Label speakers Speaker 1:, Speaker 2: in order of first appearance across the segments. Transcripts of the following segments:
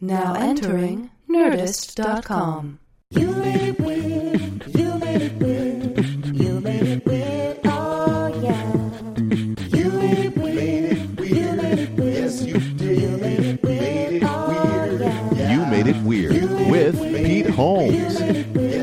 Speaker 1: Now entering Nerdist.com.
Speaker 2: You made it weird. You made it weird. You made it weird. Oh yeah. You made it weird. You made it weird. Yes, you did. You made it weird. Oh yeah.
Speaker 3: You Made It Weird with Pete Holmes.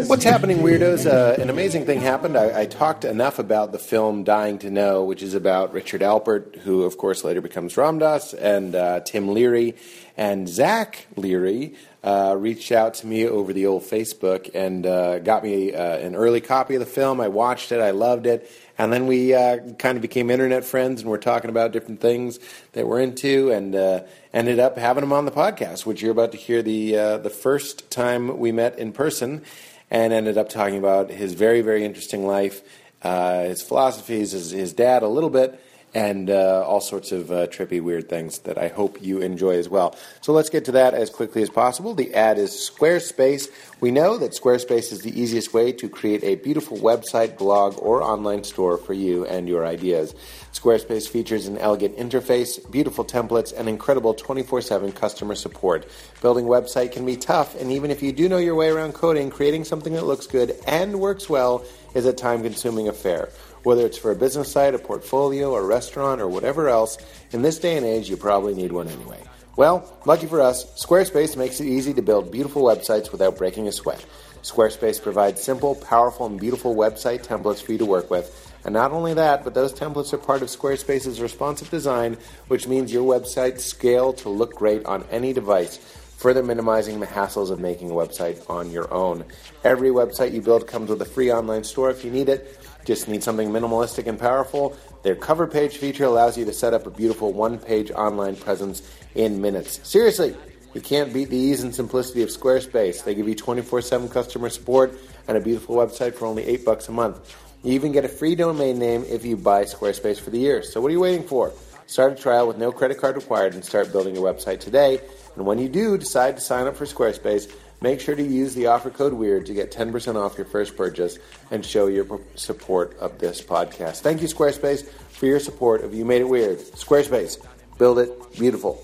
Speaker 4: What's happening, weirdos? Uh, an amazing thing happened. I, I talked enough about the film Dying to Know, which is about Richard Alpert, who, of course, later becomes Ramdas, and uh, Tim Leary. And Zach Leary uh, reached out to me over the old Facebook and uh, got me uh, an early copy of the film. I watched it, I loved it. And then we uh, kind of became internet friends and we're talking about different things that we're into and uh, ended up having him on the podcast, which you're about to hear the, uh, the first time we met in person and ended up talking about his very, very interesting life, uh, his philosophies, his, his dad a little bit, and uh, all sorts of uh, trippy, weird things that I hope you enjoy as well. So let's get to that as quickly as possible. The ad is Squarespace. We know that Squarespace is the easiest way to create a beautiful website, blog, or online store for you and your ideas. Squarespace features an elegant interface, beautiful templates, and incredible 24 7 customer support. Building a website can be tough, and even if you do know your way around coding, creating something that looks good and works well is a time consuming affair. Whether it's for a business site, a portfolio, a restaurant, or whatever else, in this day and age, you probably need one anyway. Well, lucky for us, Squarespace makes it easy to build beautiful websites without breaking a sweat. Squarespace provides simple, powerful, and beautiful website templates for you to work with. And not only that, but those templates are part of Squarespace's responsive design, which means your website scale to look great on any device, further minimizing the hassles of making a website on your own. Every website you build comes with a free online store if you need it. Just need something minimalistic and powerful? Their cover page feature allows you to set up a beautiful one page online presence in minutes. Seriously, you can't beat the ease and simplicity of Squarespace. They give you 24 7 customer support and a beautiful website for only 8 bucks a month. You even get a free domain name if you buy Squarespace for the year. So what are you waiting for? Start a trial with no credit card required and start building your website today. And when you do decide to sign up for Squarespace, make sure to use the offer code WEIRD to get 10% off your first purchase and show your p- support of this podcast. Thank you, Squarespace, for your support of You Made It Weird. Squarespace, build it beautiful.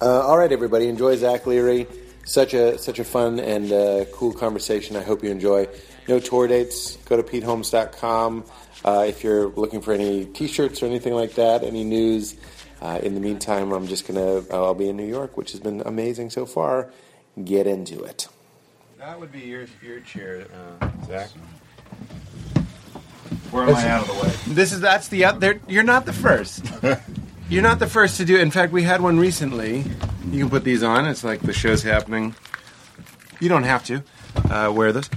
Speaker 4: Uh, all right, everybody, enjoy Zach Leary. Such a such a fun and uh, cool conversation. I hope you enjoy. No tour dates. Go to PeteHolmes.com uh, if you're looking for any T-shirts or anything like that. Any news. Uh, in the meantime, I'm just gonna. I'll be in New York, which has been amazing so far. Get into it.
Speaker 5: That would be your your chair, uh, Zach. Where am I out of the way? This is that's the up there. You're not the first. You're not the first to do. it. In fact, we had one recently. You can put these on. It's like the show's happening. You don't have to uh, wear this.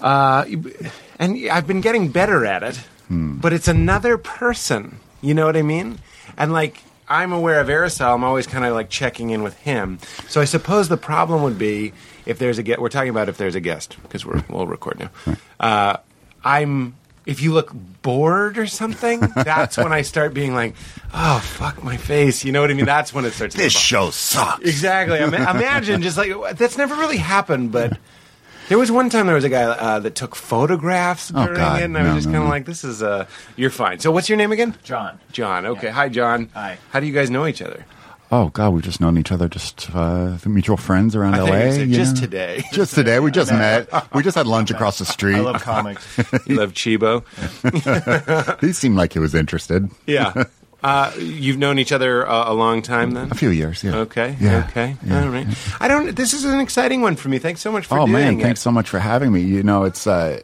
Speaker 5: Uh, you- and I've been getting better at it, but it's another person. You know what I mean? And like I'm aware of aerosol, I'm always kind of like checking in with him. So I suppose the problem would be if there's a guest. We're talking about if there's a guest because we're we'll record now. Uh, I'm if you look bored or something, that's when I start being like, oh fuck my face. You know what I mean? That's when it starts. to
Speaker 3: This
Speaker 5: pop.
Speaker 3: show sucks.
Speaker 5: Exactly. Ima- imagine just like that's never really happened, but there was one time there was a guy uh, that took photographs
Speaker 3: Oh,
Speaker 5: during
Speaker 3: God.
Speaker 5: it, and I was
Speaker 3: No,
Speaker 5: just
Speaker 3: no,
Speaker 5: kind of
Speaker 3: no.
Speaker 5: like, "This is uh, you're fine." So, what's your name again?
Speaker 6: John.
Speaker 5: John. Okay. Hi, John.
Speaker 6: Hi.
Speaker 5: How do you guys know each other?
Speaker 3: Oh God, we've just known each other, just uh, through mutual friends around
Speaker 5: I thought you
Speaker 3: LA.
Speaker 5: said
Speaker 3: you
Speaker 5: just
Speaker 3: know?
Speaker 5: today.
Speaker 3: Just today, we just met. We just had lunch across the street.
Speaker 6: I love comics.
Speaker 5: You love Chibo.
Speaker 3: he seemed like he was interested.
Speaker 5: yeah. Uh, you've known each other uh, a long time then.
Speaker 3: A few years, yeah.
Speaker 5: Okay.
Speaker 3: Yeah.
Speaker 5: Okay.
Speaker 3: Yeah.
Speaker 5: All right. I don't. This is an exciting one for me. Thanks so much for
Speaker 3: oh
Speaker 5: doing
Speaker 3: man,
Speaker 5: it.
Speaker 3: thanks so much for having me. You know, it's uh,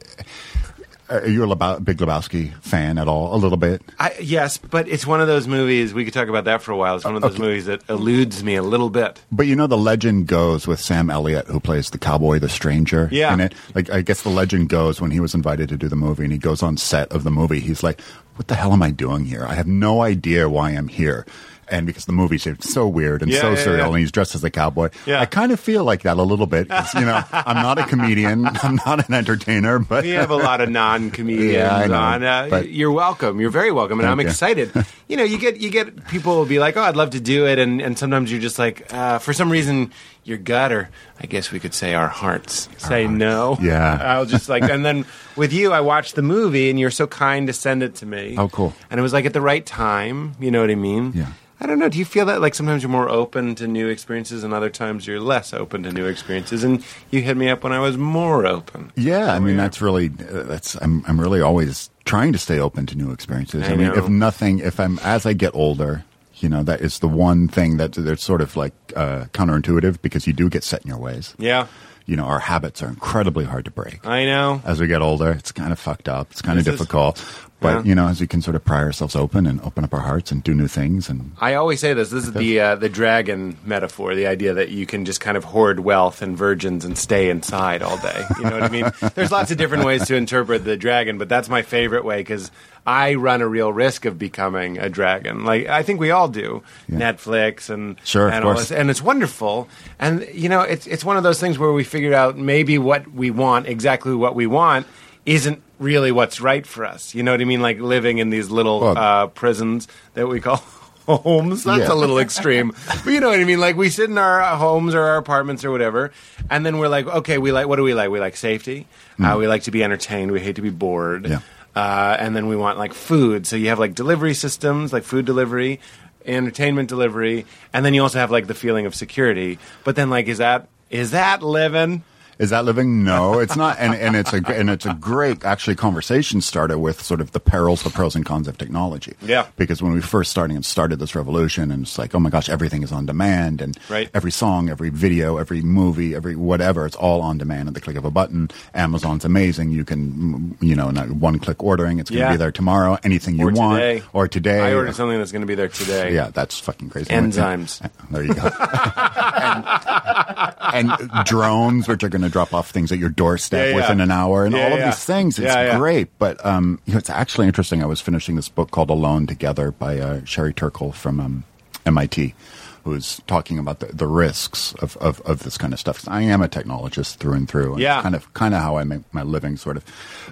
Speaker 3: are you a Lebo- Big Lebowski fan at all? A little bit.
Speaker 5: I, yes, but it's one of those movies. We could talk about that for a while. It's one of those movies that eludes me a little bit.
Speaker 3: But you know, the legend goes with Sam Elliott, who plays the cowboy, the stranger.
Speaker 5: Yeah.
Speaker 3: In it, like I guess the legend goes when he was invited to do the movie, and he goes on set of the movie. He's like, "What the hell am I doing here? I have no idea why I'm here." And because the movie's so weird and
Speaker 5: Yeah,
Speaker 3: so
Speaker 5: yeah,
Speaker 3: surreal,
Speaker 5: yeah.
Speaker 3: and he's dressed as a cowboy,
Speaker 5: Yeah.
Speaker 3: I kind of feel like that a little bit. 'cause, you know, I'm not a comedian, I'm not an entertainer, but
Speaker 5: We have a lot of non comedians
Speaker 3: Yeah, I know,
Speaker 5: on. Uh,
Speaker 3: but-
Speaker 5: you're welcome. You're very welcome. And
Speaker 3: Thank
Speaker 5: I'm
Speaker 3: you.
Speaker 5: excited.
Speaker 6: you know, you get you get people will be like, "Oh, I'd love to do it," and and sometimes you're just like, uh, for some reason, your gut or I guess we could say our hearts say no.
Speaker 3: Yeah.
Speaker 6: I'll just like, and then with you, I watched the movie, and you're so kind to send it to me.
Speaker 3: Oh, cool.
Speaker 6: And it was like at the right time. You know what I mean?
Speaker 3: Yeah.
Speaker 6: I don't know. Do you feel that like sometimes you're more open to new experiences, and other times you're less open to new experiences? And you hit me up when I was more open.
Speaker 3: Yeah, I mean that's really uh, that's I'm I'm really always trying to stay open to new experiences. I,
Speaker 6: I
Speaker 3: mean,
Speaker 6: know.
Speaker 3: if nothing, if I'm as I get older, you know, that is the one thing that that's sort of like uh, counterintuitive because you do get set in your ways.
Speaker 6: Yeah,
Speaker 3: You know, our habits are incredibly hard to break.
Speaker 6: I know.
Speaker 3: as we get older, it's kind of fucked up. It's kind of
Speaker 6: Uh, This is-
Speaker 3: difficult. but
Speaker 6: Yeah.
Speaker 3: you know, as we can sort of pry ourselves open and open up our hearts and do new things, and
Speaker 6: I always say this. This is the uh, the dragon metaphor, the idea that you can just kind of hoard wealth and virgins and stay inside all day. You know what I mean? There's lots of different ways to interpret the dragon, but that's my favorite way because I run a real risk of becoming a dragon. Like I think we all do.
Speaker 3: Yeah.
Speaker 6: Netflix and
Speaker 3: Sure, of
Speaker 6: and all
Speaker 3: course.
Speaker 6: this, and it's wonderful. And you know, it's it's one of those things where we figured out maybe what we want, exactly what we want, isn't really what's right for us. You know what I mean? Like living in these little
Speaker 3: Well-
Speaker 6: uh, prisons that we call homes. That's
Speaker 3: Yeah.
Speaker 6: a little extreme, but you know what I mean. Like we sit in our uh, homes or our apartments or whatever, and then we're like, okay, we like what do we like? We like safety. Uh, we like to be entertained. We hate to be bored.
Speaker 3: Hmm. Yeah.
Speaker 6: Uh, and then we want like food. So you have like delivery systems, like food delivery, entertainment delivery, and then you also have like the feeling of security. But then like, is that is that living?
Speaker 3: Is that living? No, it's not. And, and it's a and it's a great actually conversation starter with sort of the perils, the pros and cons of technology.
Speaker 6: Yeah.
Speaker 3: Because when we first starting and started this revolution, and it's like, oh my gosh, everything is on demand, and
Speaker 6: Right.
Speaker 3: every song, every video, every movie, every whatever, it's all on demand at the click of a button. Amazon's amazing. You can mm, you know one click ordering. It's going to
Speaker 6: Yeah.
Speaker 3: be there tomorrow. Anything you
Speaker 6: Or
Speaker 3: want
Speaker 6: today.
Speaker 3: or today.
Speaker 6: I ordered something that's going to be there today.
Speaker 3: Yeah, that's fucking crazy.
Speaker 6: Enzymes.
Speaker 3: There you go. and, and drones, which are going to drop off things at your doorstep
Speaker 6: Yeah, yeah.
Speaker 3: within an hour, and
Speaker 6: Yeah,
Speaker 3: all of
Speaker 6: yeah.
Speaker 3: these things. It's
Speaker 6: Yeah, yeah.
Speaker 3: great, but um, you know, it's actually interesting. I was finishing this book called Alone Together by uh, Sherry Turkle from um, MIT. Who's talking about the, the risks of, of, of this kind of stuff? 'Cause I am a technologist through and through. And
Speaker 6: Yeah.
Speaker 3: it's kind of kind of how I make my living, sort of.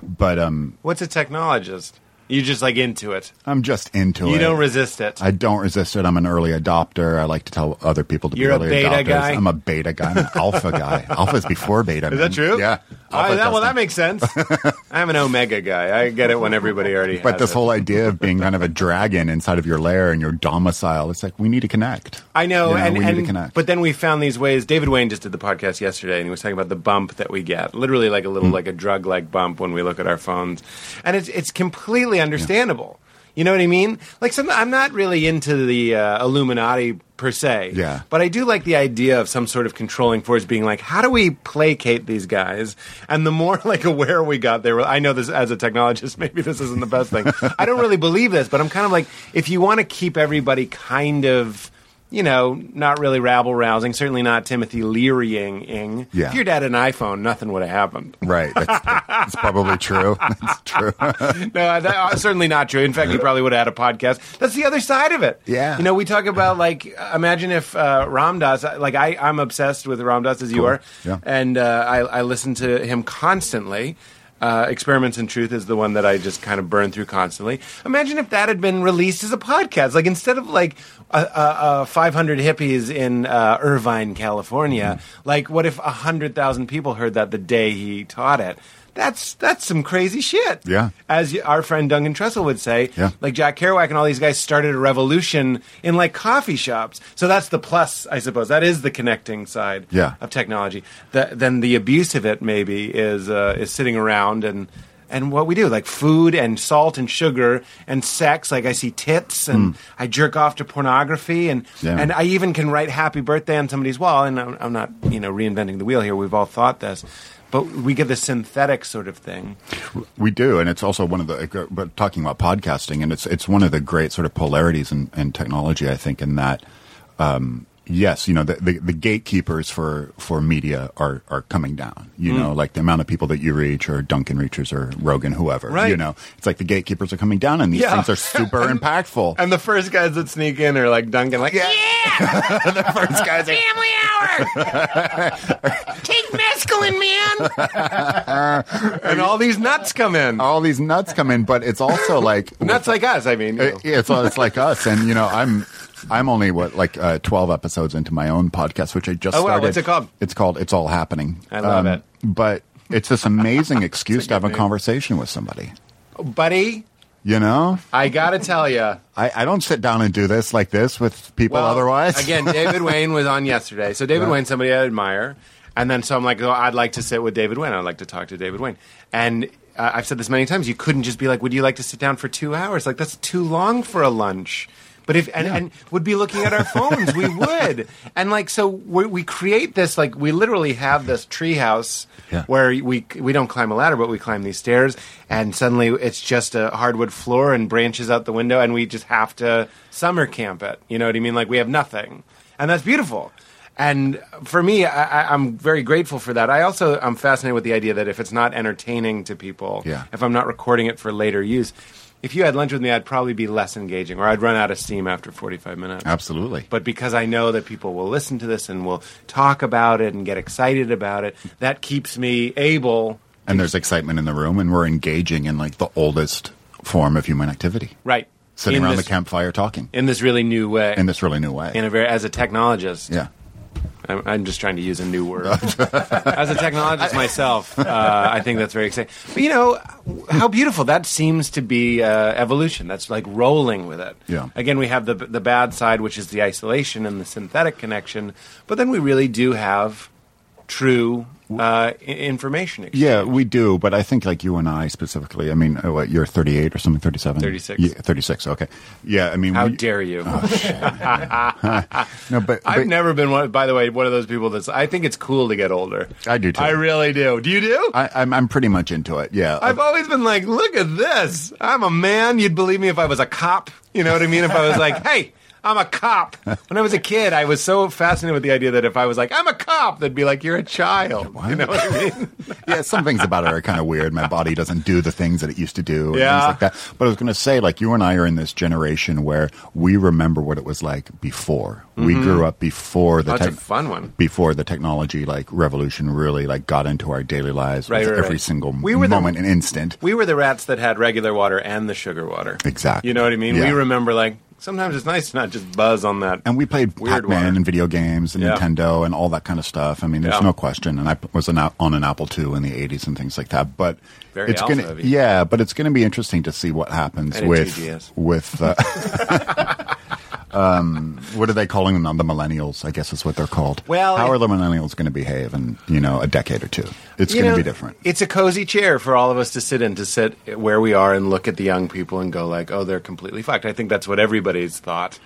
Speaker 3: But um,
Speaker 6: What's a technologist? You're just like into it.
Speaker 3: I'm just into it.
Speaker 6: You don't resist it.
Speaker 3: I don't resist it. I'm an early adopter. I like to tell other people to
Speaker 6: You're a
Speaker 3: be early
Speaker 6: beta
Speaker 3: adopters.
Speaker 6: guy?
Speaker 3: I'm a beta guy. I'm an alpha guy. Alpha's before beta.
Speaker 6: Is
Speaker 3: man.
Speaker 6: that true?
Speaker 3: Yeah.
Speaker 6: Oh,
Speaker 3: Alpha
Speaker 6: that, well,
Speaker 3: does
Speaker 6: that makes sense. I'm an omega guy. I get it when everybody already.
Speaker 3: But
Speaker 6: has
Speaker 3: this
Speaker 6: it.
Speaker 3: whole idea of being kind of a dragon inside of your lair and your domicile, it's like we need to connect.
Speaker 6: I know,
Speaker 3: You
Speaker 6: and,
Speaker 3: we
Speaker 6: and
Speaker 3: need to connect.
Speaker 6: but then we found these ways. David Wayne just did the podcast yesterday, and he was talking about the bump that we get, literally like a
Speaker 3: Mm.
Speaker 6: little like a drug like bump when we look at our phones, and it's it's completely understandable. You know what I mean? Like, some, I'm not really into the uh, Illuminati per se,
Speaker 3: Yeah.
Speaker 6: but I do like the idea of some sort of controlling force being like, how do we placate these guys? And the more like aware we got, there, I know this as a technologist, maybe this isn't the best thing. I don't really believe this, but I'm kind of like, if you want to keep everybody kind of. You know, not really rabble rousing, certainly not Timothy Learying. ing.
Speaker 3: Yeah.
Speaker 6: If you'd had an iPhone, nothing would have happened.
Speaker 3: right. That's, that's probably true. That's true.
Speaker 6: No, that, uh, certainly not true. In fact, you probably would have had a podcast. That's the other side of it.
Speaker 3: Yeah.
Speaker 6: You know, we talk about like, uh, imagine if uh, Ram Dass, like I, I'm obsessed with Ram Dass as you are,
Speaker 3: Yeah.
Speaker 6: and uh, I, I listen to him constantly. Uh, Experiments in Truth is the one that I just kind of burn through constantly. Imagine if that had been released as a podcast. Like instead of like uh, uh, uh, 500 hippies in uh, Irvine, California,
Speaker 3: Mm-hmm.
Speaker 6: like what if 100,000 people heard that the day he taught it? That's that's some crazy shit
Speaker 3: Yeah.
Speaker 6: as y- our friend Duncan Trussell would say,
Speaker 3: Yeah.
Speaker 6: like Jack Kerouac and all these guys started a revolution in like coffee shops. So that's the plus, I suppose. That is the connecting side
Speaker 3: Yeah.
Speaker 6: of technology. The, then the abuse of it maybe is uh, is sitting around and and what we do like food and salt and sugar and sex. Like I see tits and I jerk off to pornography and
Speaker 3: Hmm. Yeah.
Speaker 6: and I even can write happy birthday on somebody's wall. And I'm, I'm not you know reinventing the wheel here. We've all thought this. But we get the synthetic sort of thing.
Speaker 3: We do, and it's also one of the. But talking about podcasting, and it's it's one of the great sort of polarities in, in technology, I think, in that. Um, yes, you know the, the the gatekeepers for for media are are coming down. You
Speaker 6: Mm.
Speaker 3: know, like the amount of people that you reach, or Duncan reaches, or Rogan, whoever.
Speaker 6: Right.
Speaker 3: You know, it's like the gatekeepers are coming down, and these
Speaker 6: Yeah.
Speaker 3: things are super impactful.
Speaker 6: And the first guys that sneak in are like Duncan, like, yeah,
Speaker 3: the first guys, are,
Speaker 6: family hour. Take mescaline, man. and all these nuts come in.
Speaker 3: all these nuts come in, but it's also like
Speaker 6: Nuts like us, I mean. you
Speaker 3: Uh,
Speaker 6: know.
Speaker 3: yeah, it's it's like us, and you know, I'm I'm only what like uh, twelve episodes into my own podcast, which I just
Speaker 6: Oh, wow,
Speaker 3: started.
Speaker 6: what's it called?
Speaker 3: It's called It's All Happening. Um,
Speaker 6: I love it.
Speaker 3: but it's this amazing excuse to have a
Speaker 6: name.
Speaker 3: conversation with somebody.
Speaker 6: Buddy,
Speaker 3: You know,
Speaker 6: I gotta tell you.
Speaker 3: I, I don't sit down and do this like this with people. otherwise,
Speaker 6: again, David Wayne was on yesterday. So David
Speaker 3: Yeah.
Speaker 6: Wayne, somebody I admire, and then so I'm like, oh, I'd like to sit with David Wayne. I'd like to talk to David Wayne. And uh, I've said this many times. You couldn't just be like, would you like to sit down for two hours? Like that's too long for a lunch. But if and, and would be looking at our phones, we would. And like so, we, we create this like we literally have this treehouse
Speaker 3: Yeah.
Speaker 6: where we we don't climb a ladder, but we climb these stairs, and suddenly it's just a hardwood floor and branches out the window, and we just have to summer camp it. You know what I mean? Like we have nothing, and that's beautiful. And for me, I, I- I'm very grateful for that. I also I'm fascinated with the idea that if it's not entertaining to people,
Speaker 3: Yeah.
Speaker 6: if I'm not recording it for later use, if you had lunch with me, I'd probably be less engaging, or I'd run out of steam after 45 minutes
Speaker 3: absolutely.
Speaker 6: but because I know that people will listen to this and will talk about it and get excited about it, that keeps me able.
Speaker 3: and there's excitement in the room, and we're engaging in like the oldest form of human activity,
Speaker 6: Right.
Speaker 3: Sitting
Speaker 6: in
Speaker 3: around
Speaker 6: this,
Speaker 3: the campfire talking
Speaker 6: in this really new way.
Speaker 3: in this really new way.
Speaker 6: in a very as a technologist.
Speaker 3: yeah.
Speaker 6: I'm, I'm just trying to use a new word. As a technologist myself, uh, I think that's very exciting. But you know, how beautiful that seems to be uh, evolution. That's like rolling with it.
Speaker 3: Yeah.
Speaker 6: Again, we have the the bad side, which is the isolation and the synthetic connection. But then we really do have true uh, i- information. Exchange.
Speaker 3: Yeah, we do, but I think like you and I specifically. I mean, uh, what, you're 38 or something, 37,
Speaker 6: 36.
Speaker 3: Yeah, 36. Okay. Yeah, I mean,
Speaker 6: How
Speaker 3: we-
Speaker 6: dare you?
Speaker 3: Oh, No, but,
Speaker 6: I've
Speaker 3: but-
Speaker 6: never been one. By the way, one of those people that's. I think it's cool to get older.
Speaker 3: I do, too.
Speaker 6: I really do. Do you do?
Speaker 3: I, I'm I'm pretty much into it. Yeah,
Speaker 6: I've always been like, look at this. I'm a man. You'd believe me if I was a cop. You know what I mean? If I was like, hey, I'm a cop. When I was a kid, I was so fascinated with the idea that if I was like, I'm a cop, they'd be like, you're a child. You know what I mean?
Speaker 3: yeah. Some things about it are kind of weird. My body doesn't do the things that it used to do. and
Speaker 6: Yeah.
Speaker 3: things like that. But I was going to say, like, you and I are in this generation where we remember what it was like before. We grew up before the
Speaker 6: Mm-hmm. That's a
Speaker 3: tech-
Speaker 6: fun one.
Speaker 3: before the technology like revolution really like got into our daily lives
Speaker 6: Right,
Speaker 3: with
Speaker 6: right,
Speaker 3: every
Speaker 6: right.
Speaker 3: single
Speaker 6: We were the-
Speaker 3: moment and instant.
Speaker 6: We were the rats that had regular water and the sugar water.
Speaker 3: Exactly.
Speaker 6: You know what I mean?
Speaker 3: Yeah.
Speaker 6: We remember like, sometimes it's nice to not just buzz on that.
Speaker 3: and we played
Speaker 6: Weird
Speaker 3: Pac-Man
Speaker 6: water.
Speaker 3: and video games and
Speaker 6: Yeah.
Speaker 3: Nintendo and all that kind of stuff. I mean, there's
Speaker 6: Yeah.
Speaker 3: no question. And I p- was an, Al- on an Apple II in the 80s and things like that. But
Speaker 6: Very
Speaker 3: it's
Speaker 6: alpha
Speaker 3: gonna,
Speaker 6: of you.
Speaker 3: yeah, but it's going to be interesting to see what happens
Speaker 6: And a
Speaker 3: with
Speaker 6: 2GS.
Speaker 3: with. Uh, um, what are they calling them? now? The millennials, I guess is what they're called.
Speaker 6: Well,
Speaker 3: how
Speaker 6: it-
Speaker 3: are the millennials going to behave in you know a decade or two? It's
Speaker 6: You
Speaker 3: going to
Speaker 6: know,
Speaker 3: be different.
Speaker 6: It's a cozy chair for all of us to sit in, to sit where we are and look at the young people and go like, oh, they're completely fucked. I think that's what everybody's thought.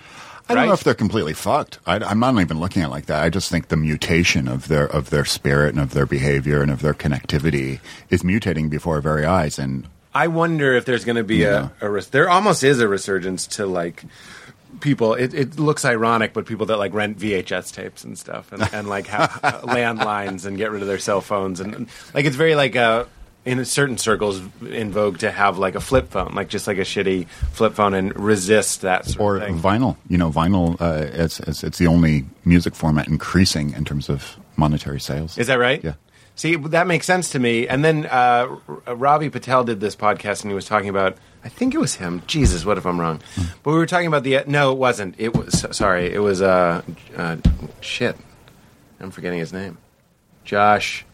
Speaker 3: I don't know
Speaker 6: right?
Speaker 3: if they're completely fucked. I, am not even looking at it like that. I just think the mutation of their of their spirit and of their behavior and of their connectivity is mutating before our very eyes. And
Speaker 6: I wonder if there's going to be
Speaker 3: Yeah.
Speaker 6: a, a res- there almost is a resurgence to like people. It, it looks ironic, but people that like rent VHS tapes and stuff, and, and like have uh, landlines and get rid of their cell phones, and like it's very like uh in certain circles in vogue to have like a flip phone, like just like a shitty flip phone, and resist that sort
Speaker 3: or
Speaker 6: of thing.
Speaker 3: vinyl, you know, vinyl. Uh, it's, it's it's the only music format increasing in terms of monetary sales.
Speaker 6: Is that right?
Speaker 3: Yeah.
Speaker 6: See, that makes sense to me. And then uh, R- Robbie Patel did this podcast, and he was talking about. I think it was him. Jesus, what if I'm wrong? But we were talking about the. uh, No, it wasn't. It was. Sorry, it was. Uh, uh, shit, I'm forgetting his name. Josh.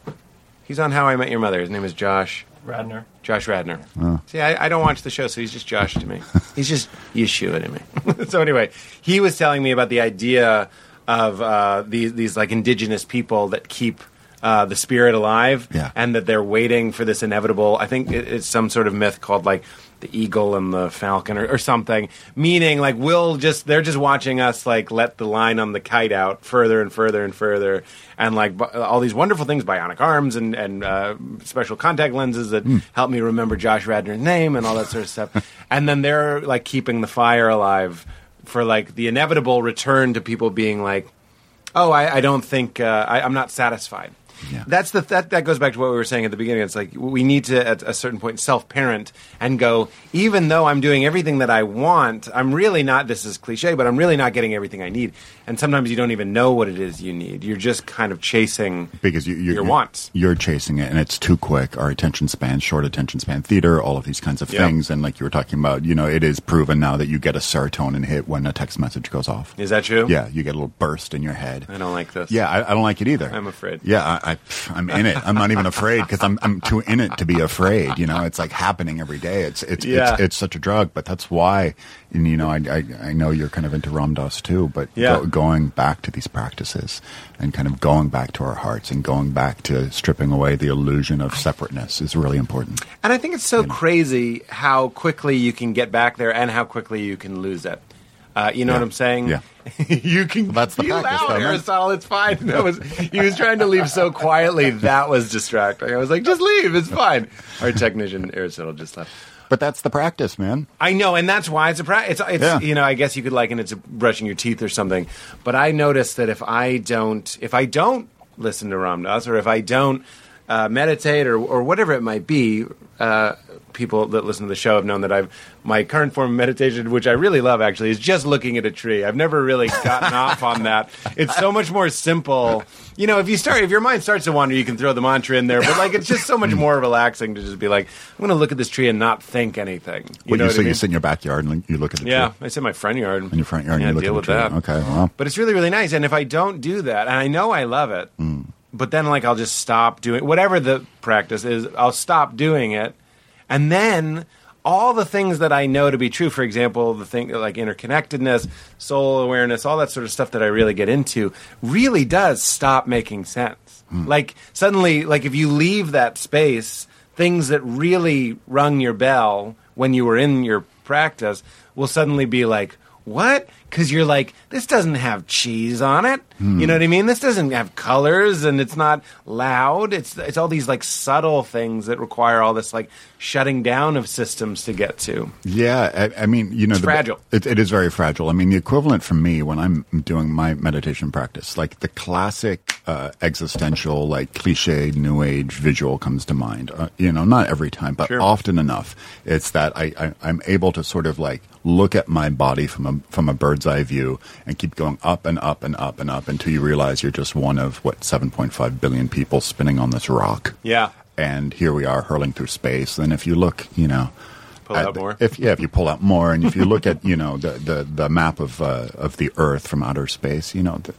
Speaker 6: He's on How I Met Your Mother. His name is Josh.
Speaker 7: Radner.
Speaker 6: Josh Radner. See, I, I don't watch the show, so he's just Josh to me. He's just Yeshua to me. so anyway, he was telling me about the idea of uh, these these like indigenous people that keep. Uh, the spirit alive,
Speaker 3: Yeah.
Speaker 6: and that they're waiting for this inevitable. I think it, it's some sort of myth called like the eagle and the falcon, or, or something. Meaning, like we'll just they're just watching us like let the line on the kite out further and further and further, and like bi- all these wonderful things, bionic arms and and uh, special contact lenses that help me remember Josh Radner's name and all that sort of stuff. and then they're like keeping the fire alive for like the inevitable return to people being like, oh, I, I don't think uh, I, I'm not satisfied.
Speaker 3: Yeah.
Speaker 6: That's the that that goes back to what we were saying at the beginning. It's like we need to at a certain point self-parent and go. Even though I'm doing everything that I want, I'm really not. This is cliche, but I'm really not getting everything I need. And sometimes you don't even know what it is you need. You're just kind of chasing
Speaker 3: because you, you,
Speaker 6: your
Speaker 3: you-
Speaker 6: wants.
Speaker 3: You're chasing it, and it's too quick. Our attention span, short attention span, theater, all of these kinds of
Speaker 6: Yeah.
Speaker 3: things. And like you were talking about, you know, it is proven now that you get a serotonin hit when a text message goes off.
Speaker 6: Is that true?
Speaker 3: Yeah, you get a little burst in your head.
Speaker 6: I don't like this.
Speaker 3: Yeah, I, I don't like it either.
Speaker 6: I'm afraid.
Speaker 3: Yeah, I, I, I'm in it. I'm not even afraid because I'm I'm too in it to be afraid. You know, it's like happening every day. It's it's
Speaker 6: Yeah.
Speaker 3: it's, it's such a drug. But that's why, and you know, I I, I know you're kind of into Ram Dass too. But
Speaker 6: Yeah.
Speaker 3: go, going back to these practices and kind of going back to our hearts and going back to stripping away the illusion of separateness is really important.
Speaker 6: And I think it's so crazy how quickly you can get back there and how quickly you can lose it. Uh, you know
Speaker 3: Yeah.
Speaker 6: what I'm saying?
Speaker 3: Yeah.
Speaker 6: you can.
Speaker 3: That's the
Speaker 6: be
Speaker 3: practice,
Speaker 6: loud,
Speaker 3: though, man.
Speaker 6: Aristotle. It's fine. That was he was trying to leave so quietly that was distracting. I was like, just leave. It's fine. Our technician Aristotle just left.
Speaker 3: But that's the practice, man.
Speaker 6: I know, and that's why it's a practice. It's, it's
Speaker 3: Yeah.
Speaker 6: you know, I guess you could liken it to brushing your teeth or something. But I notice that if I don't, if I don't listen to Ram Dass, or if I don't uh, meditate, or or whatever it might be, uh, people that listen to the show have known that I've my current form of meditation, which I really love actually, is just looking at a tree. I've never really gotten off on that. It's so much more simple. You know, if you start, if your mind starts to wander, you can throw the mantra in there. But like, it's just so much more relaxing to just be like, I'm going to look at this tree and not think anything. You
Speaker 3: What
Speaker 6: know
Speaker 3: you,
Speaker 6: what I
Speaker 3: so you
Speaker 6: mean?
Speaker 3: sit in your backyard and you look at the
Speaker 6: Yeah,
Speaker 3: tree
Speaker 6: I sit in my front yard.
Speaker 3: in your front yard
Speaker 6: Yeah,
Speaker 3: and you look
Speaker 6: deal
Speaker 3: at
Speaker 6: with
Speaker 3: the
Speaker 6: that.
Speaker 3: tree. Okay, well.
Speaker 6: But it's really, really nice. And if I don't do that, and I know I love it,
Speaker 3: Hmm.
Speaker 6: but then like I'll just stop doing whatever the practice is. I'll stop doing it, and then all the things that I know to be true, for example, the thing like interconnectedness, soul awareness, all that sort of stuff that I really get into, really does stop making sense.
Speaker 3: Hmm.
Speaker 6: Like suddenly, like if you leave that space, things that really rung your bell when you were in your practice will suddenly be like, what? Because you're like, this doesn't have cheese on it. You
Speaker 3: Hmm.
Speaker 6: know what I mean? This doesn't have colors, and it's not loud. It's it's all these like subtle things that require all this like shutting down of systems to get to.
Speaker 3: Yeah, I, I mean, you know,
Speaker 6: It's
Speaker 3: the-
Speaker 6: fragile.
Speaker 3: It, it is very fragile. I mean, the equivalent for me when I'm doing my meditation practice, like the classic uh, existential, like cliche New Age visual comes to mind. Uh, you know, not every time, but
Speaker 6: Sure.
Speaker 3: often enough, it's that I, I I'm able to sort of like look at my body from a from a bird's eye view and keep going up and up and up and up until you realize you're just one of what 7.5 billion people spinning on this rock
Speaker 6: Yeah,
Speaker 3: and here we are hurling through space. And if you look, you know,
Speaker 6: Pull
Speaker 3: at
Speaker 6: out
Speaker 3: the-
Speaker 6: more.
Speaker 3: If yeah, if you pull out more, and if you look at you know the the, the map of uh, of the Earth from outer space, you know. The,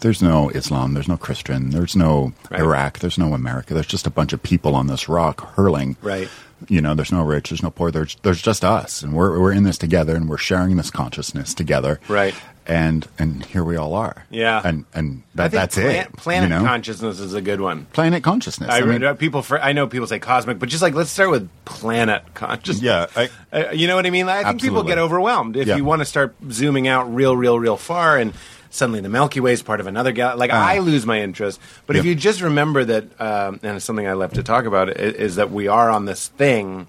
Speaker 3: there's no Islam, there's no Christian, there's no
Speaker 6: Right.
Speaker 3: Iraq, there's no America. There's just a bunch of people on this rock hurling.
Speaker 6: Right.
Speaker 3: You know, there's no rich, there's no poor, there's there's just us and we're we're in this together and we're sharing this consciousness together.
Speaker 6: Right.
Speaker 3: And and here we all are.
Speaker 6: Yeah.
Speaker 3: And and
Speaker 6: I
Speaker 3: that,
Speaker 6: think
Speaker 3: that's
Speaker 6: plan-
Speaker 3: it.
Speaker 6: Planet
Speaker 3: you know?
Speaker 6: consciousness is a good one.
Speaker 3: Planet consciousness.
Speaker 6: I,
Speaker 3: I mean-
Speaker 6: people fr- I know people say cosmic, but just like let's start with planet consciousness.
Speaker 3: Yeah, I-
Speaker 6: Uh, you know what I mean. Like, I think people
Speaker 3: Absolutely.
Speaker 6: get overwhelmed if
Speaker 3: Yeah.
Speaker 6: you want to start zooming out real, real, real far, and suddenly the Milky Way is part of another galaxy. Like I lose my interest. But if
Speaker 3: Uh-huh. Yeah.
Speaker 6: you just remember that, um, and it's something I left to talk about i- is that we are on this thing.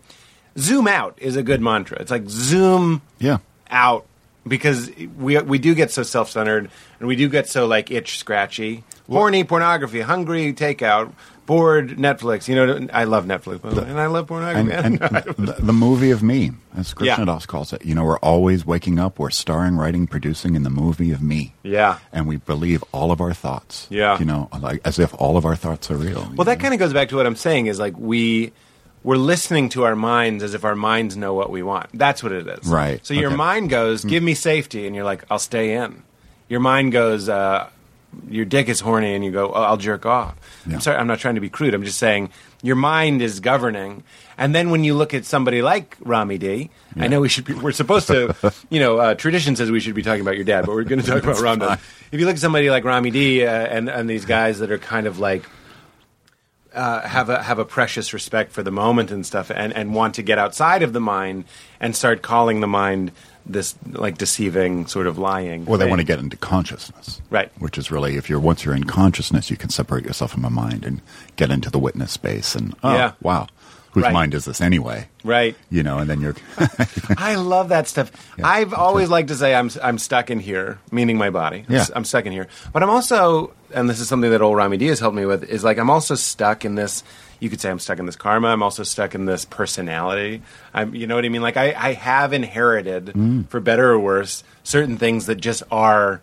Speaker 6: Zoom out is a good mantra. It's like zoom
Speaker 3: yeah.
Speaker 6: out because we we do get so self centered and we do get so like itch scratchy, horny pornography, hungry takeout, bored Netflix. You know, I love Netflix by the way, and I love
Speaker 3: and,
Speaker 6: pornography.
Speaker 3: and the, the movie of me, as
Speaker 6: Yeah.
Speaker 3: Krishnadas calls it. You know, we're always waking up, we're starring, writing, producing in the movie of me.
Speaker 6: Yeah.
Speaker 3: And we believe all of our thoughts.
Speaker 6: Yeah.
Speaker 3: You know, like as if all of our thoughts are real.
Speaker 6: well, that kind of goes back to what I'm saying is like we. We're listening to our minds as if our minds know what we want. That's what it is.
Speaker 3: Right.
Speaker 6: So your
Speaker 3: Okay. Hmm.
Speaker 6: mind goes, "Give me safety," and you're like, "I'll stay in." Your mind goes, uh, "Your dick is horny," and you go, oh, "I'll jerk off."
Speaker 3: Yeah.
Speaker 6: I'm sorry, I'm not trying to be crude. I'm just saying your mind is governing. And then when you look at somebody like Rami D, I know we should be, we're supposed to, you know, uh, tradition says we should be talking about your dad, but we're going to talk about Ram. Dass. If you look at somebody like Rami D uh, and and these guys that are kind of like uh, have a have a precious respect for the moment and stuff, and and want to get outside of the mind and start calling the mind this like deceiving sort of lying.
Speaker 3: Well, they want to
Speaker 6: thing.
Speaker 3: get into consciousness,
Speaker 6: Right.
Speaker 3: Which is really, if you're once you're in consciousness, you can separate yourself from a mind and get into the witness space. And oh,
Speaker 6: Yeah.
Speaker 3: wow, whose
Speaker 6: Right.
Speaker 3: mind is this anyway?
Speaker 6: Right.
Speaker 3: You know, and then you're
Speaker 6: I love that stuff. I've always liked to say I'm I'm stuck in here, meaning my body. I'm,
Speaker 3: Yeah.
Speaker 6: s- I'm stuck in here. But I'm also, and this is something that old Rami Diaz helped me with, is like I'm also stuck in this. You could say I'm stuck in this karma. I'm also stuck in this personality. I'm, you know what I mean? Like I, I have inherited, for better or worse, certain things that just are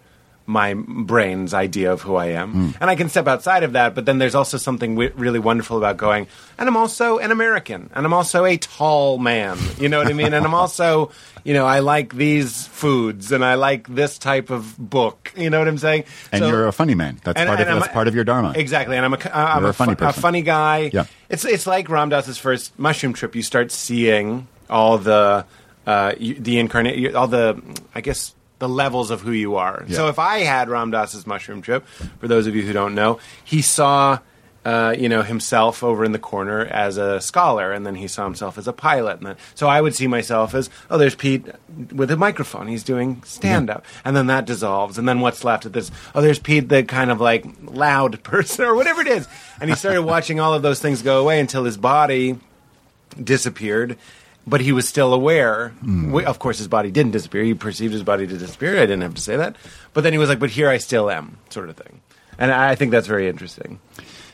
Speaker 6: my brain's idea of who I am.
Speaker 3: Hmm.
Speaker 6: And I can step outside of that, but then there's also something w- really wonderful about going, and I'm also an American, and I'm also a tall man. You know what I mean? and I'm also, you know, I like these foods, and I like this type of book. You know what I'm saying?
Speaker 3: and
Speaker 6: So-
Speaker 3: you're a funny man. That's part of
Speaker 6: I'm
Speaker 3: that's
Speaker 6: a-
Speaker 3: part of your dharma.
Speaker 6: Exactly, and I'm a, c- uh, I'm
Speaker 3: You're
Speaker 6: a,
Speaker 3: a funny
Speaker 6: fu-
Speaker 3: person.
Speaker 6: funny guy.
Speaker 3: Yeah.
Speaker 6: It's it's like Ram Dass's first mushroom trip. You start seeing all the uh, you, the incarnate, you- all the I guess the levels of who you are.
Speaker 3: Yeah.
Speaker 6: So if I had Ram Dass's mushroom trip, for those of you who don't know, he saw. Uh, you know himself over in the corner as a scholar, and then he saw himself as a pilot. And then, so I would see myself as, oh, there's Pete with a microphone. He's doing stand up, and then that dissolves, and then what's left of this? Oh, there's Pete, the kind of like loud person, or whatever it is. And he started watching all of those things go away until his body disappeared, but he was still aware.
Speaker 3: Hmm.
Speaker 6: We- of course, his body didn't disappear. He perceived his body to disappear. I didn't have to say that. But then he was like, but here I still am, sort of thing. And I I think that's very interesting.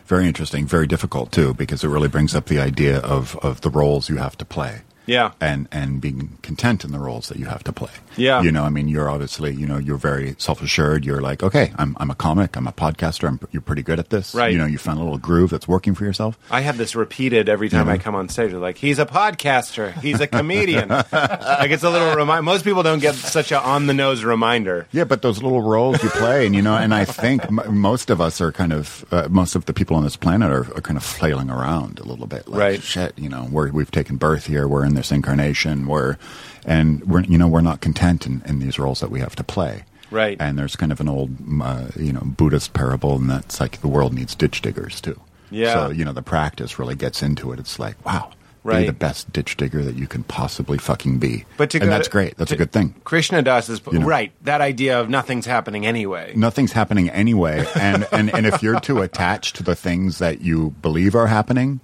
Speaker 3: Very interesting, very difficult too, because it really brings up the idea of, of the roles you have to play.
Speaker 6: Yeah.
Speaker 3: And and being content in the roles that you have to play.
Speaker 6: Yeah.
Speaker 3: You know, I mean you're obviously, you know, you're very self assured. You're like, okay, I'm I'm a comic, I'm a podcaster, I'm you're pretty good at this.
Speaker 6: Right.
Speaker 3: You know, you found a little groove that's working for yourself.
Speaker 6: I have this repeated every time I
Speaker 3: Mhm.
Speaker 6: come on stage. They're Like he's a podcaster, he's a comedian. like it's a little remind. Most people don't get such a on the nose reminder.
Speaker 3: Yeah, but those little roles you play, and you know, and I think m- most of us are kind of, uh, most of the people on this planet are, are kind of flailing around a little bit, like
Speaker 6: Right.
Speaker 3: shit. You know, we're, we've taken birth here, we're in this incarnation, we're, and we're, you know, we're not content in, in these roles that we have to play.
Speaker 6: Right.
Speaker 3: And there's kind of an old, mm, uh, you know, Buddhist parable, and that's like the world needs ditch diggers too.
Speaker 6: Yeah.
Speaker 3: So you know, the practice really gets into it. It's like, wow.
Speaker 6: Right.
Speaker 3: Be the best ditch digger that you can possibly fucking be.
Speaker 6: But to
Speaker 3: and
Speaker 6: go-
Speaker 3: that's great. That's
Speaker 6: to-
Speaker 3: a good thing.
Speaker 6: Krishna Das is
Speaker 3: You know.
Speaker 6: right. That idea of nothing's happening anyway.
Speaker 3: nothing's happening anyway and, and and if you're too attached to the things that you believe are happening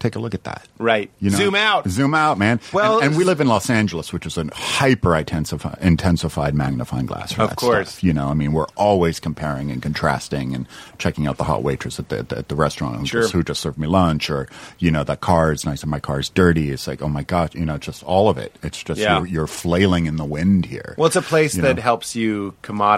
Speaker 3: take a look at that
Speaker 6: Right.
Speaker 3: you know
Speaker 6: Zoom out.
Speaker 3: zoom out man
Speaker 6: Well,
Speaker 3: well and, and we live in los angeles which is a hyper intensified intensified magnifying glass for
Speaker 6: Of
Speaker 3: that
Speaker 6: course.
Speaker 3: stuff, you know i mean we're always comparing and contrasting and checking out the hot waitress at the at the, at the restaurant who,
Speaker 6: Sure.
Speaker 3: just, who just served me lunch or you know that car is nice and my car's dirty it's like oh my god you know just all of it it's just
Speaker 6: Yeah.
Speaker 3: you're, you're flailing in the wind here
Speaker 6: Well, it's a place
Speaker 3: You
Speaker 6: that
Speaker 3: know?
Speaker 6: helps you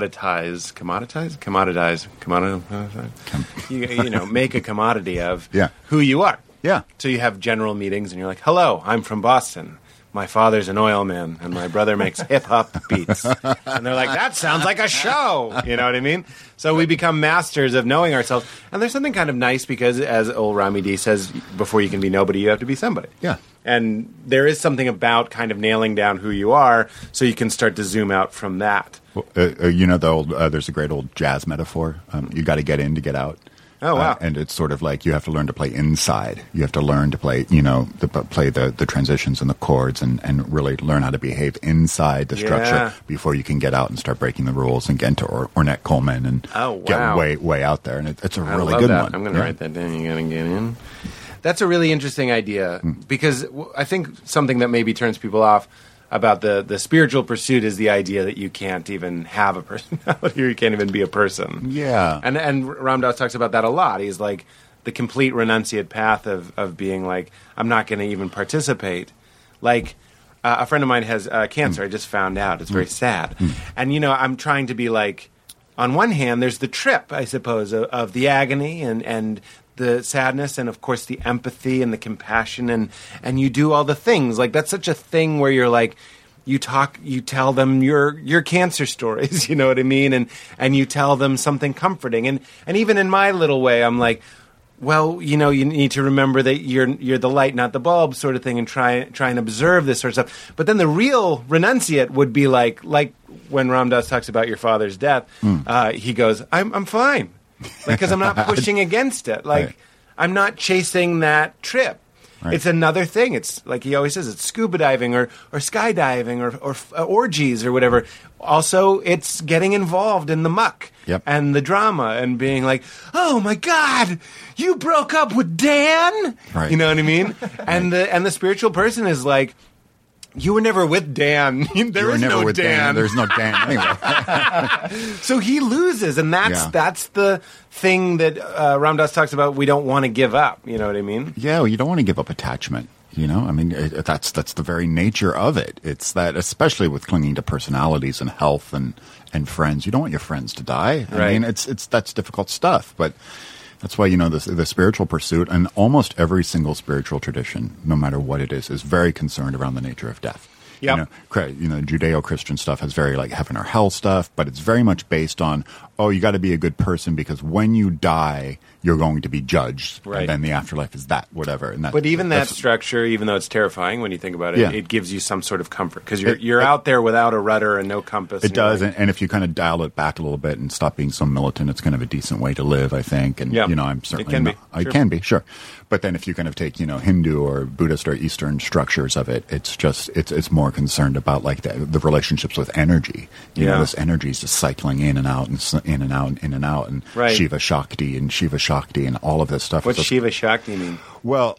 Speaker 6: commoditize, commoditize, commoditize, commoditize. you, you know, make a commodity of
Speaker 3: Yeah.
Speaker 6: who you are.
Speaker 3: Yeah.
Speaker 6: So you have general meetings, and you're like, "Hello, I'm from Boston. My father's an oil man, and my brother makes hip hop beats." And they're like, "That sounds like a show." You know what I mean? So we become masters of knowing ourselves. And there's something kind of nice because, as old Rami D says, before you can be nobody, you have to be somebody.
Speaker 3: Yeah.
Speaker 6: And there is something about kind of nailing down who you are so you can start to zoom out from that.
Speaker 3: Uh, uh, you know the old uh, there's a great old jazz metaphor. Um, you got to get in to get out.
Speaker 6: Oh, wow.
Speaker 3: Uh, and it's sort of like you have to learn to play inside. You have to learn to play, you know, the, but play the, the transitions and the chords, and, and really learn how to behave inside the structure
Speaker 6: Yeah.
Speaker 3: before you can get out and start breaking the rules and get into or- Ornette Coleman and
Speaker 6: Oh, wow.
Speaker 3: get way way out there. And it, it's a
Speaker 6: I
Speaker 3: really
Speaker 6: love
Speaker 3: good
Speaker 6: that.
Speaker 3: one.
Speaker 6: I'm going to
Speaker 3: Yeah.
Speaker 6: write that down. You got to get in. That's a really interesting idea
Speaker 3: Hmm.
Speaker 6: because w- I think something that maybe turns people off about the, the spiritual pursuit is the idea that you can't even have a personality or you can't even be a person.
Speaker 3: Yeah.
Speaker 6: And and Ram Dass talks about that a lot. He's like the complete renunciate path of of being like I'm not going to even participate. Like uh, a friend of mine has uh, cancer. I just found out. It's very sad. And you know I'm trying to be like. On one hand, there's the trip, I suppose, of, of the agony and and the sadness, and of course the empathy and the compassion, and and you do all the things. Like that's such a thing where you're like, you talk you tell them your your cancer stories you know what i mean and and you tell them something comforting and and even in my little way i'm like well you know you need to remember that you're you're the light not the bulb sort of thing and try try and observe this sort of stuff but then the real renunciate would be like like when ram dass talks about your father's death uh, he goes i'm i'm fine because i'm not pushing against it like
Speaker 3: Right.
Speaker 6: i'm not chasing that trip
Speaker 3: Right.
Speaker 6: It's another thing. It's like he always says, it's scuba diving or, or skydiving or, or f- orgies or whatever. Also, it's getting involved in the muck
Speaker 3: Yep.
Speaker 6: and the drama and being like, oh my God, you broke up with Dan?
Speaker 3: Right.
Speaker 6: You know what I mean? and, the, and the spiritual person is like, you were never with Dan. There
Speaker 3: You were
Speaker 6: is
Speaker 3: never
Speaker 6: no
Speaker 3: with Dan. There's no Dan anyway.
Speaker 6: so he loses, and that's
Speaker 3: Yeah.
Speaker 6: that's the thing that uh, Ram Dass talks about. We don't want to give up. You know what I mean?
Speaker 3: yeah, well, you don't want to give up attachment. You know, I mean, it, that's that's the very nature of it. It's that, especially with clinging to personalities and health and and friends, you don't want your friends to die. I
Speaker 6: Right.
Speaker 3: mean, it's it's that's difficult stuff, but. That's why you know the, the spiritual pursuit, and almost every single spiritual tradition, no matter what it is, is very concerned around the nature of death. Yeah,
Speaker 6: Yep.
Speaker 3: You know, cra- you know, Judeo-Christian stuff has very like heaven or hell stuff, but it's very much based on oh, you got to be a good person because when you die, you're going to be judged,
Speaker 6: Right.
Speaker 3: and then the afterlife is that whatever. And that,
Speaker 6: But even that
Speaker 3: that's-
Speaker 6: structure, even though it's terrifying when you think about it,
Speaker 3: Yeah.
Speaker 6: it gives you some sort of comfort because you're
Speaker 3: It-
Speaker 6: you're
Speaker 3: it-
Speaker 6: out there without a rudder and no compass.
Speaker 3: it
Speaker 6: and you're
Speaker 3: does,
Speaker 6: like-
Speaker 3: and, and if you kind of dial it back a little bit and stop being so militant, it's kind of a decent way to live, I think. And
Speaker 6: Yeah.
Speaker 3: you know, I'm
Speaker 6: It
Speaker 3: certainly
Speaker 6: can
Speaker 3: not-
Speaker 6: be,
Speaker 3: I
Speaker 6: sure.
Speaker 3: can be sure, but then if you kind of take you know Hindu or Buddhist or Eastern structures of it, it's just it's it's more concerned about like the, the relationships with energy. You
Speaker 6: Yeah.
Speaker 3: know, this energy is just cycling in and out and s- in and out and in and out and
Speaker 6: Right.
Speaker 3: Shiva Shakti and Shiva Shakti and all of this stuff.
Speaker 6: What's
Speaker 3: It's just-
Speaker 6: Shiva Shakti mean?
Speaker 3: well,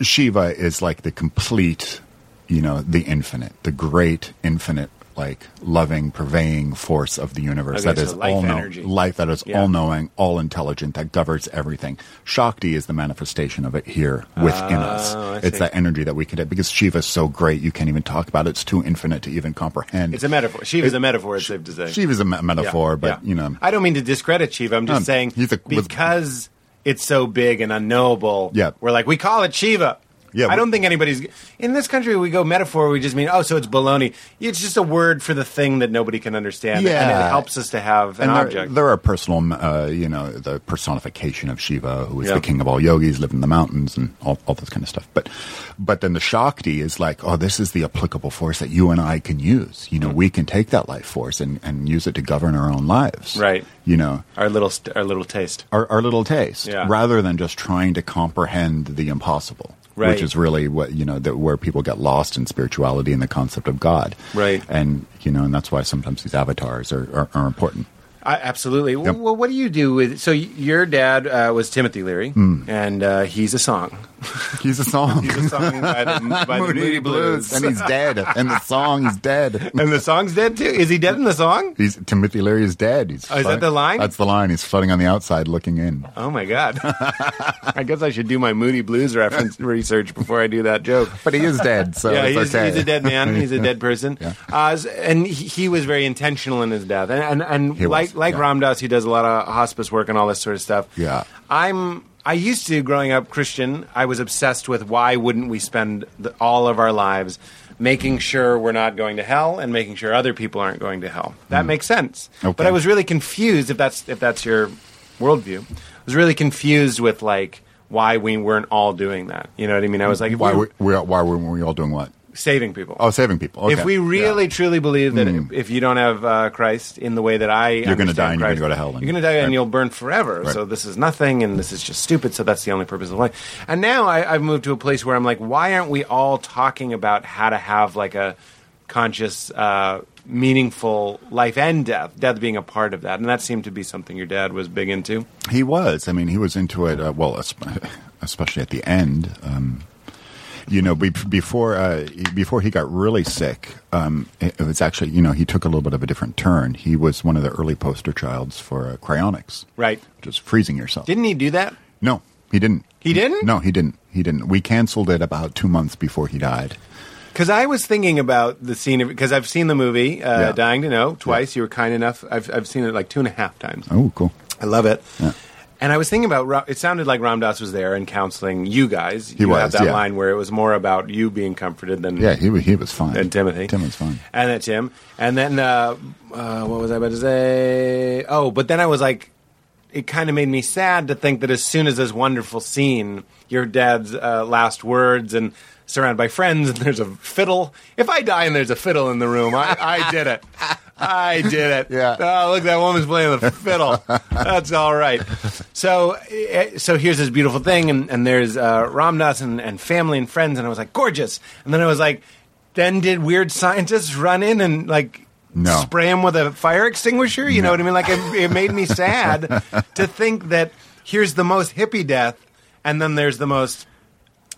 Speaker 3: Shiva is like the complete, you know, the infinite, the great infinite, like loving, purveying force of the universe
Speaker 6: Okay,
Speaker 3: that is
Speaker 6: so life
Speaker 3: all know-
Speaker 6: energy.
Speaker 3: life that is
Speaker 6: Yeah.
Speaker 3: all knowing, all intelligent, that governs everything. Shakti is the manifestation of it here within us.
Speaker 6: Oh, I
Speaker 3: It's
Speaker 6: see.
Speaker 3: that energy that we could because Shiva is so great you can't even talk about it. It's too infinite to even comprehend.
Speaker 6: It's a metaphor. Shiva's
Speaker 3: It-
Speaker 6: a metaphor. It's safe to say.
Speaker 3: Shiva's a me- metaphor,
Speaker 6: Yeah,
Speaker 3: but
Speaker 6: yeah.
Speaker 3: you know,
Speaker 6: I don't mean to discredit Shiva. I'm just
Speaker 3: Um,
Speaker 6: saying
Speaker 3: he's a- with-
Speaker 6: because it's so big and unknowable.
Speaker 3: Yeah.
Speaker 6: we're like we call it Shiva.
Speaker 3: Yeah,
Speaker 6: I
Speaker 3: we-
Speaker 6: don't think anybody's in this country. We go metaphor. We just mean oh, so it's baloney. It's just a word for the thing that nobody can understand. and it
Speaker 3: Yeah.
Speaker 6: helps us to have an
Speaker 3: and there,
Speaker 6: object.
Speaker 3: there are personal, uh, you know, the personification of Shiva, who is
Speaker 6: Yeah.
Speaker 3: the king of all yogis, lived in the mountains, and all, all this kind of stuff. But, but then the Shakti is like, oh, this is the applicable force that you and I can use.
Speaker 6: Mm.
Speaker 3: You know, we can take that life force and, and use it to govern our own lives.
Speaker 6: Right.
Speaker 3: You know,
Speaker 6: our little st- our little taste.
Speaker 3: our, our little taste,
Speaker 6: Yeah.
Speaker 3: rather than just trying to comprehend the impossible.
Speaker 6: Right.
Speaker 3: Which is really what you know that where people get lost in spirituality and the concept of God,
Speaker 6: Right.
Speaker 3: And you know, and that's why sometimes these avatars are, are, are important.
Speaker 6: I, absolutely. W- Well, what do you do with? So y- your dad uh, was Timothy Leary, and uh, he's a song.
Speaker 3: He's a song.
Speaker 6: He's a song by the, by the
Speaker 3: Moody
Speaker 6: Moody
Speaker 3: Blues.
Speaker 6: Blues.
Speaker 3: and he's dead, and the song's dead.
Speaker 6: and the song's dead too. Is he dead in the song?
Speaker 3: He's Timothy Leary is dead. He's
Speaker 6: Oh, is that the line?
Speaker 3: That's the line. He's floating on the outside, looking in.
Speaker 6: Oh my god! I guess I should do my Moody Blues reference research before I do that joke.
Speaker 3: But he is dead, so
Speaker 6: yeah,
Speaker 3: it's
Speaker 6: he's,
Speaker 3: okay.
Speaker 6: he's a dead man. He's a dead person.
Speaker 3: Yeah.
Speaker 6: Uh, s- and he, he was very intentional in his death. And and, and
Speaker 3: He was,
Speaker 6: like like
Speaker 3: yeah.
Speaker 6: Ram Dass, he does a lot of hospice work and all this sort of stuff.
Speaker 3: Yeah.
Speaker 6: I'm. I used to growing up Christian. I was obsessed with why wouldn't we spend the, all of our lives making sure we're not going to hell and making sure other people aren't going to hell. That makes sense. But
Speaker 3: Mm. Okay.
Speaker 6: I was really confused if that's if that's your worldview. I was really confused with like why we weren't all doing that. You know what I mean? I was like, if
Speaker 3: Why
Speaker 6: we
Speaker 3: were, we, why were we all doing what?
Speaker 6: saving people.
Speaker 3: Oh, saving people. Okay.
Speaker 6: If we really
Speaker 3: Yeah.
Speaker 6: truly believe that if you don't have uh, Christ in the way that I,
Speaker 3: gonna
Speaker 6: understand
Speaker 3: die and you're gonna
Speaker 6: Christ,
Speaker 3: go to hell then.
Speaker 6: You're going to die
Speaker 3: Right.
Speaker 6: and you'll burn forever.
Speaker 3: Right.
Speaker 6: So this is nothing, and this is just stupid. So that's the only purpose of life. And now I, I've moved to a place where I'm like, why aren't we all talking about how to have like a conscious, uh, meaningful life and death, death being a part of that? And that seemed to be something your dad was big into.
Speaker 3: He was. I mean, he was into it. Uh, well, es- especially at the end. Um, you know, be- before uh, before he got really sick, um, it, it was actually you know he took a little bit of a different turn. He was one of the early poster childs for uh, cryonics,
Speaker 6: Right.
Speaker 3: Which is freezing yourself.
Speaker 6: Didn't he do that?
Speaker 3: No, he didn't.
Speaker 6: He didn't?
Speaker 3: No, he didn't. He didn't. We canceled it about two months before he died.
Speaker 6: Because I was thinking about the scene of because I've seen the movie uh,
Speaker 3: Yeah.
Speaker 6: "Dying to Know" twice. You were kind enough. I've I've seen it like two and a half times.
Speaker 3: Oh, cool.
Speaker 6: I love it. And I was thinking about Ra- it sounded like Ram Dass was there and counseling you guys. you
Speaker 3: was,
Speaker 6: have that
Speaker 3: yeah.
Speaker 6: line where it was more about you being comforted than
Speaker 3: Yeah, he wa- he was fine.
Speaker 6: than Timothy.
Speaker 3: Tim was fine.
Speaker 6: And then Tim. And then uh, uh, what was I about to say? Oh, but then I was like, it kind of made me sad to think that as soon as this wonderful scene, your dad's uh, last words and surrounded by friends and there's a fiddle. If I die and there's a fiddle in the room, I, I did it. I did it.
Speaker 3: Yeah.
Speaker 6: Oh, look, that woman's playing the fiddle. That's all right. So, eh, so here's this beautiful thing, and, and there's uh, Ramdas and, and family and friends, and I was like, gorgeous. And then I was like, then did weird scientists run in and like
Speaker 3: No.
Speaker 6: spray him with a fire extinguisher? You know what I mean? Like, it, it made me sad to think that here's the most hippie death, and then there's the most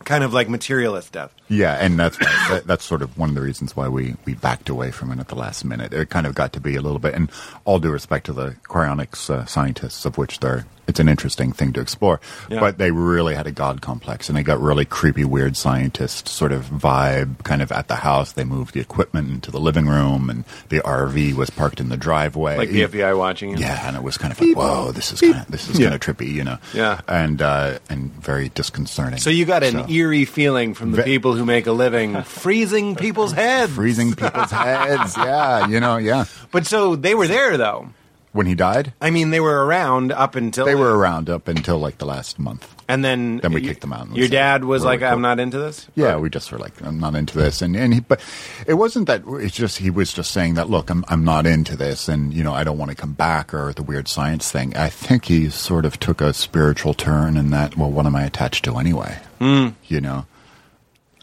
Speaker 6: kind of like materialist death.
Speaker 3: Yeah, and that's why, that, that's sort of one of the reasons why we, we backed away from it at the last minute. It kind of got to be a little bit, and all due respect to the cryonics uh, scientists, of which they're it's an interesting thing to explore,
Speaker 6: Yeah.
Speaker 3: but they really had a god complex, and they got really creepy, weird scientist sort of vibe, kind of at the house. They moved the equipment into the living room, and the RV was parked in the driveway,
Speaker 6: Like the FBI watching it.
Speaker 3: Uh, yeah, and it was kind of like, whoa, this is kind of this is
Speaker 6: Yeah.
Speaker 3: kind of trippy, you know.
Speaker 6: Yeah.
Speaker 3: and uh, and very disconcerting.
Speaker 6: So you got an
Speaker 3: So-
Speaker 6: eerie feeling from the
Speaker 3: Ve-
Speaker 6: people who make a living freezing people's heads.
Speaker 3: freezing people's heads. Yeah, you know, yeah.
Speaker 6: But so they were there though.
Speaker 3: When he died,
Speaker 6: I mean, they were around up until
Speaker 3: they were around up until like the last month.
Speaker 6: and then
Speaker 3: Then we
Speaker 6: y-
Speaker 3: kicked them out and we
Speaker 6: Your
Speaker 3: said,
Speaker 6: dad was
Speaker 3: "We're
Speaker 6: like,
Speaker 3: cool."
Speaker 6: "I'm not into this."
Speaker 3: Yeah, we just were like, I'm not into this, and and he, but it wasn't that. It's just he was just saying that. Look, I'm I'm not into this, and you know, I don't want to come back or the weird science thing. I think he sort of took a spiritual turn, and that. Well, what am I attached to anyway?
Speaker 6: Hmm.
Speaker 3: You know,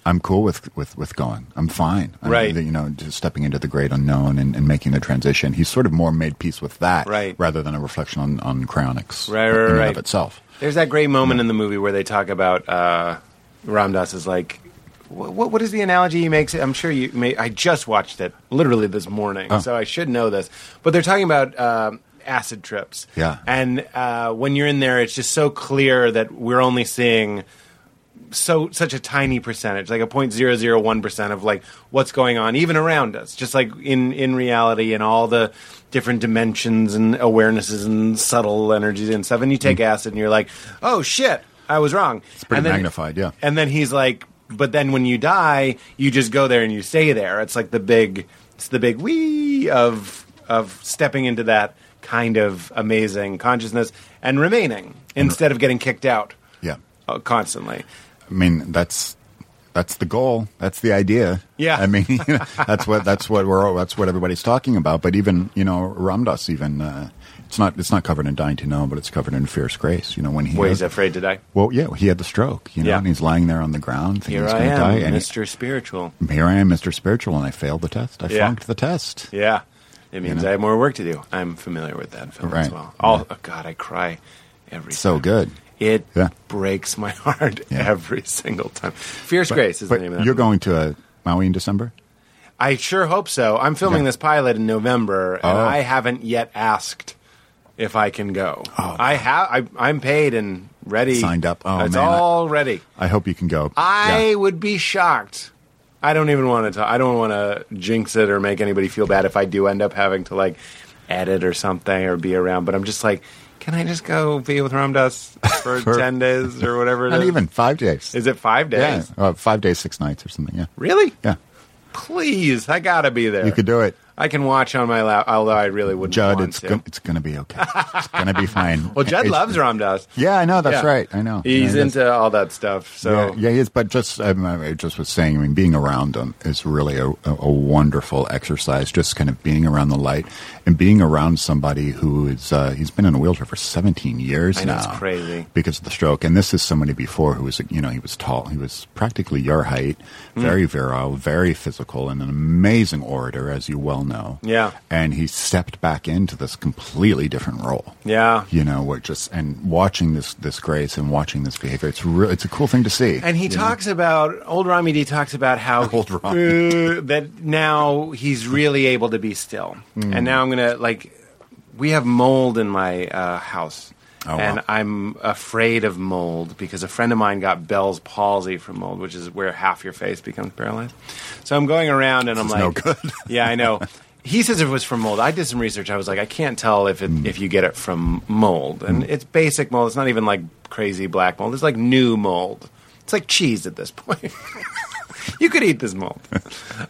Speaker 3: I'm cool with with with going. I'm fine. I'm,
Speaker 6: Right.
Speaker 3: You know, just stepping into the great unknown and, and making the transition. He sort of more made peace with that,
Speaker 6: Right.
Speaker 3: rather than a reflection on on cryonics,
Speaker 6: Right,
Speaker 3: in
Speaker 6: right,
Speaker 3: and
Speaker 6: right.
Speaker 3: of itself.
Speaker 6: There's that great moment in the movie where they talk about uh, Ram Dass is like, wh- what, what is the analogy he makes? I'm sure you may. I just watched it literally this morning, so I should know this. But they're talking about um acid trips.
Speaker 3: Yeah.
Speaker 6: And uh, when you're in there, it's just so clear that we're only seeing so such a tiny percentage, like a point zero zero one percent of like what's going on even around us, just like in in reality and all the different dimensions and awarenesses and subtle energies and stuff. And you take acid and you're like, oh shit, I was wrong. It's
Speaker 3: pretty magnified, yeah.
Speaker 6: And then he's like, but then when you die, you just go there and you stay there. It's like the big, it's the big wee of of stepping into that kind of amazing consciousness and remaining instead of getting kicked out
Speaker 3: Yeah.
Speaker 6: uh, constantly.
Speaker 3: I mean, that's that's the goal. That's the idea.
Speaker 6: Yeah.
Speaker 3: I mean, that's what that's what we're all- that's what everybody's talking about. But even you know, Ramdas even uh, it's not it's not covered in dying to know, but it's covered in fierce grace. You know when he
Speaker 6: Where he's
Speaker 3: has-
Speaker 6: afraid to die.
Speaker 3: Well, yeah, he had the stroke. You know,
Speaker 6: Yeah.
Speaker 3: and he's lying there on the ground, thinking
Speaker 6: Here
Speaker 3: he's
Speaker 6: I
Speaker 3: going to
Speaker 6: am,
Speaker 3: die. And
Speaker 6: Mr. Spiritual.
Speaker 3: he- here I am, Mister Spiritual, and I failed the test. I
Speaker 6: Yeah.
Speaker 3: flunked the test.
Speaker 6: Yeah. It means
Speaker 3: know?
Speaker 6: I have more work to do. I'm familiar with that film as
Speaker 3: Right.
Speaker 6: well. All,
Speaker 3: Yeah.
Speaker 6: oh, God, I cry every
Speaker 3: So
Speaker 6: time.
Speaker 3: good.
Speaker 6: It
Speaker 3: Yeah.
Speaker 6: breaks my heart
Speaker 3: Yeah.
Speaker 6: every single time. Fierce Grace is
Speaker 3: but
Speaker 6: the name of that.
Speaker 3: you're
Speaker 6: film.
Speaker 3: going to uh, Maui in December.
Speaker 6: I sure hope so. I'm filming
Speaker 3: Yeah.
Speaker 6: this pilot in November, and
Speaker 3: Oh.
Speaker 6: I haven't yet asked if I can go.
Speaker 3: Oh.
Speaker 6: I have. I'm paid and ready.
Speaker 3: Signed up. Oh,
Speaker 6: it's
Speaker 3: man, I-
Speaker 6: all ready.
Speaker 3: I hope you can go.
Speaker 6: I
Speaker 3: Yeah.
Speaker 6: would be shocked. I don't even want to. I don't want to jinx it or make anybody feel bad if I do end up having to like edit or something or be around. But I'm just like, can I just go be with Ramdas for,
Speaker 3: For-
Speaker 6: ten days or whatever? it
Speaker 3: not
Speaker 6: is?
Speaker 3: even five days.
Speaker 6: Is it five
Speaker 3: yeah,
Speaker 6: days?
Speaker 3: uh, five days, six nights, or something. Yeah,
Speaker 6: Really?
Speaker 3: yeah,
Speaker 6: Please, I gotta be there.
Speaker 3: you could do it.
Speaker 6: I can watch on my lap, although I really wouldn't
Speaker 3: Judd,
Speaker 6: want
Speaker 3: it's
Speaker 6: to.
Speaker 3: go- it's gonna be okay. It's gonna be fine.
Speaker 6: well, Judd
Speaker 3: It's-
Speaker 6: loves Ramdas.
Speaker 3: Yeah, I know. That's
Speaker 6: Yeah.
Speaker 3: right. I know.
Speaker 6: He's
Speaker 3: Yeah, that's-
Speaker 6: into all that stuff. So
Speaker 3: Yeah, yeah, he is. But just um, I just was saying. I mean, being around him is really a, a, a wonderful exercise. Just kind of being around the light and being around somebody who is uh, he's been in a wheelchair for 17 years
Speaker 6: I know,
Speaker 3: now.
Speaker 6: it's crazy.
Speaker 3: because of the stroke. And this is somebody before who was you know he was tall. He was practically your height.
Speaker 6: Hmm.
Speaker 3: Very virile, very physical, and an amazing orator, as you well know.
Speaker 6: Yeah.
Speaker 3: And he stepped back into this completely different role
Speaker 6: yeah.
Speaker 3: you know what just and watching this this grace and watching this behavior it's real it's a cool thing to see
Speaker 6: And he
Speaker 3: you know?
Speaker 6: talks about old Rami D talks about how
Speaker 3: Old Rami.
Speaker 6: Uh, that now he's really able to be still. And
Speaker 3: Hmm.
Speaker 6: now I'm gonna like we have mold in my uh, house.
Speaker 3: Oh, wow.
Speaker 6: and I'm afraid of mold because a friend of mine got Bell's palsy from mold, which is where half your face becomes paralyzed. So I'm going around and I'm
Speaker 3: no
Speaker 6: like,
Speaker 3: good.
Speaker 6: yeah, I know. He says it was from mold. I did some research. I was like, I can't tell if it,
Speaker 3: Hmm.
Speaker 6: if you get it from mold, and it's basic mold. It's not even like crazy black mold. It's like new mold. It's like cheese at this point. you could eat this mold,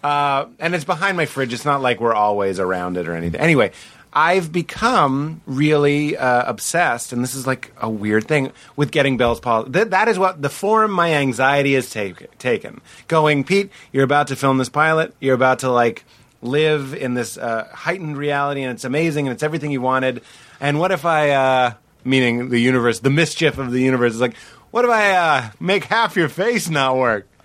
Speaker 6: uh, and it's behind my fridge. It's not like we're always around it or anything. Anyway, I've become really uh, obsessed, and this is like a weird thing with getting Bell's palsy. Th- that is what the form my anxiety has take- taken. Going, Pete, you're about to film this pilot. You're about to like live in this uh, heightened reality, and it's amazing, and it's everything you wanted. And what if I, uh, meaning the universe, the mischief of the universe, is like, what if I uh, make half your face not work?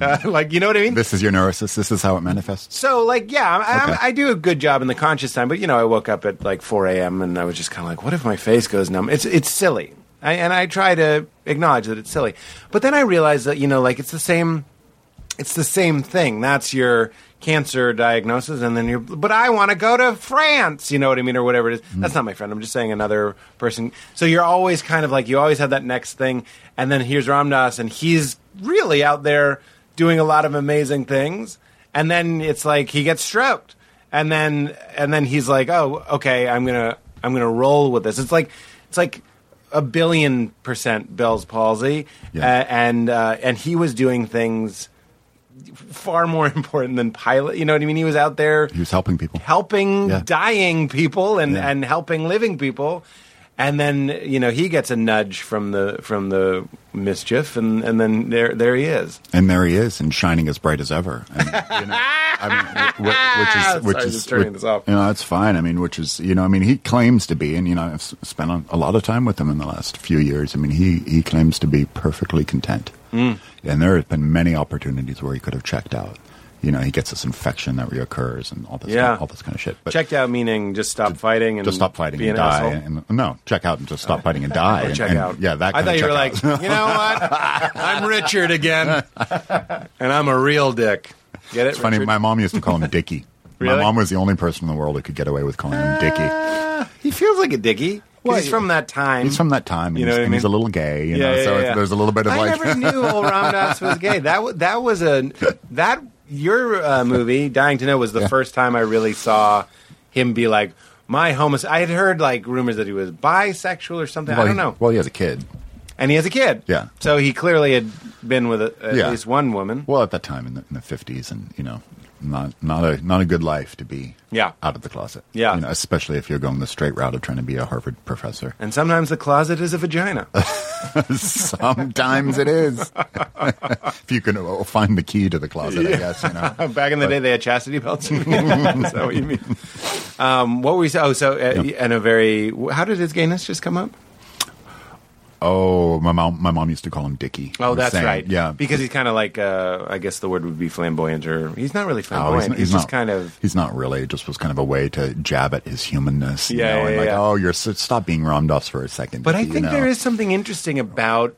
Speaker 6: Uh, like, you know what I mean?
Speaker 3: This is your neurosis. This is how it manifests.
Speaker 6: So, like, yeah, I,
Speaker 3: Okay.
Speaker 6: I, I do a good job in the conscious time, but you know, I woke up at like 4 a.m. and I was just kind of like, what if my face goes numb? It's it's silly, I, and I try to acknowledge that it's silly, but then I realize that you know, like, it's the same, it's the same thing. That's your cancer diagnosis, and then you're. But I want to go to France. You know what I mean, or whatever it is. That's not my friend. I'm just saying another person. So you're always kind of like you always have that next thing, and then here's Ramdas, and he's really out there doing a lot of amazing things and then it's like he gets stroked and then and then he's like oh okay i'm gonna i'm gonna roll with this it's like it's like a billion percent bell's palsy
Speaker 3: Yeah.
Speaker 6: uh, and uh, and he was doing things far more important than pilot you know what i mean he was out there
Speaker 3: He was helping people.
Speaker 6: helping
Speaker 3: Yeah.
Speaker 6: dying people and,
Speaker 3: Yeah.
Speaker 6: and helping living people and then you know he gets a nudge from the from the mischief and, and then there there he is
Speaker 3: And there he is, and shining as bright as ever. And, you know, I mean, wh- wh- which is, which
Speaker 6: Sorry,
Speaker 3: is
Speaker 6: just turning
Speaker 3: which-
Speaker 6: this off.
Speaker 3: You know, that's fine. I mean, which is, you know, I mean, he claims to be, and you know, I've s- spent a- a lot of time with him in the last few years. I mean, he he claims to be perfectly content,
Speaker 6: Mm.
Speaker 3: and there have been many opportunities where he could have checked out. You know, he gets this infection that reoccurs and all this,
Speaker 6: Yeah.
Speaker 3: all this kind of shit. But
Speaker 6: checked out meaning just stop fighting and
Speaker 3: just stop fighting
Speaker 6: be
Speaker 3: and
Speaker 6: an
Speaker 3: die.
Speaker 6: asshole?
Speaker 3: And, no, check out and just stop fighting and die.
Speaker 6: Or
Speaker 3: and-
Speaker 6: check
Speaker 3: and-
Speaker 6: out.
Speaker 3: Yeah, that.
Speaker 6: I
Speaker 3: kind
Speaker 6: thought
Speaker 3: of
Speaker 6: you were
Speaker 3: check
Speaker 6: like,
Speaker 3: out.
Speaker 6: you know what? I'm Richard again, and I'm a real dick. Get it?
Speaker 3: It's funny. My mom used to call him Dicky.
Speaker 6: Really?
Speaker 3: My mom was the only person in the world who could get away with calling him Dicky.
Speaker 6: he feels like a dicky.
Speaker 3: Well,
Speaker 6: he's
Speaker 3: he-
Speaker 6: from that time.
Speaker 3: He's from that time, and,
Speaker 6: You know
Speaker 3: he's,
Speaker 6: what I
Speaker 3: and he's a
Speaker 6: mean?
Speaker 3: little gay. You know, so it's there's a little bit of
Speaker 6: I
Speaker 3: like.
Speaker 6: never knew old Ram Dass was gay. That wa- that was a that your uh, movie Dying to Know was the first time I really saw him be like my homos. I had heard like rumors that he was bisexual or something.
Speaker 3: well,
Speaker 6: I don't
Speaker 3: he-
Speaker 6: know.
Speaker 3: Well, he has a kid.
Speaker 6: and he has a kid.
Speaker 3: Yeah.
Speaker 6: So he clearly had been with a, at
Speaker 3: Yeah.
Speaker 6: least one woman.
Speaker 3: Well, at that time in the, in the 50s, and you know, not not a not a good life to be.
Speaker 6: Yeah.
Speaker 3: Out of the closet.
Speaker 6: Yeah.
Speaker 3: You know, especially if you're going the straight route of trying to be a Harvard professor.
Speaker 6: and sometimes the closet is a vagina.
Speaker 3: Sometimes it is. if you can uh, find the key to the closet, I guess. You know.
Speaker 6: Oh, Back in the day, they had chastity belts. Is that what you mean? Um, what were you? Oh, so uh, and a very. How did his gayness just come up?
Speaker 3: Oh, my mom. My mom used to call him Dicky.
Speaker 6: Oh,
Speaker 3: I'm
Speaker 6: that's
Speaker 3: saying,
Speaker 6: right.
Speaker 3: Yeah.
Speaker 6: because he's kind of like. Uh, I guess the word would be flamboyant, or he's not really
Speaker 3: Oh,
Speaker 6: flamboyant. he's just kind of.
Speaker 3: He's not really. It just was kind of a way to jab at his humanness. You
Speaker 6: Yeah,
Speaker 3: know, and
Speaker 6: yeah,
Speaker 3: like,
Speaker 6: yeah.
Speaker 3: oh, you're so, stop being Ram Dass for a second.
Speaker 6: But I
Speaker 3: you
Speaker 6: think
Speaker 3: know.
Speaker 6: there is something interesting about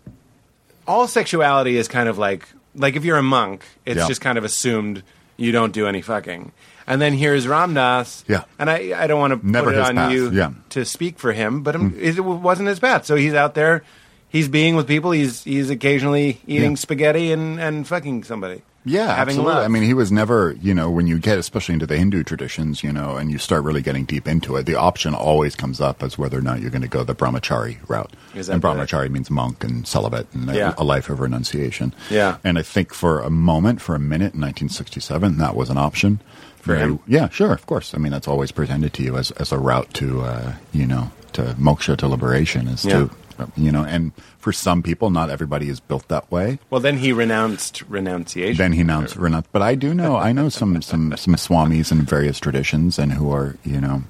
Speaker 6: all sexuality is kind of like like if you're a monk, it's
Speaker 3: Yeah.
Speaker 6: just kind of assumed you don't do any fucking. And then here's Ramdas.
Speaker 3: Yeah.
Speaker 6: And I, I don't want to
Speaker 3: Never
Speaker 6: put it
Speaker 3: his
Speaker 6: on
Speaker 3: path,
Speaker 6: you
Speaker 3: yeah. Mm.
Speaker 6: to speak for him, but um it wasn't his path. So he's out there, he's being with people, he's he's occasionally eating
Speaker 3: Yeah.
Speaker 6: spaghetti and, and fucking somebody.
Speaker 3: Yeah,
Speaker 6: having
Speaker 3: absolutely.
Speaker 6: love.
Speaker 3: I mean, he was never, you know, when you get especially into the Hindu traditions, you know, and you start really getting deep into it, the option always comes up as whether or not you're going to go the brahmachari route.
Speaker 6: Is that
Speaker 3: and
Speaker 6: right?
Speaker 3: brahmachari means monk and celibate and a-
Speaker 6: Yeah.
Speaker 3: a, life of renunciation.
Speaker 6: Yeah.
Speaker 3: And I think for a moment, for a minute in 1967, that was an option. For
Speaker 6: him?
Speaker 3: Yeah, sure, of course. I mean, that's always presented to you as, as a route to, uh, you know, to moksha, to liberation, is
Speaker 6: Yeah.
Speaker 3: to, you know, and for some people, not everybody is built that way.
Speaker 6: well, then he renounced renunciation.
Speaker 3: Then he announced Renath. But I do know I know some some some swamis in various traditions and who are you know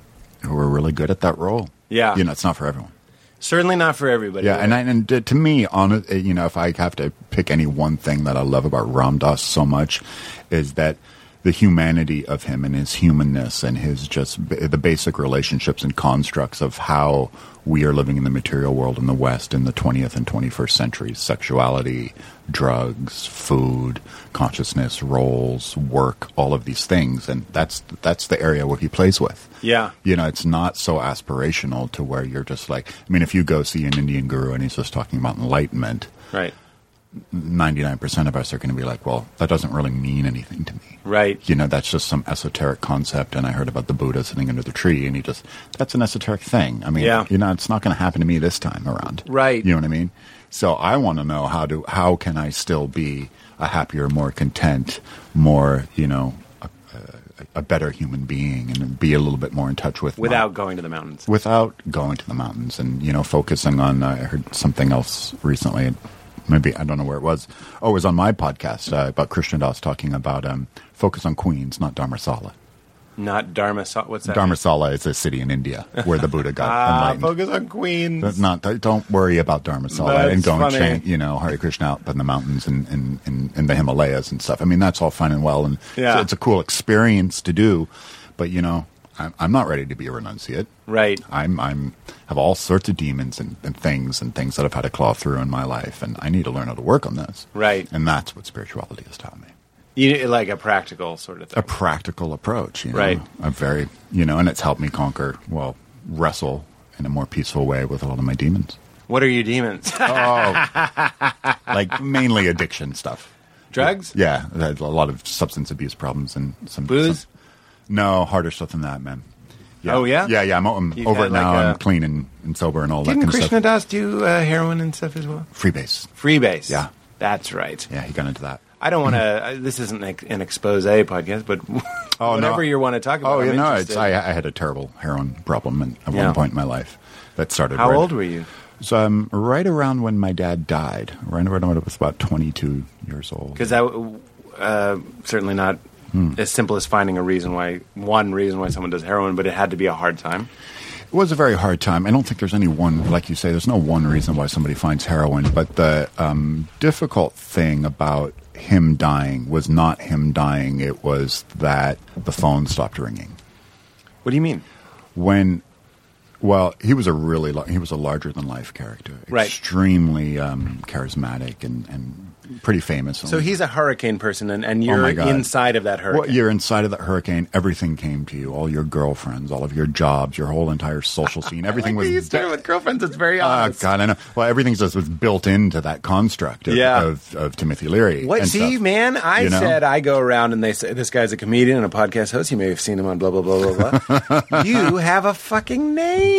Speaker 3: who are really good at that role.
Speaker 6: Yeah.
Speaker 3: you know it's not for everyone.
Speaker 6: Certainly not for everybody.
Speaker 3: Yeah,
Speaker 6: right?
Speaker 3: and I, and to- to me, on it, you know, if I have to pick any one thing that I love about Ram Dass so much, is that the humanity of him and his humanness and his just b- the basic relationships and constructs of how we are living in the material world in the West in the 20th and 21st centuries: sexuality, drugs, food, consciousness, roles, work, all of these things, and that's that's the area where he plays with
Speaker 6: Yeah.
Speaker 3: you know, it's not so aspirational to where you're just like, I mean, if you go see an Indian guru and he's just talking about enlightenment,
Speaker 6: Right.
Speaker 3: 99% of us are going to be like, well, that doesn't really mean anything to me.
Speaker 6: Right.
Speaker 3: You know, that's just some esoteric concept. And I heard about the Buddha sitting under the tree and he just, that's an esoteric thing. I mean,
Speaker 6: Yeah.
Speaker 3: you know, it's not going to happen to me this time around.
Speaker 6: Right.
Speaker 3: You know what I mean? So I want to know how do, how can I still be a happier, more content, more, you know, a, a, a better human being and be a little bit more in touch with my-
Speaker 6: Without going to the mountains.
Speaker 3: without going to the mountains and you know focusing on uh, i heard something else recently maybe i don't know where it was oh it was on my podcast uh, about krishnadas talking about um, focus on queens not dharmasala
Speaker 6: Not Dharma. What's that?
Speaker 3: Dharmasala is a city in India where the Buddha got
Speaker 6: Ah,
Speaker 3: enlightened.
Speaker 6: focus on Queens.
Speaker 3: That's not. th- Don't worry about Dharmasala
Speaker 6: That's
Speaker 3: and go
Speaker 6: funny.
Speaker 3: and chant, you know, Hare Krishna out in the mountains and and, and and the Himalayas and stuff. I mean, that's all fine and well, and
Speaker 6: Yeah.
Speaker 3: so it's a cool experience to do. But you know, I'm, I'm not ready to be a renunciate.
Speaker 6: Right.
Speaker 3: I'm I'm have all sorts of demons and, and things and things that I've had to claw through in my life, and I need to learn how to work on this.
Speaker 6: Right.
Speaker 3: And that's what spirituality has taught me
Speaker 6: You, like a practical sort of thing.
Speaker 3: a practical approach. You know?
Speaker 6: Right.
Speaker 3: A very, you know, and it's helped me conquer, well, wrestle in a more peaceful way with a lot of my demons.
Speaker 6: what are your demons?
Speaker 3: Oh, like mainly addiction stuff.
Speaker 6: Drugs?
Speaker 3: Yeah, there's a lot of substance abuse problems and some
Speaker 6: Booze?
Speaker 3: some- no, harder stuff than that, man.
Speaker 6: Oh, yeah?
Speaker 3: yeah, yeah. I'm, I'm
Speaker 6: You've
Speaker 3: over
Speaker 6: had
Speaker 3: it
Speaker 6: like
Speaker 3: now.
Speaker 6: a-
Speaker 3: I'm clean and, and sober and all that
Speaker 6: Didn't
Speaker 3: kind of
Speaker 6: Krishna
Speaker 3: stuff.
Speaker 6: Das do uh, heroin and stuff as well?
Speaker 3: Freebase.
Speaker 6: Freebase.
Speaker 3: Yeah.
Speaker 6: That's right.
Speaker 3: Yeah, he got into that.
Speaker 6: I don't want to. This isn't like an expose podcast, but
Speaker 3: Oh, no.
Speaker 6: whatever you want to talk about.
Speaker 3: oh,
Speaker 6: I'm
Speaker 3: you know,
Speaker 6: interested.
Speaker 3: it's, I, I had a terrible heroin problem in- at
Speaker 6: Yeah.
Speaker 3: one point in my life that started.
Speaker 6: How
Speaker 3: right-
Speaker 6: old were you?
Speaker 3: So um, right around when my dad died, right around when I was about 22 years old.
Speaker 6: Because I uh, certainly not
Speaker 3: Hmm.
Speaker 6: as simple as finding a reason why one reason why someone does heroin, but it had to be a hard time.
Speaker 3: It was a very hard time. I don't think there's any one, like you say, there's no one reason why somebody finds heroin. But the um, difficult thing about him dying was not him dying, it was that the phone stopped ringing.
Speaker 6: What do you mean?
Speaker 3: when well he was a really lar- he was a larger than life character
Speaker 6: Right.
Speaker 3: extremely um, charismatic and, and pretty famous
Speaker 6: So he's a hurricane person, and, and you're
Speaker 3: Oh my God.
Speaker 6: inside of that hurricane.
Speaker 3: well, you're inside of that hurricane everything came to you all your girlfriends all of your jobs your whole entire social scene everything
Speaker 6: Like, you
Speaker 3: was
Speaker 6: started with girlfriends. It's very
Speaker 3: Oh
Speaker 6: honest.
Speaker 3: God! I know. Well, everything's just was built into that construct of,
Speaker 6: Yeah.
Speaker 3: of, of Timothy Leary.
Speaker 6: What?
Speaker 3: and
Speaker 6: See,
Speaker 3: stuff,
Speaker 6: man, I
Speaker 3: you know?
Speaker 6: said I go around and they say this guy's a comedian and a podcast host. You may have seen him on blah blah blah blah blah. you have a fucking name.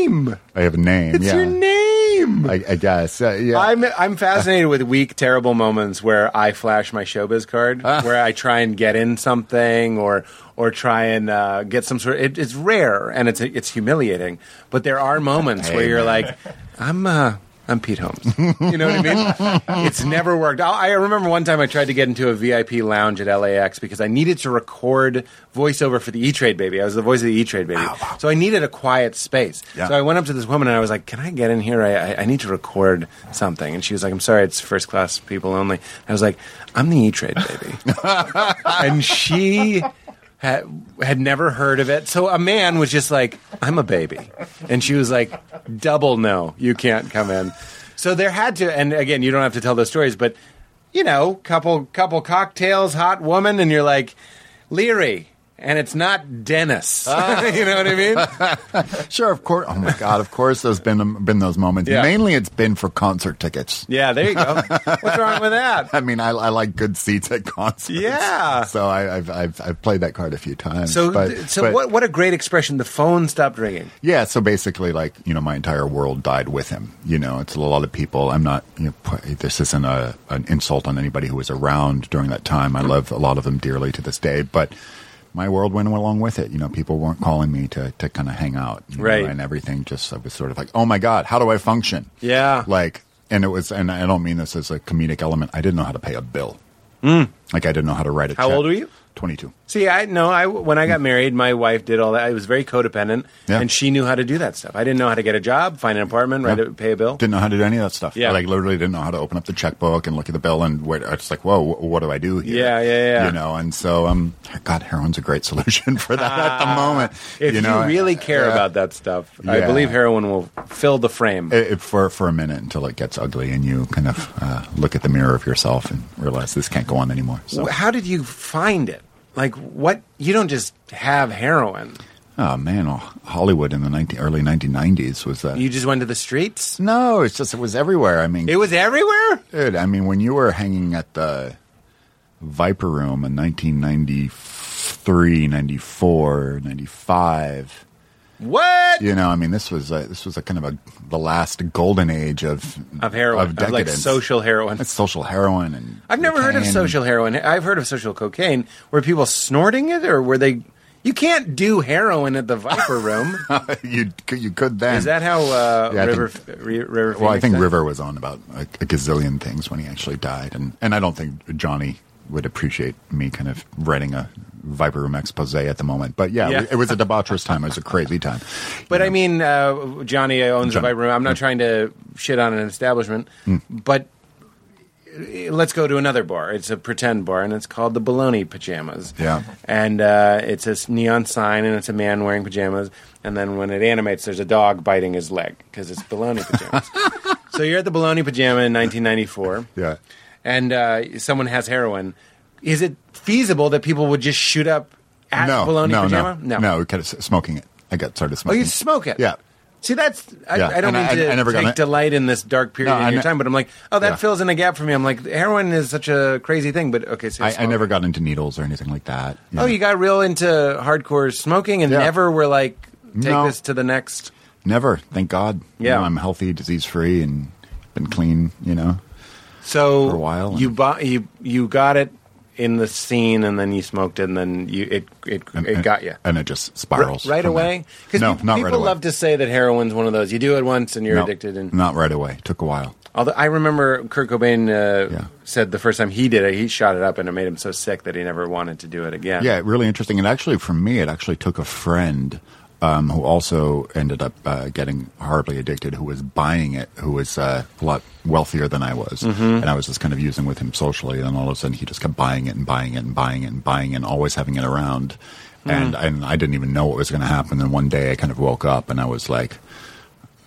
Speaker 3: I have a name.
Speaker 6: It's
Speaker 3: yeah.
Speaker 6: your name.
Speaker 3: I, I guess. Uh, yeah.
Speaker 6: I'm I'm fascinated with weak, terrible moments where I flash my showbiz card, where I try and get in something or or try and uh, get some sort. It, it's rare and it's it's humiliating, but there are moments where you're like, I'm. Uh, I'm Pete Holmes. You know what I mean? it's never worked. I, I remember one time I tried to get into a VIP lounge at LAX because I needed to record voiceover for the E Trade Baby. I was the voice of the E Trade Baby. So I needed a quiet space.
Speaker 3: Yeah.
Speaker 6: So I went up to this woman and I was like, "Can I get in here? I, I, I need to record something." And she was like, "I'm sorry, it's first class people only." I was like, "I'm the E Trade baby," and she had, had never heard of it. So a man was just like, "I'm a baby," and she was like, "Double no, you can't come in." So there had to, and again, you don't have to tell those stories, but you know, couple couple cocktails, hot woman, and you're like, Leary. And it's not Dennis. you know what I mean?
Speaker 3: sure. Of course. Oh my God. Of course. There's been been those moments.
Speaker 6: Yeah.
Speaker 3: Mainly, it's been for concert tickets.
Speaker 6: Yeah, there you go. What's wrong with that?
Speaker 3: I mean, I, I like good seats at concerts.
Speaker 6: Yeah.
Speaker 3: So I, I've, I've I've played that card a few times.
Speaker 6: So,
Speaker 3: but,
Speaker 6: so
Speaker 3: but-
Speaker 6: what? What a great expression. The phone stopped ringing.
Speaker 3: Yeah. So basically, like you know, my entire world died with him. You know, it's a lot of people. I'm not. You know, pu- this isn't a an insult on anybody who was around during that time. I love a lot of them dearly to this day, but. My world went along with it. You know, people weren't calling me to, to kind of hang out. you know,
Speaker 6: Right.
Speaker 3: and everything just, I was sort of like, oh my God, how do I function?
Speaker 6: Yeah.
Speaker 3: Like, and it was, and I don't mean this as a comedic element. I didn't know how to pay a bill. Like I didn't know how to write a
Speaker 6: Hmm. How
Speaker 3: check.
Speaker 6: old were you?
Speaker 3: Twenty two.
Speaker 6: See, I no. I when I got married, my wife did all that. I was very codependent,
Speaker 3: Yeah.
Speaker 6: and she knew how to do that stuff. I didn't know how to get a job, find an apartment, write
Speaker 3: Yeah.
Speaker 6: a, pay a bill.
Speaker 3: Didn't know how to do any of that stuff.
Speaker 6: Yeah.
Speaker 3: Like literally didn't know how to open up the checkbook and look at the bill and wait. It's like, whoa, wh- what do I do here?
Speaker 6: Yeah, yeah, yeah.
Speaker 3: You know, and so um, God, heroin's a great solution for that at the moment.
Speaker 6: Ah. if you,
Speaker 3: know,
Speaker 6: really care
Speaker 3: yeah.
Speaker 6: about that stuff, I
Speaker 3: Yeah.
Speaker 6: believe heroin will fill the frame.
Speaker 3: It, it- for for a minute until it gets ugly and you kind of uh, look at the mirror of yourself and realize this can't go on anymore. So,
Speaker 6: How did you find it? Like what? You don't just have heroin.
Speaker 3: oh man, oh, Hollywood in the 19, early 1990s was that.
Speaker 6: You just went to the streets.
Speaker 3: no, it's just it was everywhere. I mean,
Speaker 6: It was everywhere.
Speaker 3: Dude, I mean, when you were hanging at the Viper Room in 1993, 94, 95,
Speaker 6: What?
Speaker 3: you know, I mean, this was a, this was a kind of a the last golden age of
Speaker 6: Of heroin, of, like
Speaker 3: decadence.
Speaker 6: social heroin.
Speaker 3: It's social heroin, and
Speaker 6: I've never heard of
Speaker 3: cocaine.
Speaker 6: social heroin. I've heard of social cocaine. Were people snorting it, or were they? You can't do heroin at the Viper Room.
Speaker 3: you c- you could then.
Speaker 6: Is that how uh,
Speaker 3: Yeah, I
Speaker 6: River?
Speaker 3: think-
Speaker 6: F- Re- River
Speaker 3: Well, I
Speaker 6: Phoenix
Speaker 3: think
Speaker 6: died?
Speaker 3: River was on about a, a gazillion things when he actually died, and and I don't think Johnny would appreciate me kind of writing a Viper Room expose at the moment. But yeah,
Speaker 6: Yeah.
Speaker 3: it was a debaucherous time. It was a crazy time.
Speaker 6: But I mean, uh, Johnny owns
Speaker 3: Johnny. Hmm.
Speaker 6: a Viper Room. I'm not trying to shit on an establishment, but uh, let's go to another bar. It's a pretend bar, and it's called the Baloney Pajamas.
Speaker 3: Yeah.
Speaker 6: and uh, it's this neon sign, and it's a man wearing pajamas. And then when it animates, there's a dog biting his leg because it's Baloney Pajamas. so you're at the Baloney Pajama in 1994
Speaker 3: Yeah.
Speaker 6: and uh, someone has heroin, is it feasible that people would just shoot up at
Speaker 3: no,
Speaker 6: bologna
Speaker 3: no,
Speaker 6: pajama?
Speaker 3: no, no, We kind of s- smoking it. I got started
Speaker 6: Oh,
Speaker 3: smoking.
Speaker 6: you smoke it.
Speaker 3: Yeah.
Speaker 6: See, that's I,
Speaker 3: Yeah,
Speaker 6: I don't
Speaker 3: and
Speaker 6: mean
Speaker 3: I-
Speaker 6: to
Speaker 3: I never got
Speaker 6: take
Speaker 3: it.
Speaker 6: delight in this dark period
Speaker 3: No,
Speaker 6: in
Speaker 3: I
Speaker 6: your
Speaker 3: ne-
Speaker 6: time, but I'm like, oh, that
Speaker 3: Yeah.
Speaker 6: fills in a gap for me. I'm like, heroin is such a crazy thing, but okay, so you
Speaker 3: I, I
Speaker 6: smoke
Speaker 3: never
Speaker 6: it.
Speaker 3: got into needles or anything like that.
Speaker 6: Oh, you got real into hardcore smoking, and
Speaker 3: Yeah.
Speaker 6: never were like, take
Speaker 3: No.
Speaker 6: this to the next.
Speaker 3: never. Thank God. You
Speaker 6: Yeah.
Speaker 3: know, I'm healthy, disease free, and been clean. You know.
Speaker 6: So
Speaker 3: For a while,
Speaker 6: you
Speaker 3: and-
Speaker 6: bought you you got it in the scene, and then you smoked it, and then you it it,
Speaker 3: And-
Speaker 6: it
Speaker 3: and-
Speaker 6: got you.
Speaker 3: and it just
Speaker 6: Ri-
Speaker 3: spirals
Speaker 6: right
Speaker 3: from there.
Speaker 6: away? Because
Speaker 3: No,
Speaker 6: people,
Speaker 3: not right away.
Speaker 6: love to say that heroin's one of those you do it once and you're
Speaker 3: No,
Speaker 6: addicted. And
Speaker 3: not right away. Took a while.
Speaker 6: although I remember Kurt Cobain uh,
Speaker 3: Yeah.
Speaker 6: said the first time he did it, he shot it up and it made him so sick that he never wanted to do it again.
Speaker 3: Yeah, really interesting. And actually, for me, it actually took a friend um, who also ended up uh, getting horribly addicted, who was buying it, who was uh, a lot wealthier than I was, and I was just kind of using with him socially. And then all of a sudden, he just kept buying it and buying it and buying it and buying it, and always having it around. And and I didn't even know what was going to happen. And one day, I kind of woke up and I was like.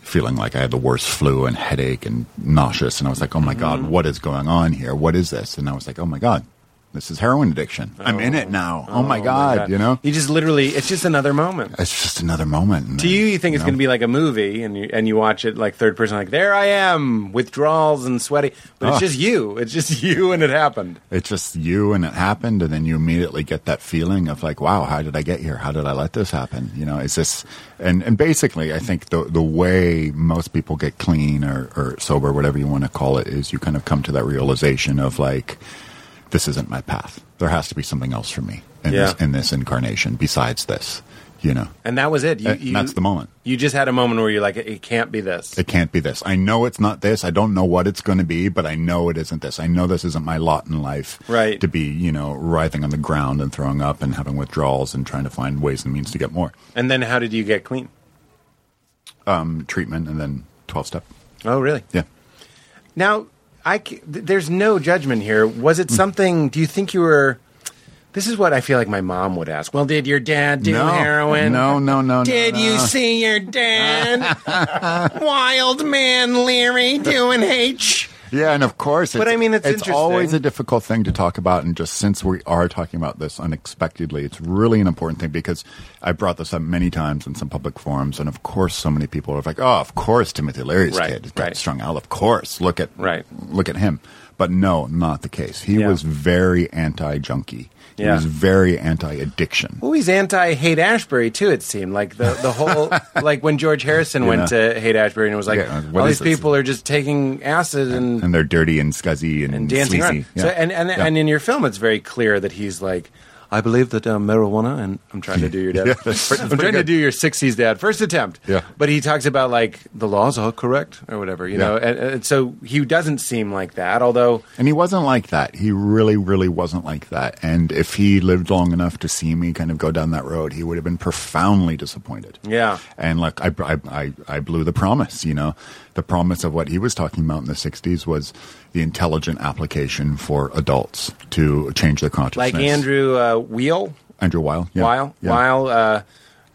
Speaker 3: Feeling like I had the worst flu and headache and nauseous, and I was like, "Oh my god, what is going on here? What is this?" And I was like, "Oh my god, this is heroin addiction. I'm in it now. Oh, my, god, you know?
Speaker 6: you uh, just literally it's just another moment.
Speaker 3: It's just another moment. and
Speaker 6: To you, you think it's
Speaker 3: know?
Speaker 6: going to be like a movie, and you and you watch it like third person, like there I am, withdrawals and sweaty, but it's
Speaker 3: Ah.
Speaker 6: just you. It's just you, and it happened.
Speaker 3: It's just you and it happened, and then you immediately get that feeling of like, wow, how did I get here? How did I let this happen? You know, is this and and basically, I think the the way most people get clean or, or sober, whatever you want to call it, is you kind of come to that realization of like, this isn't my path. There has to be something else for me in
Speaker 6: Yeah.
Speaker 3: this in this incarnation besides this. You know,
Speaker 6: And that was it. You,
Speaker 3: And
Speaker 6: you-
Speaker 3: that's the moment.
Speaker 6: You just had a moment where you're like, it, it can't be this.
Speaker 3: it can't be this. I know it's not this. I don't know what it's going to be, but I know it isn't this. I know this isn't my lot in life.
Speaker 6: Right.
Speaker 3: To be, you know, writhing on the ground and throwing up and having withdrawals and trying to find ways and means to get more
Speaker 6: and then how did you get clean?
Speaker 3: Um, treatment and then 12 step.
Speaker 6: Oh, really?
Speaker 3: Yeah.
Speaker 6: Now, I c- th- there's no judgment here. Was
Speaker 3: Hmm.
Speaker 6: it something? Do you think you were? This is what I feel like my mom would ask. Well, did your dad do
Speaker 3: No.
Speaker 6: heroin?
Speaker 3: No, no, no, no,
Speaker 6: Did you
Speaker 3: no.
Speaker 6: see your dad, Wild Man Leary, doing H?
Speaker 3: Yeah, and of course, it's,
Speaker 6: I mean, it's interesting.
Speaker 3: always a difficult thing to talk about, and just since we are talking about this unexpectedly, it's really an important thing because I brought this up many times in some public forums, and of course, so many people are like, "Oh, of course, Timothy Leary's
Speaker 6: Right,
Speaker 3: kid got
Speaker 6: right.
Speaker 3: strung out. Of course, look at
Speaker 6: Right.
Speaker 3: look at him." But no, not the case. He
Speaker 6: Yeah.
Speaker 3: was very anti-junkie. He
Speaker 6: Yeah.
Speaker 3: was very anti-addiction.
Speaker 6: Well, he's anti-Hate Ashbury too. It seemed like the the whole like when George Harrison went
Speaker 3: know.
Speaker 6: to Hate Ashbury and was like,
Speaker 3: Yeah, what
Speaker 6: all these
Speaker 3: is this?
Speaker 6: people are just taking acid and
Speaker 3: And they're dirty and scuzzy and,
Speaker 6: and dancing around.
Speaker 3: sleazy. Yeah.
Speaker 6: So, and and,
Speaker 3: Yeah.
Speaker 6: and in your film, it's very clear that he's like, I believe that uh, marijuana, and I'm trying to do your dad.
Speaker 3: Yeah, that's pretty-
Speaker 6: I'm
Speaker 3: that's
Speaker 6: trying
Speaker 3: pretty
Speaker 6: to
Speaker 3: good.
Speaker 6: do your '60s dad first attempt.
Speaker 3: Yeah.
Speaker 6: but he talks about like the laws are correct or whatever, you
Speaker 3: Yeah.
Speaker 6: know. And, and so he doesn't seem like that, although
Speaker 3: And he wasn't like that. He really, really wasn't like that. And if he lived long enough to see me kind of go down that road, he would have been profoundly disappointed.
Speaker 6: Yeah.
Speaker 3: And like I, I, I, I blew the promise. You know, the promise of what he was talking about in the '60s was the intelligent application for adults to change their consciousness.
Speaker 6: like Andrew uh, Wheel,
Speaker 3: Andrew Weil. Yeah.
Speaker 6: While
Speaker 3: Yeah.
Speaker 6: while uh,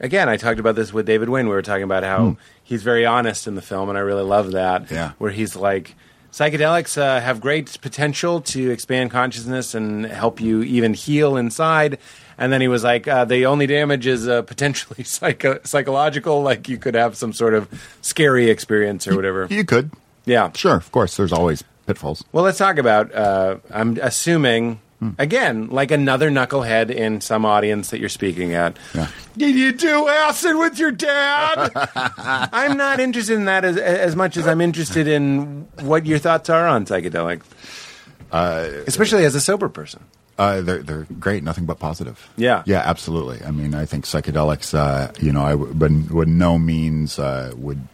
Speaker 6: again, I talked about this with David Wayne. We were talking about how he's very honest in the film, and I really love that.
Speaker 3: Hmm. Yeah.
Speaker 6: where he's like. Psychedelics uh, have great potential to expand consciousness and help you even heal inside. And then he was like, uh, the only damage is uh, potentially psycho- psychological, like you could have some sort of scary experience or whatever.
Speaker 3: You could.
Speaker 6: Yeah.
Speaker 3: Sure. Of course. There's always pitfalls.
Speaker 6: Well, let's talk about. Uh, I'm assuming
Speaker 3: Hmm.
Speaker 6: again, like another knucklehead in some audience that you're speaking at.
Speaker 3: Yeah.
Speaker 6: Did you do acid with your dad? I'm not interested in that as as much as I'm interested in what your thoughts are on psychedelic, especially as a sober person.
Speaker 3: Uh, they're they're great, nothing but positive.
Speaker 6: Yeah.
Speaker 3: yeah, absolutely. I mean, I think psychedelics. Uh, you know, I w- would, would no means uh, would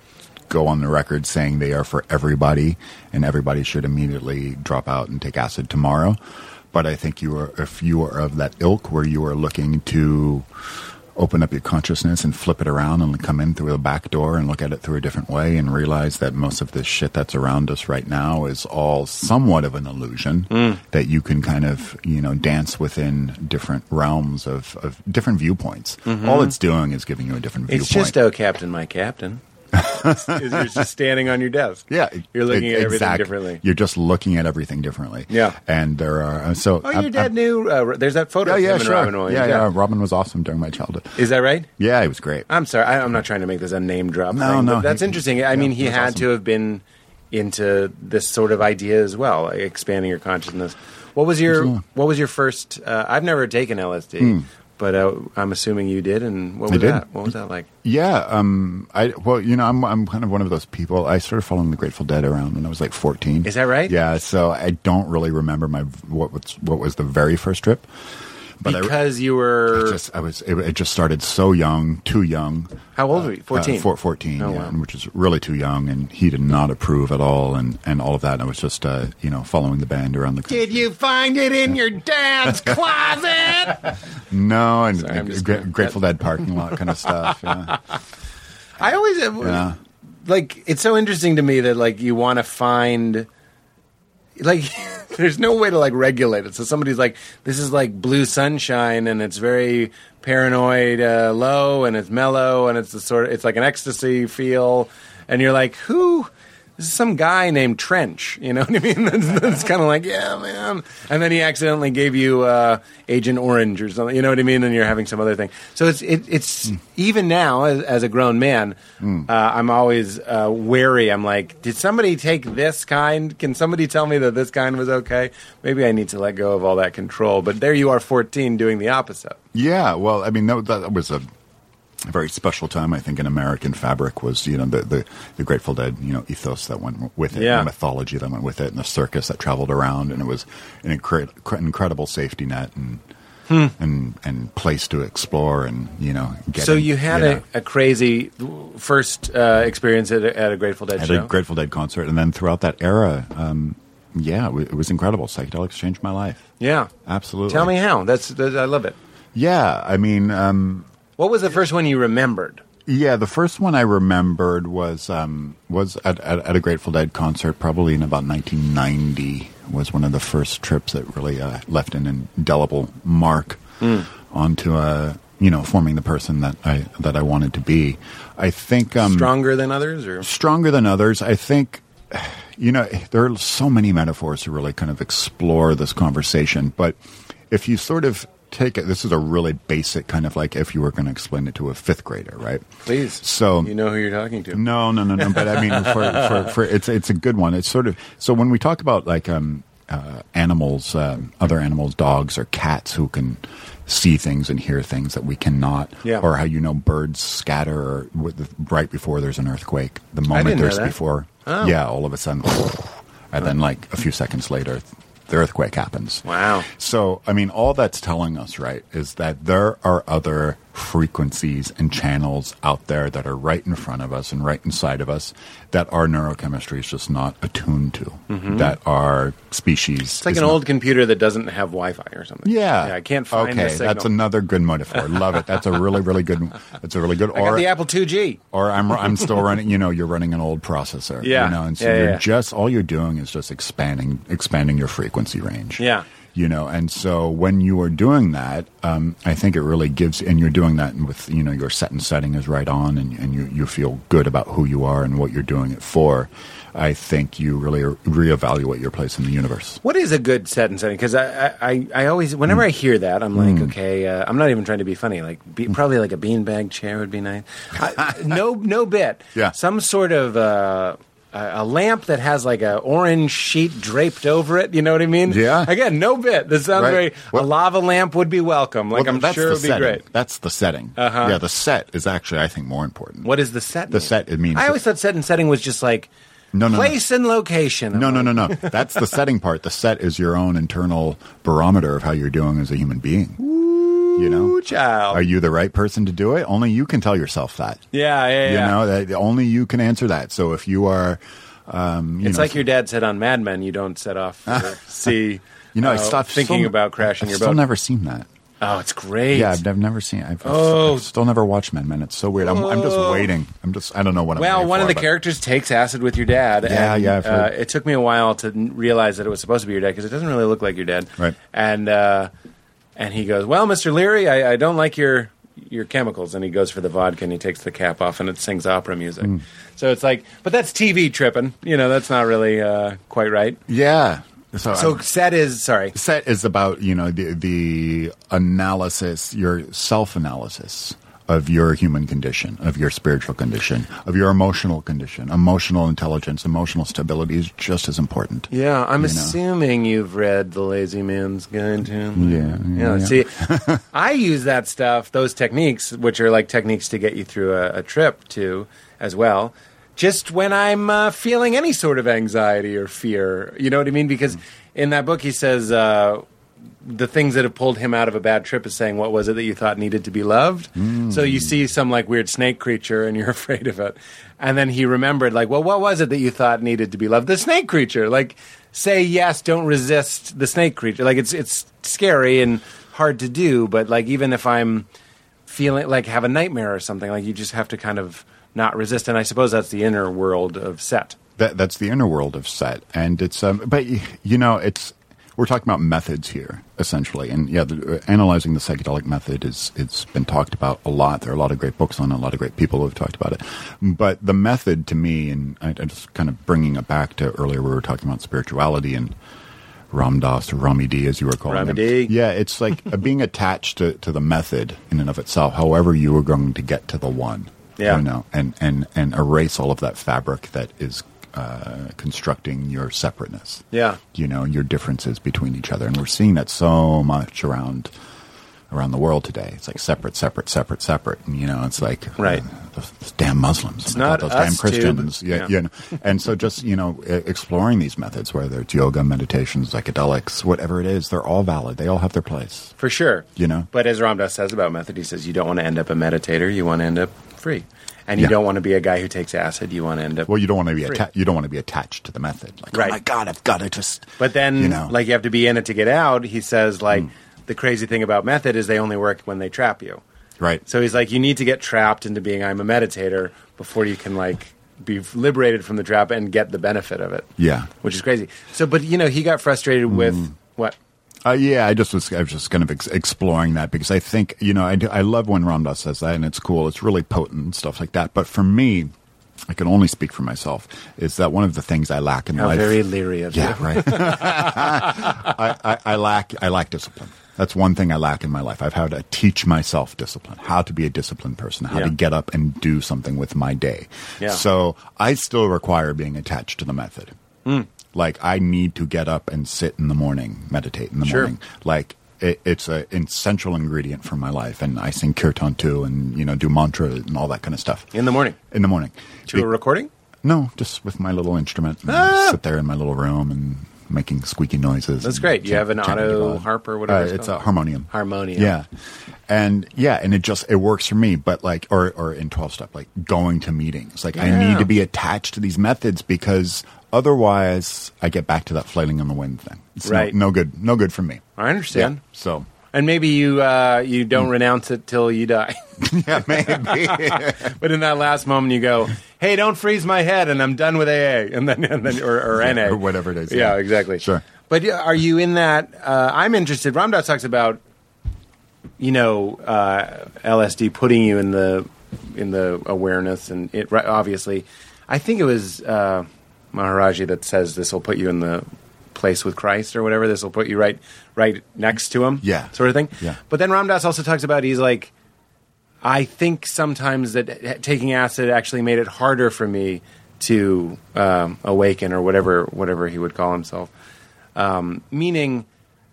Speaker 3: go on the record saying they are for everybody, and everybody should immediately drop out and take acid tomorrow. but I think you are if you are of that ilk where you are looking to open up your consciousness and flip it around and come in through the back door and look at it through a different way and realize that most of this shit that's around us right now is all somewhat of an illusion that you can kind of you know dance within different realms of, of different viewpoints all it's doing is giving you a different
Speaker 6: It's
Speaker 3: viewpoint
Speaker 6: just oh, Captain, my Captain. It's- You're just standing on your desk.
Speaker 3: yeah, it-
Speaker 6: you're looking
Speaker 3: it-
Speaker 6: at everything
Speaker 3: exact-
Speaker 6: differently.
Speaker 3: You're just looking at everything differently.
Speaker 6: Yeah.
Speaker 3: and there are uh, so.
Speaker 6: oh, your dad knew. Uh, there's that
Speaker 3: Yeah,
Speaker 6: photo. of him
Speaker 3: yeah,
Speaker 6: and
Speaker 3: sure.
Speaker 6: Robin Williams.
Speaker 3: yeah, yeah. Robin was awesome during my childhood.
Speaker 6: Is that right?
Speaker 3: Yeah, he was great.
Speaker 6: I'm sorry, I, I'm not trying to make this a name drop.
Speaker 3: No,
Speaker 6: thing, but
Speaker 3: no,
Speaker 6: that's
Speaker 3: he-
Speaker 6: interesting. I mean, he
Speaker 3: that's
Speaker 6: had
Speaker 3: awesome.
Speaker 6: to have been into this sort of idea as well, like expanding your consciousness. What was your What was your first? Uh, I've never taken LSD, but uh, I'm assuming you did. And what
Speaker 3: Hmm. I
Speaker 6: was
Speaker 3: did.
Speaker 6: that? What was that like?
Speaker 3: Yeah, um, I well, you know, I'm I'm kind of one of those people. I started following the Grateful Dead around when I was like 14.
Speaker 6: Is that right?
Speaker 3: Yeah, so I don't really remember my what was what was the very first trip, but I,
Speaker 6: because you
Speaker 3: I
Speaker 6: were
Speaker 3: just I was it, it just started so young, too young.
Speaker 6: how old were you? Fourteen.
Speaker 3: Uh, four, 14,
Speaker 6: Oh,
Speaker 3: yeah,
Speaker 6: wow.
Speaker 3: and which is really too young, and he did not approve at all, and, and all of that. And I was just, uh, you know, following the band around the country.
Speaker 6: Did you find it in your dad's closet?
Speaker 3: No, and
Speaker 6: Sorry, I'm just
Speaker 3: Gra-
Speaker 6: gonna-
Speaker 3: Grateful Dead parking lot kind of stuff. Yeah.
Speaker 6: I always uh,
Speaker 3: Yeah.
Speaker 6: like it's so interesting to me that like you want to find like there's no way to like regulate it. So somebody's like this is like blue sunshine and it's very paranoid uh, low and it's mellow and it's the sort of it's like an ecstasy feel and you're like who this is some guy named Trench, you know what I mean? That's, that's kind of like, yeah, man. And then he accidentally gave you uh, Agent Orange or something, you know what I mean? And you're having some other thing. So it's it, it's
Speaker 3: Hmm.
Speaker 6: even now as, as a grown man, uh, I'm always uh, wary. I'm like, did somebody take this kind? Can somebody tell me that this kind was okay? Maybe I need to let go of all that control. But there you are, 14, doing the opposite.
Speaker 3: Yeah, well, I mean, that, that was a very special time. I think in American fabric was you know the, the the Grateful Dead you know ethos that went with it,
Speaker 6: Yeah.
Speaker 3: and the mythology that went with it, and the circus that traveled around, and it was an incre- incredible safety net and
Speaker 6: Hmm.
Speaker 3: and and place to explore and you know. Get
Speaker 6: so
Speaker 3: in,
Speaker 6: you had
Speaker 3: know,
Speaker 6: a, a crazy first uh, experience at a, at a Grateful Dead
Speaker 3: at
Speaker 6: show.
Speaker 3: a Grateful Dead concert, and then throughout that era, um, yeah, it wa- it was incredible. Psychedelics changed my life.
Speaker 6: yeah.
Speaker 3: Absolutely.
Speaker 6: Tell me how. That's, that I love it.
Speaker 3: Yeah, I mean. Um,
Speaker 6: What was the first one you remembered?
Speaker 3: Yeah, the first one I remembered was um, was at, at, at a Grateful Dead concert, probably in about 1990. Was one of the first trips that really uh, left an indelible mark onto uh, you know forming the person that I that I wanted to be. I think um,
Speaker 6: Stronger than others, or
Speaker 3: stronger than others. I think, you know, there are so many metaphors to really kind of explore this conversation. But if you sort of take it, this is a really basic kind of like if you were going to explain it to a fifth grader, right?
Speaker 6: please?
Speaker 3: So-
Speaker 6: you know who you're talking to.
Speaker 3: No, no, no, no. But I mean, for, for, for it's it's a good one. It's sort of so when we talk about like um, uh, animals, um, other animals, dogs or cats who can see things and hear things that we cannot,
Speaker 6: Yeah.
Speaker 3: or how you know birds scatter or with the, right before there's an earthquake, the
Speaker 6: didn't
Speaker 3: moment
Speaker 6: know
Speaker 3: there's
Speaker 6: that. Oh.
Speaker 3: before, yeah, all of a sudden, and then like a few seconds later, the earthquake happens.
Speaker 6: Wow.
Speaker 3: So, I mean, all that's telling us, right, is that there are other frequencies and channels out there that are right in front of us and right inside of us that our neurochemistry is just not attuned to, that our species.
Speaker 6: Mm-hmm. It's like
Speaker 3: is
Speaker 6: an
Speaker 3: not-
Speaker 6: old computer that doesn't have Wi-Fi or something.
Speaker 3: Yeah.
Speaker 6: I can't find
Speaker 3: Okay,
Speaker 6: the signal.
Speaker 3: that's another good metaphor. Love it. That's a really, really good. That's a really good.
Speaker 6: I got the Apple 2G.
Speaker 3: or I'm I'm still running. You know, you're running an old processor.
Speaker 6: Yeah.
Speaker 3: you know, and so
Speaker 6: Yeah,
Speaker 3: you're
Speaker 6: yeah.
Speaker 3: just all you're doing is just expanding expanding your frequency range.
Speaker 6: Yeah.
Speaker 3: You know, and so when you are doing that, um, I think it really gives, and you're doing that with, you know, your set and setting is right on, and, and you, you feel good about who you are and what you're doing it for. I think you really reevaluate your place in the universe.
Speaker 6: What is a good set and setting? Because I, I- I, I always, whenever
Speaker 3: Hmm.
Speaker 6: I hear that, I'm like, okay, uh, I'm not even trying to be funny. Like,
Speaker 3: Hmm.
Speaker 6: be, probably like a beanbag chair would be nice. I, no, no bit.
Speaker 3: Yeah.
Speaker 6: Some sort of uh, a, a lamp that has like a orange sheet draped over it. You know what I mean?
Speaker 3: Yeah.
Speaker 6: Again, no bit. This sounds
Speaker 3: Right.
Speaker 6: very.
Speaker 3: Well-
Speaker 6: a lava lamp would be welcome. Like,
Speaker 3: Well,
Speaker 6: I'm
Speaker 3: that's
Speaker 6: sure it
Speaker 3: the
Speaker 6: would be
Speaker 3: setting.
Speaker 6: great.
Speaker 3: That's the setting.
Speaker 6: Uh-huh.
Speaker 3: Yeah, the set is actually, I think, more important.
Speaker 6: What is the set?
Speaker 3: The
Speaker 6: mean?
Speaker 3: set, it means-
Speaker 6: I always thought set and setting was just like
Speaker 3: No, no, no.
Speaker 6: place and location. I'm
Speaker 3: No, no,
Speaker 6: like,
Speaker 3: no, no. That's the setting part. The set is your own internal barometer of how you're doing as a human being. you know,
Speaker 6: Ooh, child.
Speaker 3: are you the right person to do it? Only you can tell yourself that.
Speaker 6: yeah, yeah, yeah.
Speaker 3: You know, that only you can answer that. So if you are, um, you
Speaker 6: it's
Speaker 3: know,
Speaker 6: like your dad said on Mad Men, you don't set off for C
Speaker 3: You know, I
Speaker 6: uh,
Speaker 3: stopped
Speaker 6: thinking
Speaker 3: still-
Speaker 6: about crashing
Speaker 3: I've
Speaker 6: your
Speaker 3: still
Speaker 6: boat.
Speaker 3: never seen that.
Speaker 6: oh, it's great.
Speaker 3: Yeah, I've, I've never seen. I've, I've
Speaker 6: Oh.
Speaker 3: still never watched Men Men. It's so weird. I'm, I'm just
Speaker 6: Oh.
Speaker 3: waiting. I'm just. I don't know what. I'm
Speaker 6: Well,
Speaker 3: waiting
Speaker 6: one of
Speaker 3: for,
Speaker 6: the
Speaker 3: but-
Speaker 6: characters takes acid with your dad.
Speaker 3: Yeah,
Speaker 6: and,
Speaker 3: yeah, I've
Speaker 6: uh,
Speaker 3: heard.
Speaker 6: it took me a while to n- realize that it was supposed to be your dad because it doesn't really look like your dad.
Speaker 3: Right.
Speaker 6: And uh, and he goes, "Well, Mister Leary, I, I don't like your your chemicals." And he goes for the vodka and he takes the cap off and it sings opera music.
Speaker 3: Mm.
Speaker 6: So it's like, but that's TV tripping. You know, that's not really uh, quite right. Um,
Speaker 3: Yeah. So,
Speaker 6: So
Speaker 3: I'm-
Speaker 6: set is sorry.
Speaker 3: set is about you know the the analysis, your self analysis of your human condition, of your spiritual condition, of your emotional condition. Emotional intelligence, emotional stability is just as important.
Speaker 6: Yeah, I'm
Speaker 3: You know.
Speaker 6: assuming you've read The Lazy Man's Guide to
Speaker 3: Yeah, yeah, yeah.
Speaker 6: See, I use that stuff, those techniques, which are like techniques to get you through a, a trip too, as well. Just when I'm uh, feeling any sort of anxiety or fear, you know what I mean? Because in that book, he says uh, the things that have pulled him out of a bad trip is saying, "What was it that you thought needed to be loved?" So you see some like weird snake creature, and you're afraid of it. And then he remembered, like, "Well, what was it that you thought needed to be loved?" The snake creature. Like, say yes, don't resist the snake creature. Like, it's it's scary and hard to do, but like, even if I'm feeling like have a nightmare or something, like you just have to kind of not resist. And I suppose that's the inner world of set.
Speaker 3: That that's the inner world of set, and it's um, but y- you know it's we're talking about methods here essentially, and yeah, the, uh, analyzing the psychedelic method is it's been talked about a lot. There are a lot of great books on it, a lot of great people who have talked about it, but the method to me, and I, I just kind of bringing it back to earlier, we were talking about spirituality and. Ram Dass or Rami D, as you were calling
Speaker 6: Rami
Speaker 3: him.
Speaker 6: D.
Speaker 3: Yeah, it's like uh, being attached to, to the method in and of itself. However, you are going to get to the one.
Speaker 6: Yeah.
Speaker 3: You know, and and and erase all of that fabric that is uh, constructing your separateness.
Speaker 6: Yeah.
Speaker 3: You know, and your differences between each other, and we're seeing that so much around around the world today. It's like separate, separate, separate, separate. And you know, it's like
Speaker 6: Right.
Speaker 3: uh, those, those damn Muslims. It's
Speaker 6: not
Speaker 3: those
Speaker 6: us,
Speaker 3: damn
Speaker 6: too,
Speaker 3: Christians.
Speaker 6: but-
Speaker 3: yeah,
Speaker 6: yeah.
Speaker 3: yeah. And, and so just, you know, e- exploring these methods, whether it's yoga, meditation, psychedelics, whatever it is, they're all valid. They all have their place.
Speaker 6: For sure.
Speaker 3: You know?
Speaker 6: But as Ramdas says about method, he says you don't want to end up a meditator, you want to end up free. And you
Speaker 3: Yeah.
Speaker 6: don't want to be a guy who takes acid, you want to end up
Speaker 3: Well, you don't want to be
Speaker 6: Free.
Speaker 3: atta- you don't want to be attached to the method. Like,
Speaker 6: Right.
Speaker 3: oh my god, I've got to just.
Speaker 6: But then
Speaker 3: you know, Mm.
Speaker 6: like you have to be in it to get out, he says like the crazy thing about method is they only work when they trap you.
Speaker 3: right.
Speaker 6: So he's like you need to get trapped into being I'm a meditator before you can like be liberated from the trap and get the benefit of it.
Speaker 3: Yeah. Mm.
Speaker 6: Which is crazy. So but you know, he got frustrated with what?
Speaker 3: Uh, yeah, I just was I was just kind of ex- exploring that because I think you know I, do- I love when Ramdas says that and it's cool, it's really potent and stuff like that. But for me, I can only speak for myself. Is that one of the things I lack in
Speaker 6: How
Speaker 3: life?
Speaker 6: very leery of
Speaker 3: yeah,
Speaker 6: you.
Speaker 3: right. I, I, I lack I lack discipline. That's one thing I lack in my life. I've had to teach myself discipline, how to be a disciplined person, how
Speaker 6: Yeah.
Speaker 3: to get up and do something with my day.
Speaker 6: Yeah.
Speaker 3: So I still require being attached to the method.
Speaker 6: Hmm.
Speaker 3: Like I need to get up and sit in the morning, meditate in the
Speaker 6: Sure.
Speaker 3: morning. Like it, it's a essential ingredient for my life, and I sing kirtan too, and you know do mantra and all that kind of stuff
Speaker 6: In the morning.
Speaker 3: in the morning.
Speaker 6: To a recording?
Speaker 3: No, just with my little instrument. And
Speaker 6: Ah!
Speaker 3: Sit there in my little room and making squeaky noises.
Speaker 6: That's
Speaker 3: and
Speaker 6: great. You
Speaker 3: chant-
Speaker 6: have an
Speaker 3: chanting it
Speaker 6: auto
Speaker 3: on.
Speaker 6: harp or whatever
Speaker 3: Uh,
Speaker 6: it's
Speaker 3: it's
Speaker 6: called.
Speaker 3: a harmonium.
Speaker 6: Harmonium.
Speaker 3: Yeah, and yeah, and it just it works for me. But like, or or in twelve step, like going to meetings, like I
Speaker 6: Yeah.
Speaker 3: need to be attached to these methods because otherwise, I get back to that flailing on the wind thing. It's no-
Speaker 6: Right.
Speaker 3: No, good. No good for me.
Speaker 6: I understand.
Speaker 3: Yeah, so.
Speaker 6: And maybe you uh, you
Speaker 3: Hmm.
Speaker 6: don't renounce it till you die.
Speaker 3: Yeah, maybe.
Speaker 6: but in that last moment, you go, "Hey, don't freeze my head," and I'm done with AA, and then, and then or, or NA
Speaker 3: or whatever it is,
Speaker 6: Yeah,
Speaker 3: yeah.
Speaker 6: exactly.
Speaker 3: Sure.
Speaker 6: But yeah, are you in that? Uh, I'm interested. Ramdas talks about you know uh, LSD putting you in the in the awareness, and it right, obviously, I think it was uh, Maharaji that says this will put you in the place with Christ or whatever. This will put you right right next to him.
Speaker 3: Yeah.
Speaker 6: sort of thing.
Speaker 3: Yeah.
Speaker 6: But then Ramdas also talks about he's like. I think sometimes that h- taking acid actually made it harder for me to um, awaken or whatever whatever he would call himself. Um, meaning,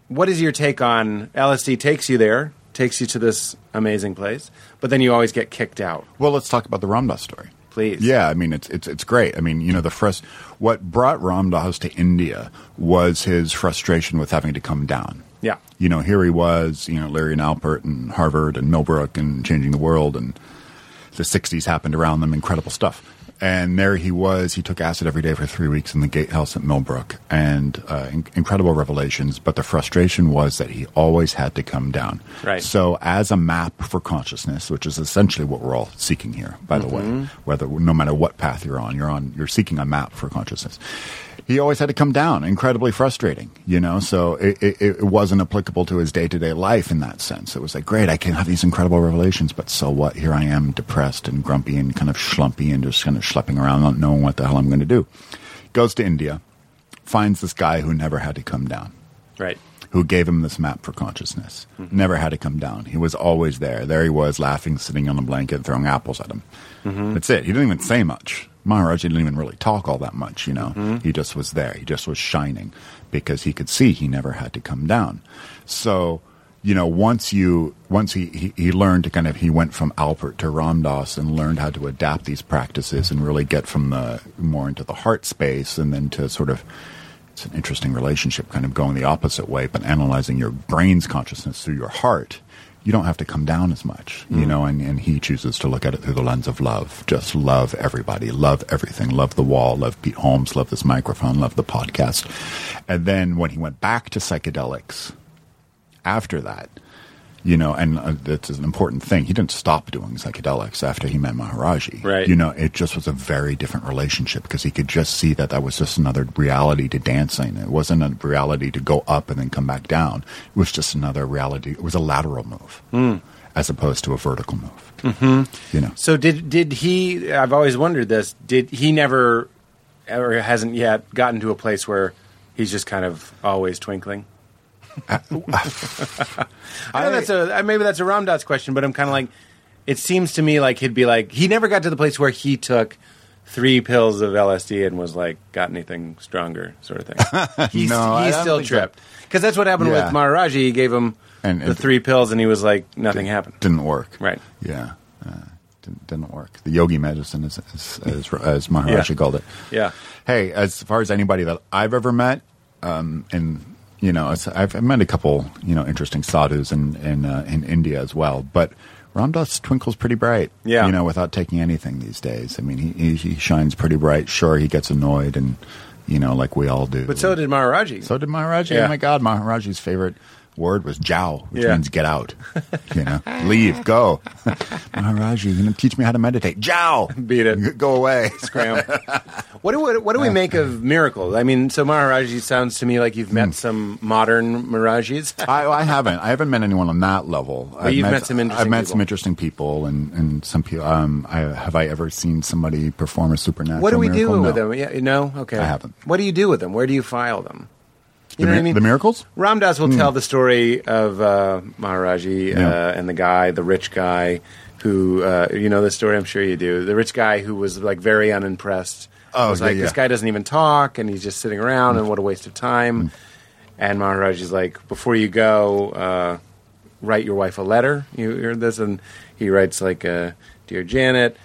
Speaker 6: what is your take on LSD takes you there, takes you to this amazing place, but then you always get kicked out.
Speaker 3: well, let's talk about the Ramdas story.
Speaker 6: Please,
Speaker 3: Yeah, I mean it's it's it's great. I mean, you know, the frust- what brought Ram Dass to India was his frustration with having to come down.
Speaker 6: Yeah.
Speaker 3: You know, here he was, you know, Larry and Alpert and Harvard and Millbrook and changing the world and the 60s happened around them, incredible stuff. And there he was. He took acid every day for three weeks in the gatehouse at Millbrook, and uh, in- incredible revelations. But the frustration was that he always had to come down.
Speaker 6: Right.
Speaker 3: So, as a map for consciousness, which is essentially what we're all seeking here, by the way, whether no matter what path you're on, you're on you're seeking a map for consciousness. He always had to come down. Incredibly frustrating, you know. So it, it, it wasn't applicable to his day to day life in that sense. It was like, great, I can have these incredible revelations, but so what? Here I am, depressed and grumpy and kind of schlumpy and just kind of schlepping around, not knowing what the hell I'm going to do. Goes to India, finds this guy who never had to come down
Speaker 6: Right.
Speaker 3: who gave him this map for consciousness. Never had to come down. He was always there. There he was, laughing, sitting on a blanket, throwing apples at him. That's it. He didn't even say much. Maharaj didn't even really talk all that much, you know. He just was there. He just was shining because he could see he never had to come down. So, you know, once you once he, he, he learned to kind of he went from Alpert to Ramdas and learned how to adapt these practices and really get from the more into the heart space and then to sort of it's an interesting relationship, kind of going the opposite way, but analyzing your brain's consciousness through your heart, you don't have to come down as much, you know. And, and he chooses to look at it through the lens of love. Just love everybody, love everything, love the wall, love Pete Holmes, love this microphone, love the podcast. And then when he went back to psychedelics after that, you know, and uh, that's an important thing. He didn't stop doing psychedelics after he met Maharaji.
Speaker 6: Right.
Speaker 3: You know, it just was a very different relationship because he could just see that that was just another reality to dancing. It wasn't a reality to go up and then come back down. It was just another reality. It was a lateral move
Speaker 6: Hmm.
Speaker 3: as opposed to a vertical move. Mm-hmm. You know,
Speaker 6: So did did he? I've always wondered this. Did he never, or hasn't yet gotten to a place where he's just kind of always twinkling? I know that's a uh, maybe that's a Ram Dass question, but I'm kind of like, it seems to me like he'd be like he never got to the place where he took three pills of LSD and was like got anything stronger sort of thing. He's,
Speaker 3: No, I
Speaker 6: he's
Speaker 3: don't
Speaker 6: still
Speaker 3: think so.
Speaker 6: tripped because that's what happened
Speaker 3: Yeah.
Speaker 6: with Maharaji. He gave him
Speaker 3: And-
Speaker 6: the
Speaker 3: and-
Speaker 6: three pills and he was like nothing happened.
Speaker 3: didn't work.
Speaker 6: Right.
Speaker 3: Yeah. Uh, didn't, didn't work. The yogi medicine, is, is, as, as Maharaji
Speaker 6: Yeah.
Speaker 3: called it.
Speaker 6: Yeah.
Speaker 3: hey, as far as anybody that I've ever met, um, and you know, it's- I've I've met a couple, you know, interesting sadhus in in, uh, in India as well. But Ramdas twinkles pretty bright,
Speaker 6: Yeah.
Speaker 3: You know, without taking anything these days. I mean, he he, he shines pretty bright. Sure, he gets annoyed, and you know, like we all do.
Speaker 6: But so did Maharaji.
Speaker 3: so did Maharaji.
Speaker 6: Yeah.
Speaker 3: Oh my God, Maharaji's favorite word was "jao," which
Speaker 6: Yeah.
Speaker 3: means get out. You know, leave, go. Maharaji, you know, teach me how to meditate. Jao,
Speaker 6: Beat it.
Speaker 3: go away.
Speaker 6: Graham. what do we, what do we make of miracles? I mean, so Maharaji sounds to me like you've
Speaker 3: Hmm.
Speaker 6: met some modern Mirajis.
Speaker 3: I, I haven't. I haven't met anyone on that level. I've
Speaker 6: you've met some interesting
Speaker 3: I've met
Speaker 6: people.
Speaker 3: some interesting people, and and some people. Um, I, have I ever seen somebody perform a supernatural?
Speaker 6: What do we
Speaker 3: miracle?
Speaker 6: do with
Speaker 3: No.
Speaker 6: them? Yeah, no, okay.
Speaker 3: I haven't.
Speaker 6: What do you do with them? Where do you file them?
Speaker 3: The
Speaker 6: You know
Speaker 3: mi-
Speaker 6: what I mean?
Speaker 3: the miracles?
Speaker 6: Ram Dass will tell the story of uh, Maharaji
Speaker 3: Hmm. Yeah.
Speaker 6: uh, and the guy, the rich guy, who uh, you know the story. I'm sure you do. The rich guy who was like very unimpressed.
Speaker 3: Oh,
Speaker 6: was
Speaker 3: yeah,
Speaker 6: like
Speaker 3: yeah.
Speaker 6: this guy doesn't even talk, and he's just sitting around, and what a waste of
Speaker 3: Mm.
Speaker 6: time. And Maharaji's like, before you go, uh, write your wife a letter. You heard this, and he writes like, uh, "Dear Janet,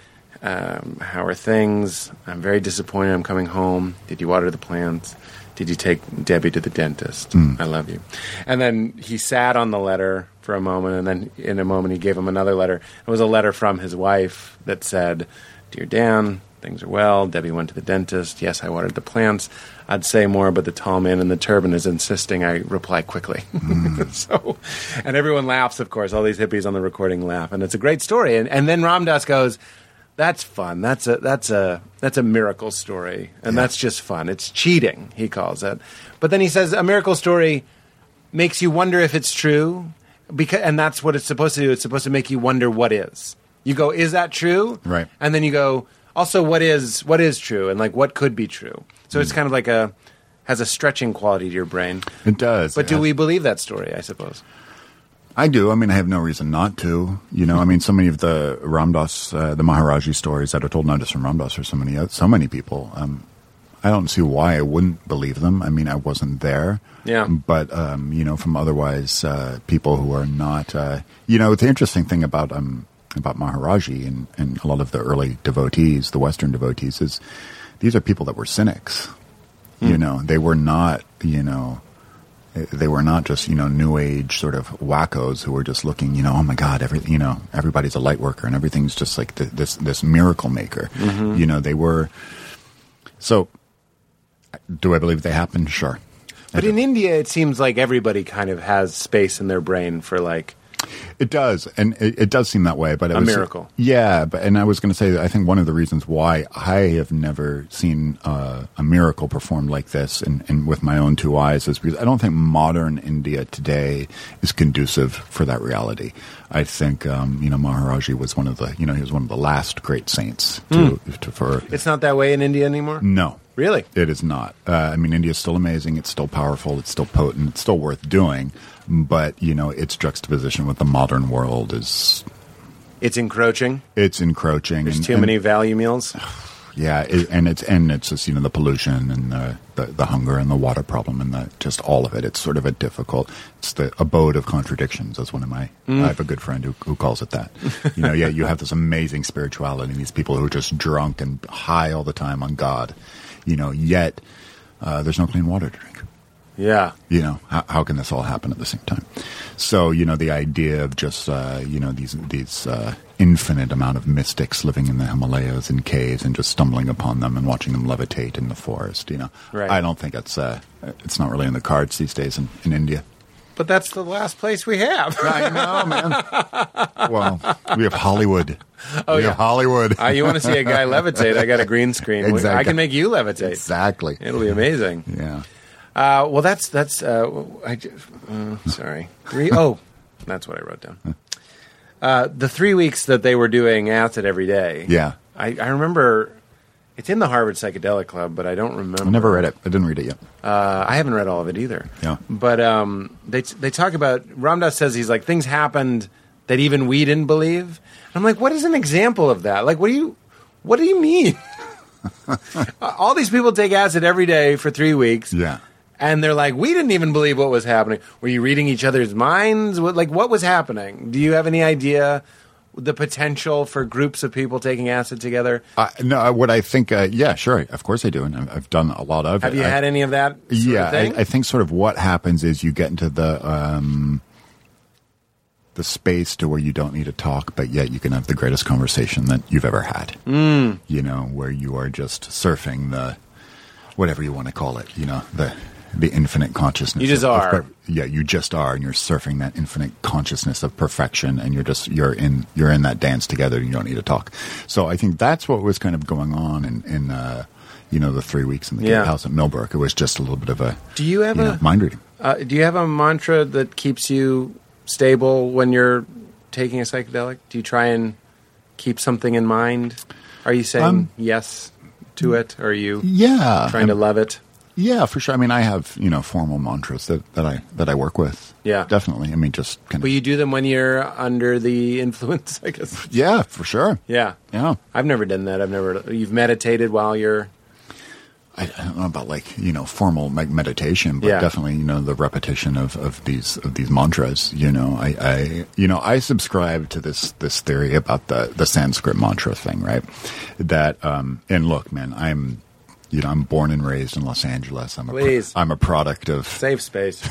Speaker 6: um, how are things? I'm very disappointed. I'm coming home. Did you water the plants? Did you take Debbie to the dentist?
Speaker 3: Mm.
Speaker 6: I love you." And then he sat on the letter for a moment, and then in a moment he gave him another letter. It was a letter from his wife that said, "Dear Dan." Things are well. Debbie went to the dentist. Yes, I watered the plants. I'd say more, but the tall man in the turban is insisting I reply quickly. so, and everyone laughs, of course. All these hippies on the recording laugh, and it's a great story. And, and then Ram Dass goes, "That's fun. That's a that's a that's a miracle story, and that's just fun. It's cheating," he calls it. But then he says, "A miracle story makes you wonder if it's true because and that's what it's supposed to do it's supposed to make you wonder what is you go is that true
Speaker 3: Right.
Speaker 6: and then you go also what is what is true and like what could be true so
Speaker 3: Hmm.
Speaker 6: it's kind of like a has a stretching quality to your brain
Speaker 3: It does.
Speaker 6: but
Speaker 3: It
Speaker 6: do
Speaker 3: has-
Speaker 6: we believe that story i suppose
Speaker 3: I do. I mean, I have no reason not to. You know, I mean, so many of the Ramdas, uh, the Maharaji stories that are told not just from Ramdas or so many, oth- so many people. Um, I don't see why I wouldn't believe them. I mean, I wasn't there.
Speaker 6: Yeah.
Speaker 3: But um, you know, from otherwise uh, people who are not, uh, you know, the interesting thing about um about Maharaji and and a lot of the early devotees, the Western devotees, is these are people that were cynics. You know, they were not. You know they were not just you know new age sort of wackos who were just looking you know oh my god every you know everybody's a light worker and everything's just like th- this this miracle maker
Speaker 6: Mm-hmm.
Speaker 3: you know they were so do I believe they happened sure
Speaker 6: But in India, it seems like everybody kind of has space in their brain for like
Speaker 3: It does, and it, it does seem that way. But it
Speaker 6: A
Speaker 3: was,
Speaker 6: miracle.
Speaker 3: yeah. But and I was going to say, that I think one of the reasons why I have never seen uh, a miracle performed like this, and, and with my own two eyes, is because I don't think modern India today is conducive for that reality. I think um, you know Maharaji was one of the you know he was one of the last great saints to, to for
Speaker 6: it's not that way in India anymore.
Speaker 3: no.
Speaker 6: Hmm. Really?
Speaker 3: It is not. Uh, I mean, India's still amazing. It's still powerful. It's still potent. It's still worth doing. But, you know, its juxtaposition with the modern world is
Speaker 6: It's encroaching.
Speaker 3: it's encroaching.
Speaker 6: There's
Speaker 3: and-
Speaker 6: too
Speaker 3: and-
Speaker 6: many value meals.
Speaker 3: Yeah, it, and it's and it's just you know the pollution and the, the the hunger and the water problem and the just all of it. It's sort of a difficult. It's the abode of contradictions. As one of my,
Speaker 6: Mm.
Speaker 3: I have a good friend who who calls it that. You know, yeah, you have this amazing spirituality and these people who are just drunk and high all the time on God. You know, yet uh, there's no clean water to drink
Speaker 6: Yeah.
Speaker 3: you know how, how can this all happen at the same time so you know the idea of just uh, you know these these uh, infinite amount of mystics living in the himalayas and caves and just stumbling upon them and watching them levitate in the forest you know
Speaker 6: Right.
Speaker 3: i don't think it's uh, it's not really in the cards these days in, in india
Speaker 6: But that's the last place we have.
Speaker 3: i know man well we have hollywood we have hollywood
Speaker 6: Uh, you want to see a guy levitate? I got a green screen. We- I
Speaker 3: Exactly.
Speaker 6: can make you levitate.
Speaker 3: exactly
Speaker 6: It'll be amazing.
Speaker 3: yeah
Speaker 6: Uh, well, that's that's. Uh, I just, uh, sorry. Three. Oh, that's what I wrote down. Uh, the three weeks that they were doing acid every day.
Speaker 3: Yeah.
Speaker 6: I, I remember. It's in the Harvard Psychedelic Club, but I don't
Speaker 3: i
Speaker 6: remember.
Speaker 3: never read it i didn't read it yet
Speaker 6: Uh, I haven't read all of it either.
Speaker 3: Yeah.
Speaker 6: But um, they they talk about Ramdas says he's like things happened that even we didn't believe. And I'm like, what is an example of that? Like, what do you what do you mean? all these people take acid every day for three weeks.
Speaker 3: Yeah.
Speaker 6: And they're like, we didn't even believe what was happening. Were you reading each other's minds? What, like, what was happening? Do you have any idea the potential for groups of people taking acid together?
Speaker 3: uh, no uh, what i think uh, yeah sure of course i do and i've, I've done a lot of
Speaker 6: Have
Speaker 3: it
Speaker 6: you
Speaker 3: I-
Speaker 6: had any of that? sort of
Speaker 3: yeah,
Speaker 6: thing?
Speaker 3: I, I think sort of what happens is you get into the um, the space to where you don't need to talk, but yet you can have the greatest conversation that you've ever had. Mm. You know, where you are just surfing the whatever you want to call it. You know, the the infinite consciousness.
Speaker 6: You just
Speaker 3: of- of
Speaker 6: are.
Speaker 3: per- yeah, you just are, and you're surfing that infinite consciousness of perfection, and you're just you're in you're in that dance together, and you don't need to talk. So I think that's what was kind of going on in in uh, you know the three weeks in the
Speaker 6: Yeah.
Speaker 3: gatehouse at Millbrook. It was just a little bit of a
Speaker 6: Do you have
Speaker 3: you know,
Speaker 6: a-
Speaker 3: mind reading?
Speaker 6: Uh, do you have a mantra that keeps you stable when you're taking a psychedelic? Do you try and keep something in mind? Are you saying
Speaker 3: Um,
Speaker 6: yes to it? Or are you
Speaker 3: Yeah,
Speaker 6: trying to love it?
Speaker 3: yeah, for sure. I mean, I have you know formal mantras that, that I that I work with.
Speaker 6: Yeah.
Speaker 3: definitely. I mean, just kind of
Speaker 6: But you do them when you're under the influence, I guess.
Speaker 3: yeah, for sure.
Speaker 6: Yeah.
Speaker 3: yeah.
Speaker 6: I've never done that. I've never. You've meditated while you're.
Speaker 3: I, I don't know about like you know formal like meditation, but
Speaker 6: Yeah.
Speaker 3: definitely you know the repetition of, of these of these mantras. You know, I, I you know I subscribe to this this theory about the the Sanskrit mantra thing, right? That um and look, man, I'm you know I'm born and raised in Los Angeles. I'm a pro-
Speaker 6: Please.
Speaker 3: I'm a product of
Speaker 6: Safe space.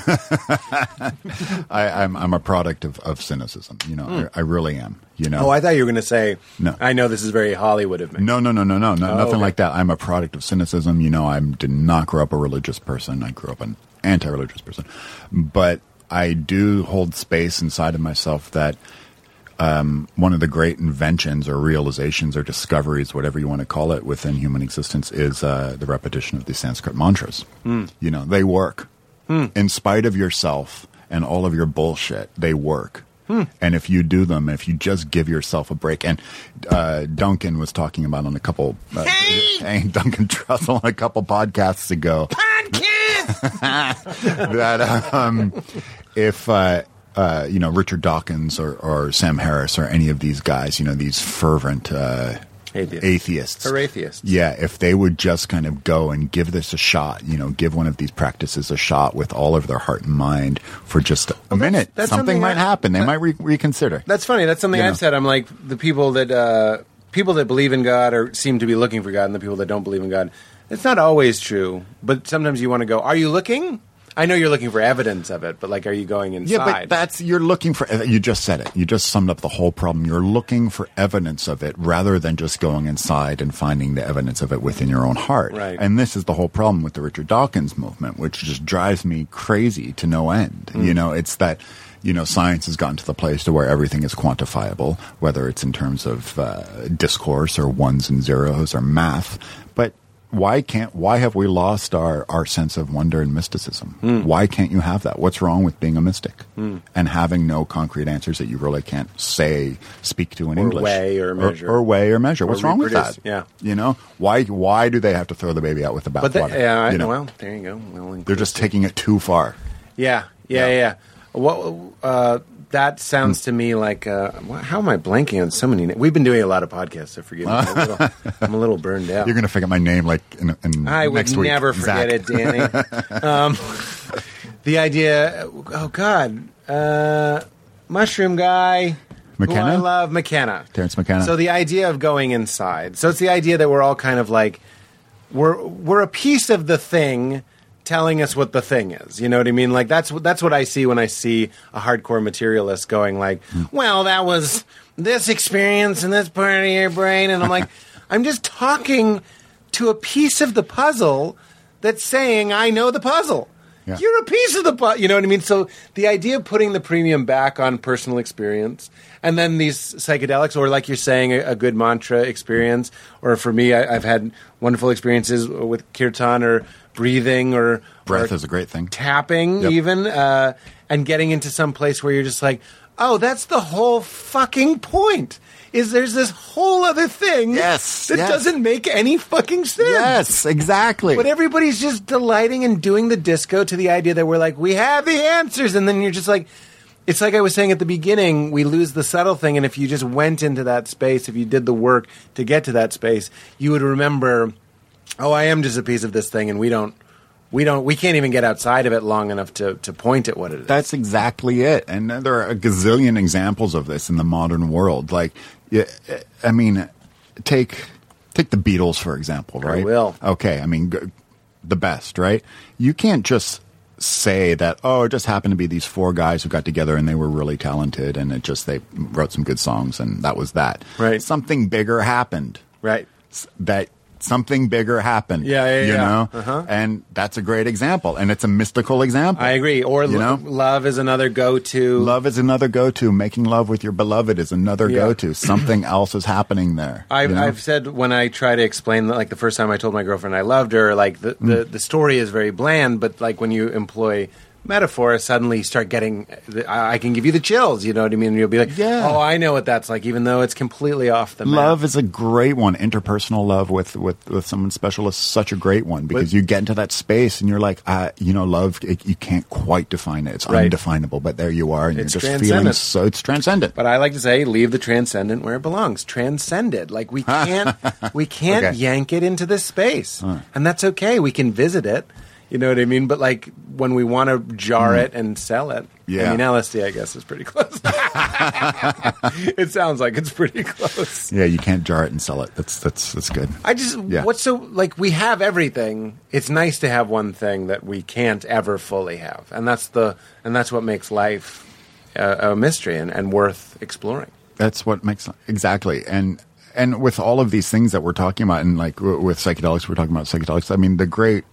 Speaker 3: I, I'm I'm a product of, of cynicism. You know, I, I really am. You know.
Speaker 6: oh, I thought you were going to say.
Speaker 3: No.
Speaker 6: I know this is very Hollywood of me.
Speaker 3: no, no, no, no, no, no
Speaker 6: Oh,
Speaker 3: nothing
Speaker 6: okay.
Speaker 3: like that. I'm a product of cynicism. You know, I did not grow up a religious person. I grew up an anti-religious person, but I do hold space inside of myself that one of the great inventions or realizations or discoveries, whatever you want to call it, within human existence is uh, the repetition of the Sanskrit mantras. You know, they work. In spite of yourself and all of your bullshit, they work. And if you do them, if you just give yourself a break, and uh, Duncan was talking about on a couple, uh, hey! Duncan Trussell on a couple podcasts ago, that um, if uh, uh, you know Richard Dawkins or, or Sam Harris or any of these guys, you know these fervent uh,
Speaker 6: Atheists.
Speaker 3: atheists,
Speaker 6: Or atheists.
Speaker 3: yeah, if they would just kind of go and give this a shot, you know, give one of these practices a shot with all of their heart and mind for just a minute,
Speaker 6: that's
Speaker 3: something,
Speaker 6: something
Speaker 3: might
Speaker 6: I-
Speaker 3: happen. They might re- reconsider.
Speaker 6: That's funny. That's something
Speaker 3: You know.
Speaker 6: I've said. I'm like the people that uh, people that believe in God or seem to be looking for God, and the people that don't believe in God. It's not always true, but sometimes you want to go. Are you looking? I know you're looking for evidence of it, but like, are you going inside?
Speaker 3: Yeah, but that's you're looking for. uh, You just said it. You just summed up the whole problem. You're looking for evidence of it rather than just going inside and finding the evidence of it within your own heart.
Speaker 6: Right.
Speaker 3: And this is the whole problem with the Richard Dawkins movement, which just drives me crazy to no end.
Speaker 6: Mm.
Speaker 3: You know, it's that you know science has gotten to the place to where everything is quantifiable, whether it's in terms of uh, discourse or ones and zeros or math, but why can't why have we lost our, our sense of wonder and mysticism?
Speaker 6: Hmm.
Speaker 3: Why can't you have that? What's wrong with being a mystic and having no concrete answers that you really can't say, speak to in
Speaker 6: Or
Speaker 3: English,
Speaker 6: weigh or measure.
Speaker 3: or, weigh or measure? What's wrong with
Speaker 6: reproduce,
Speaker 3: that?
Speaker 6: yeah.
Speaker 3: you know why why do they have to throw the baby out with the
Speaker 6: But the,
Speaker 3: bathwater?
Speaker 6: yeah, I-
Speaker 3: you know,
Speaker 6: well, there you go. Well,
Speaker 3: they're just taking it too far.
Speaker 6: Yeah, yeah,
Speaker 3: Yeah. Hmm.
Speaker 6: yeah. What uh, that sounds to me like? Uh, wh- how am I blanking on so many? na- We've been doing a lot of podcasts, so forgive me. I'm a little, I'm a little burned out.
Speaker 3: You're going to forget my name like in, in
Speaker 6: I would
Speaker 3: next week.
Speaker 6: never
Speaker 3: Zach.
Speaker 6: forget it, Danny. um, the idea. Oh God, uh, mushroom guy. Who I
Speaker 3: McKenna?
Speaker 6: love McKenna.
Speaker 3: Terrence McKenna.
Speaker 6: So the idea of going inside. So it's the idea that we're all kind of like we're we're a piece of the thing telling us what the thing is. You know what I mean? Like that's what that's what I see when I see a hardcore materialist going like, "Well, that was this experience and this part of your brain," and I'm like, I'm just talking to a piece of the puzzle that's saying I know the puzzle.
Speaker 3: Yeah.
Speaker 6: You're a piece of the puzzle. You know what I mean? So the idea of putting the premium back on personal experience and then these psychedelics, or like you're saying, a, a good mantra experience, or for me, I, I've had wonderful experiences with kirtan or breathing or
Speaker 3: Breath
Speaker 6: or
Speaker 3: is a great thing.
Speaker 6: tapping
Speaker 3: Yep.
Speaker 6: even uh, and getting into some place where you're just like oh that's the whole fucking point is there's this whole other thing
Speaker 3: Yes,
Speaker 6: that
Speaker 3: yes.
Speaker 6: doesn't make any fucking sense
Speaker 3: Yes, exactly.
Speaker 6: but everybody's just delighting and doing the disco to the idea that we're like, we have the answers. And then you're just like, it's like I was saying at the beginning, we lose the subtle thing. And if you just went into that space, if you did the work to get to that space, you would remember, oh, I am just a piece of this thing. And we don't, we don't, we can't even get outside of it long enough to, to point at what it is.
Speaker 3: That's exactly it. And there are a gazillion examples of this in the modern world. Like, yeah, I mean, take take the Beatles for example, right?
Speaker 6: will.
Speaker 3: Okay, I mean, g- the best, right? You can't just say that. Oh, it just happened to be these four guys who got together and they were really talented, and it just they wrote some good songs, and that was that.
Speaker 6: Right.
Speaker 3: Something bigger happened
Speaker 6: right.
Speaker 3: s- that something bigger happened.
Speaker 6: Yeah, yeah,
Speaker 3: you
Speaker 6: yeah.
Speaker 3: know,
Speaker 6: Uh-huh.
Speaker 3: and that's a great example, and it's a mystical example.
Speaker 6: I agree. Or
Speaker 3: You
Speaker 6: lo-
Speaker 3: know?
Speaker 6: love is another go to.
Speaker 3: Love is another go to. Making love with your beloved is another
Speaker 6: Yeah.
Speaker 3: go to. Something else is happening there.
Speaker 6: I've,
Speaker 3: you know?
Speaker 6: I've said when I try to explain, like the first time I told my girlfriend I loved her, like the, the,
Speaker 3: Mm.
Speaker 6: the story is very bland, but like when you employ metaphor, suddenly you start getting, the, I, I can give you the chills, you know what I mean? You'll be like,
Speaker 3: Yeah.
Speaker 6: oh, I know what that's like, even though it's completely off the map.
Speaker 3: Love is a great one. Interpersonal love with, with, with someone special is such a great one because you get into that space and you're like, uh, you know, love, it, you can't quite define it. It's
Speaker 6: Right.
Speaker 3: undefinable, but there you are and
Speaker 6: It's
Speaker 3: you're just feeling
Speaker 6: transcendent.
Speaker 3: so, it's transcendent.
Speaker 6: But I like to say, leave the transcendent where it belongs. Transcend it. Like we can't, we can't
Speaker 3: Ah. Okay.
Speaker 6: yank it into this space, and that's okay. We can visit it. You know what I mean? But like when we want to jar it and sell it,
Speaker 3: Hmm. Yeah.
Speaker 6: I mean LSD, I guess, is pretty close. it sounds like it's pretty close.
Speaker 3: yeah, you can't jar it and sell it. That's, that's, that's good.
Speaker 6: I just
Speaker 3: Yeah.
Speaker 6: what's so like we have everything. It's nice to have one thing that we can't ever fully have, and that's the and that's what makes life a, a mystery and, and worth exploring.
Speaker 3: That's what makes exactly and and with all of these things that we're talking about and like w- with psychedelics we're talking about psychedelics. I mean the great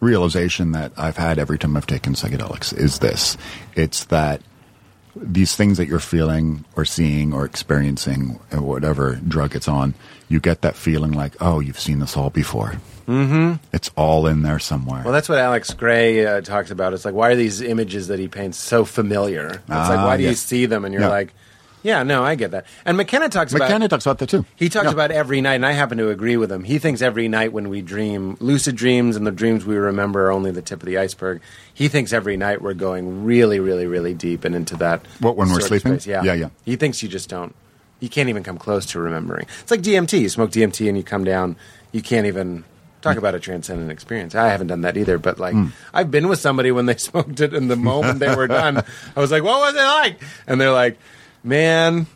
Speaker 3: realization that I've had every time I've taken psychedelics is this. It's that these things that you're feeling or seeing or experiencing or whatever drug it's on, you get that feeling like, oh, you've seen this all before. Mm-hmm. It's all in there somewhere.
Speaker 6: Well, that's what Alex Gray uh, talks about. It's like, why are these images that he paints so familiar? It's like,
Speaker 3: Ah,
Speaker 6: why do you
Speaker 3: yes.
Speaker 6: see them? And you're
Speaker 3: Yeah.
Speaker 6: like, yeah, no, I get that. And McKenna talks about.
Speaker 3: McKenna talks about that too.
Speaker 6: He talks
Speaker 3: Yeah.
Speaker 6: about every night, and I happen to agree with him. He thinks every night when we dream, lucid dreams and the dreams we remember are only the tip of the iceberg. He thinks every night we're going really, really, really deep and into that.
Speaker 3: What, when we're
Speaker 6: sort of
Speaker 3: sleeping?
Speaker 6: space. Yeah.
Speaker 3: Yeah, yeah.
Speaker 6: He thinks you just don't. You can't even come close to remembering. It's like DMT. You smoke DMT and you come down. You can't even
Speaker 3: Mm.
Speaker 6: talk about a transcendent experience. I haven't done that either, but like I've been with somebody when they smoked it, and the moment they were done, I was like, "What was it like?" And they're like, "Man."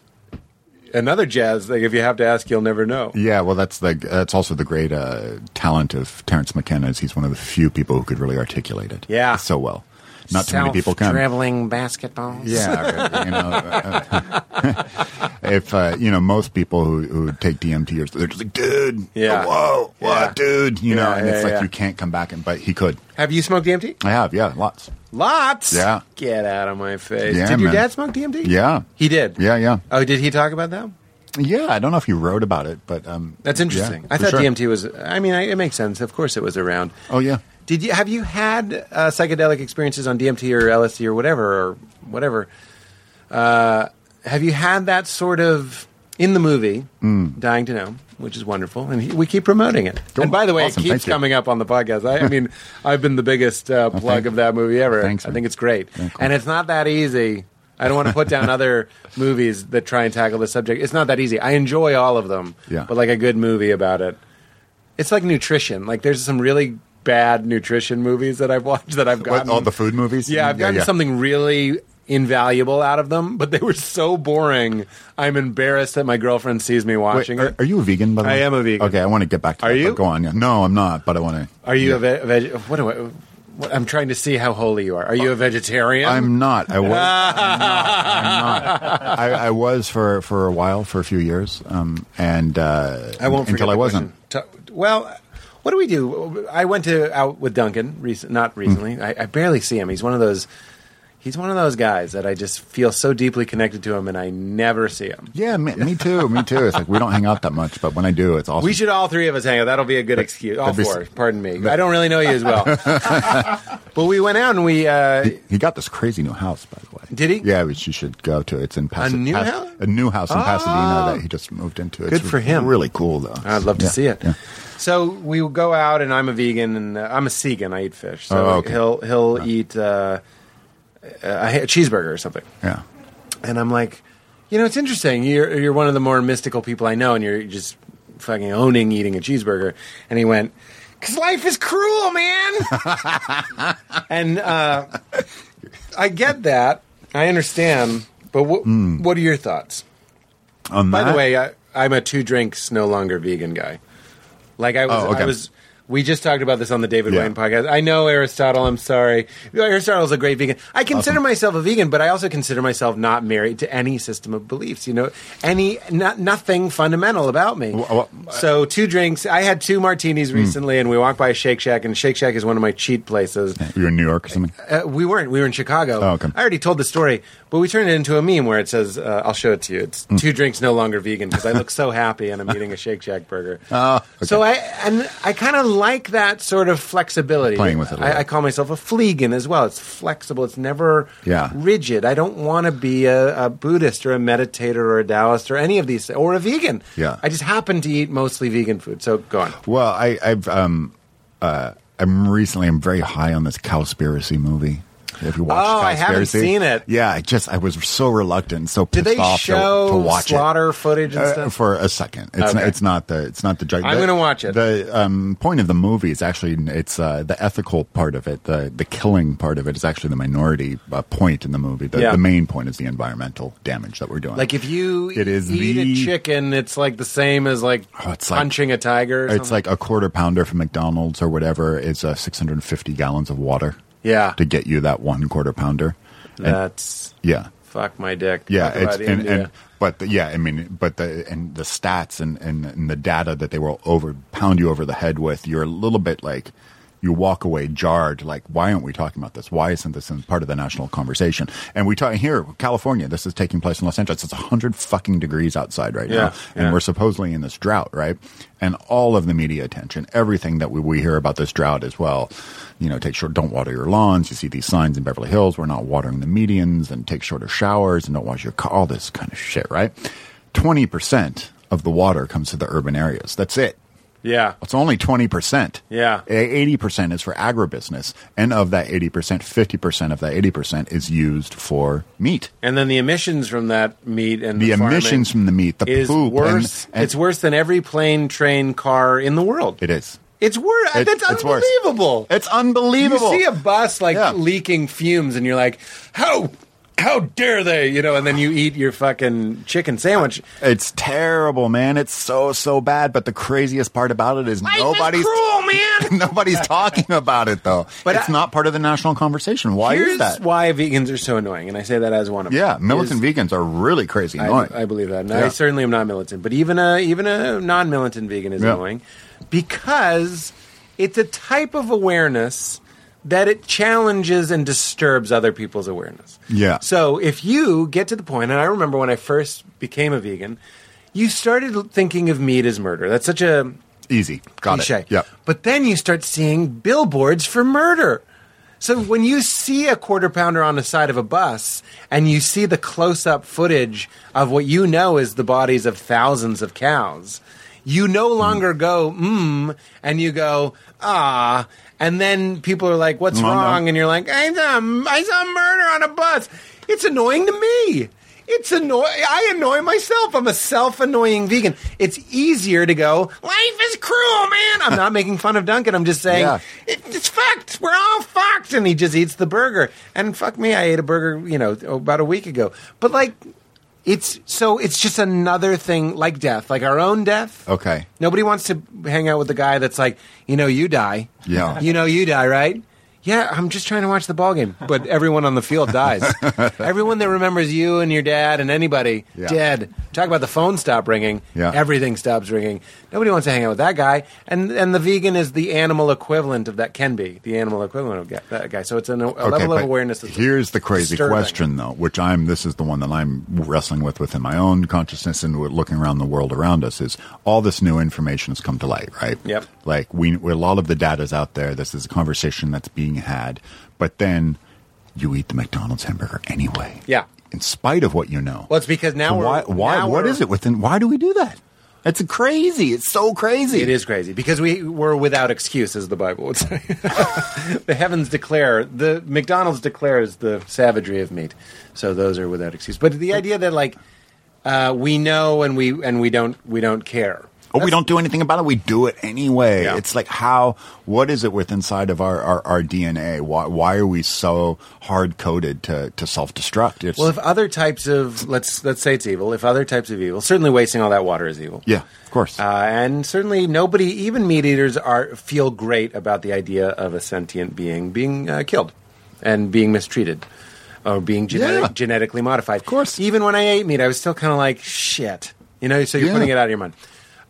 Speaker 6: another jazz thing. If you have to ask, you'll never know.
Speaker 3: Yeah, well, that's the that's also the great uh, talent of Terrence McKenna. Is he's one of the few people who could really articulate it.
Speaker 6: Yeah.
Speaker 3: so well. not too many people come.
Speaker 8: Dribbling basketballs.
Speaker 3: Yeah, right, you know, uh, if uh, you know most people who, who take DMT, or they're just like, dude,
Speaker 6: Yeah.
Speaker 3: whoa, what,
Speaker 6: Yeah.
Speaker 3: dude, you know,
Speaker 6: Yeah,
Speaker 3: and
Speaker 6: yeah,
Speaker 3: it's like
Speaker 6: yeah.
Speaker 3: you can't come back, and but he could.
Speaker 6: Have you smoked DMT?
Speaker 3: I have, yeah, lots.
Speaker 6: Lots.
Speaker 3: Yeah.
Speaker 6: Get out of my face.
Speaker 3: Yeah,
Speaker 6: did your
Speaker 3: man.
Speaker 6: dad smoke DMT?
Speaker 3: Yeah,
Speaker 6: He did.
Speaker 3: yeah, yeah,
Speaker 6: Oh, did he talk about that?
Speaker 3: yeah. I don't know if you wrote about it, but um,
Speaker 6: That's
Speaker 3: yeah,
Speaker 6: interesting. I
Speaker 3: for
Speaker 6: thought
Speaker 3: sure.
Speaker 6: DMT was. I mean, I, it makes sense. Of course, it was around.
Speaker 3: Oh yeah,
Speaker 6: Did you have you had uh, psychedelic experiences on DMT or LSD or whatever or whatever? Uh, have you had that sort of in the movie "Dying to Know," which is wonderful, and he, we keep promoting it.
Speaker 3: Mm. Cool.
Speaker 6: And by the way,
Speaker 3: Awesome.
Speaker 6: it keeps
Speaker 3: Thank you.
Speaker 6: coming up on the podcast. I, I mean, I've been the biggest uh, plug
Speaker 3: thank-
Speaker 6: of that movie ever.
Speaker 3: thanks,
Speaker 6: I
Speaker 3: man.
Speaker 6: think it's great,
Speaker 3: Yeah, cool.
Speaker 6: and it's not that easy. I don't want to put down other movies that try and tackle this subject. It's not that easy. I enjoy all of them,
Speaker 3: Yeah.
Speaker 6: but like a good movie about it it's like nutrition. Like there's some really bad nutrition movies that I've watched that I've
Speaker 3: what,
Speaker 6: gotten
Speaker 3: all the food movies.
Speaker 6: um, Yeah, I've gotten something really invaluable out of them, but they were so boring. I'm embarrassed that my girlfriend sees me
Speaker 3: Wait,
Speaker 6: watching
Speaker 3: are,
Speaker 6: it.
Speaker 3: are you a vegan? By the
Speaker 6: I
Speaker 3: way?
Speaker 6: am a vegan.
Speaker 3: Okay, I want to get back to.
Speaker 6: Are
Speaker 3: that, but
Speaker 6: you?
Speaker 3: Go on. Yeah. No, I'm not, but I want to.
Speaker 6: Are you a veg? What do I? What, I'm trying to see how holy you are. Are you a vegetarian?
Speaker 3: I'm not. I was. I'm not. I'm not. I, I was for, for a while, for a few years, um, and uh,
Speaker 6: I won't forget
Speaker 3: until I
Speaker 6: the
Speaker 3: wasn't.
Speaker 6: question. T- well, what do we do? I went to out with Duncan recent, not recently.
Speaker 3: Hmm.
Speaker 6: I, I barely see him. He's one of those. He's one of those guys that I just feel so deeply connected to him, and I never see him.
Speaker 3: Yeah, me, me too. Me too. It's like we don't hang out that much, but when I do, it's awesome.
Speaker 6: We should all three of us hang out. That'll be a good excuse. All
Speaker 3: that'd be-
Speaker 6: four. Pardon me. I don't really know you as well. but we went out and we. Uh,
Speaker 3: He, he got this crazy new house, by the way.
Speaker 6: Did he?
Speaker 3: Yeah, which you should go to. It's in Pasadena.
Speaker 6: new house?
Speaker 3: A new house in
Speaker 6: Ah.
Speaker 3: Pasadena that he just moved into. It's
Speaker 6: Good for him.
Speaker 3: Really cool, though.
Speaker 6: I'd love to
Speaker 3: Yeah,
Speaker 6: see it.
Speaker 3: yeah.
Speaker 6: So we will go out, and I'm a vegan, and uh, I'm a vegan. I eat fish. So
Speaker 3: Oh, okay.
Speaker 6: he'll he'll eat uh, a, a cheeseburger or something.
Speaker 3: Yeah.
Speaker 6: and I'm like, you know, it's interesting. You're you're one of the more mystical people I know, and you're just fucking owning eating a cheeseburger. And he went, "Cause life is cruel, man." and uh, I get that. I understand. But wh- what are your thoughts?
Speaker 3: Hmm. On
Speaker 6: By
Speaker 3: that,
Speaker 6: the way, I, I'm a two drinks no longer vegan guy. Like I was,
Speaker 3: Oh, okay.
Speaker 6: I was. We just talked about this on the David
Speaker 3: Yeah.
Speaker 6: Wayne podcast. I know Aristotle. I'm sorry. Aristotle's a great vegan. I consider myself a vegan, but I also consider myself not married to any system of beliefs. You know, any not, nothing fundamental about me.
Speaker 3: Wha- wha-
Speaker 6: so two drinks. I had two martinis recently, and we walked by a Shake Shack, and Shake Shack is one of my cheat places.
Speaker 3: you're in New York or something.
Speaker 6: Uh, we weren't. We were in Chicago.
Speaker 3: Oh, okay.
Speaker 6: I already told the story, but we turned it into a meme where it says, uh, "I'll show it to you." It's
Speaker 3: Mm.
Speaker 6: two drinks, no longer vegan, because I look so happy and I'm eating a Shake Shack burger.
Speaker 3: Oh, okay.
Speaker 6: So I and I kind of like that sort of flexibility.
Speaker 3: Playing with it a
Speaker 6: I,
Speaker 3: little.
Speaker 6: I call myself a fleegan as well. It's flexible. It's never
Speaker 3: Yeah.
Speaker 6: rigid. I don't want to be a, a Buddhist or a meditator or a Taoist or any of these or a vegan.
Speaker 3: Yeah.
Speaker 6: I just happen to eat mostly vegan food. So go on.
Speaker 3: Well, I, I've um, uh, I'm recently I'm very high on this cowspiracy movie. Have you watched?
Speaker 6: Oh, I haven't
Speaker 3: Cowspiracy?
Speaker 6: seen it.
Speaker 3: Yeah, I just I was so reluctant, so
Speaker 6: Did
Speaker 3: pissed
Speaker 6: they
Speaker 3: off to-
Speaker 6: show
Speaker 3: to, watch
Speaker 6: slaughter footage
Speaker 3: it
Speaker 6: and
Speaker 3: Uh,
Speaker 6: stuff?
Speaker 3: for a second. It's
Speaker 6: Okay.
Speaker 3: not, it's not the it's not the. giant-
Speaker 6: I'm
Speaker 3: the-
Speaker 6: gonna watch it.
Speaker 3: The um, point of the movie is actually it's uh, the ethical part of it. The the killing part of it is actually the minority uh, point in the movie. The,
Speaker 6: Yeah.
Speaker 3: the main point is the environmental damage that we're doing.
Speaker 6: Like if you
Speaker 3: It is
Speaker 6: eat a
Speaker 3: the-
Speaker 6: chicken, it's like the same as like,
Speaker 3: Oh, it's like-
Speaker 6: punching a tiger. Or
Speaker 3: It's
Speaker 6: something.
Speaker 3: like a quarter pounder from McDonald's or whatever is uh, 650 gallons of water.
Speaker 6: Yeah.
Speaker 3: To get you that one quarter pounder. And-
Speaker 6: that's
Speaker 3: yeah.
Speaker 6: fuck my dick.
Speaker 3: Yeah.
Speaker 6: Talk
Speaker 3: It's,
Speaker 6: about
Speaker 3: and,
Speaker 6: India.
Speaker 3: and, but the, yeah, I mean, but the, and the stats and, and, and the data that they will over pound you over the head with, you're a little bit like, you walk away jarred, like, why aren't we talking about this? Why isn't this in part of the national conversation? And we talk here, California, this is taking place in Los Angeles. It's 100 fucking degrees outside right
Speaker 6: Yeah,
Speaker 3: now. And
Speaker 6: yeah.
Speaker 3: we're supposedly in this drought, right? And all of the media attention, everything that we, we hear about this drought as well, you know, take short, don't water your lawns. You see these signs in Beverly Hills, we're not watering the medians and take shorter showers and don't wash your car, all this kind of shit, right? 20% of the water comes to the urban areas. That's it.
Speaker 6: yeah,
Speaker 3: It's only 20%.
Speaker 6: Yeah.
Speaker 3: A- 80% is for agribusiness. And of that 80%, 50% of that 80% is used for meat.
Speaker 6: and then the emissions from that meat and
Speaker 3: The
Speaker 6: farming
Speaker 3: emissions from the meat, the
Speaker 6: is
Speaker 3: poop. and-
Speaker 6: worse.
Speaker 3: and-
Speaker 6: it's worse than every plane, train, car in the world.
Speaker 3: It is.
Speaker 6: It's worse.
Speaker 3: It-
Speaker 6: that's
Speaker 3: it's worse.
Speaker 6: unbelievable.
Speaker 3: It's unbelievable.
Speaker 6: You see a bus like
Speaker 3: Yeah.
Speaker 6: leaking fumes, and you're like, "How how dare they? You know, and then you eat your fucking chicken sandwich.
Speaker 3: It's terrible, man. It's so so bad. But the craziest part about it is nobody's
Speaker 6: cruel, man.
Speaker 3: nobody's talking about it though.
Speaker 6: But
Speaker 3: But it's
Speaker 6: I-
Speaker 3: not part of the national conversation. Why
Speaker 6: Here's
Speaker 3: is that?
Speaker 6: why vegans are so annoying, and I say that as one of
Speaker 3: yeah,
Speaker 6: them. is-
Speaker 3: militant vegans are really crazy annoying.
Speaker 6: I, I believe that. And I
Speaker 3: Yeah.
Speaker 6: certainly am not militant, but even a even a non militant vegan is
Speaker 3: Yeah.
Speaker 6: annoying because it's a type of awareness that it challenges and disturbs other people's awareness.
Speaker 3: Yeah.
Speaker 6: So if you get to the point, and I remember when I first became a vegan, you started thinking of meat as murder. That's such a
Speaker 3: Easy, got
Speaker 6: cliche.
Speaker 3: it. Yeah,
Speaker 6: But then you start seeing billboards for murder. So when you see a quarter pounder on the side of a bus and you see the close up footage of what you know is the bodies of thousands of cows, you no
Speaker 3: Hmm.
Speaker 6: longer go, mmm, and you go, ah. And then people are like, what's
Speaker 3: No, no.
Speaker 6: wrong? And you're like, I saw, I saw murder on a bus. It's annoying to me. It's annoy. I annoy myself. I'm a self-annoying vegan. It's easier to go. Life is cruel, man. I'm not making fun of Duncan. I'm just saying
Speaker 3: Yeah.
Speaker 6: "It- it's fucked. We're all fucked. And he just eats the burger. And fuck me, I ate a burger, you know, about a week ago. But like, it's so it's just another thing like death, like our own death.
Speaker 3: Okay.
Speaker 6: Nobody wants to hang out with the guy that's like, you know, you die.
Speaker 3: Yeah.
Speaker 6: You know, you die, right? Yeah, I'm just trying to watch the ball game, but everyone on the field dies. everyone that remembers you and your dad and anybody
Speaker 3: Yeah.
Speaker 6: dead. Talk about the phone stop ringing.
Speaker 3: Yeah.
Speaker 6: Everything stops ringing. Nobody wants to hang out with that guy. And and the vegan is the animal equivalga of that can be the animal equivalent of ga- that guy. So it's an, a level of
Speaker 3: but
Speaker 6: awareness. That's
Speaker 3: Here's the crazy
Speaker 6: disturbing.
Speaker 3: question, though, which I'm. This is the one that I'm wrestling with within my own consciousness and with looking around the world around us. Is all this new information has come to light, right?
Speaker 6: Yep.
Speaker 3: Like we, a lot of the data's out there. This is a conversation that's being had, but then you eat the McDonald's hamburger anyway.
Speaker 6: Yeah.
Speaker 3: In spite of what you know.
Speaker 6: Well, it's because now
Speaker 3: So
Speaker 6: we're
Speaker 3: why? Why?
Speaker 6: now
Speaker 3: what
Speaker 6: we're-
Speaker 3: is it within? Why do we do that? It's crazy. It's so crazy.
Speaker 6: It is crazy because we were without excuse, as the Bible would say. the heavens declare, the McDonald's declares the savagery of meat. So those are without excuse. But the idea that like uh, we know and we and we don't we don't care.
Speaker 3: Oh, we don't do anything about it. We do it anyway.
Speaker 6: Yeah.
Speaker 3: It's like how, what is it with inside of our, our, our DNA? Why, why are we so hard coded to, to self destruct? It's
Speaker 6: Well, if other types of let's let's say it's evil. If other types of evil, certainly wasting all that water is evil.
Speaker 3: yeah, of course.
Speaker 6: Uh, and certainly, nobody, even meat eaters, are feel great about the idea of a sentient being being uh, killed and being mistreated or being genetic,
Speaker 3: Yeah.
Speaker 6: genetically modified. Of
Speaker 3: course.
Speaker 6: Even when I ate meat, I was still kind of like, shit. You know, so you're
Speaker 3: Yeah.
Speaker 6: putting it out of your mind.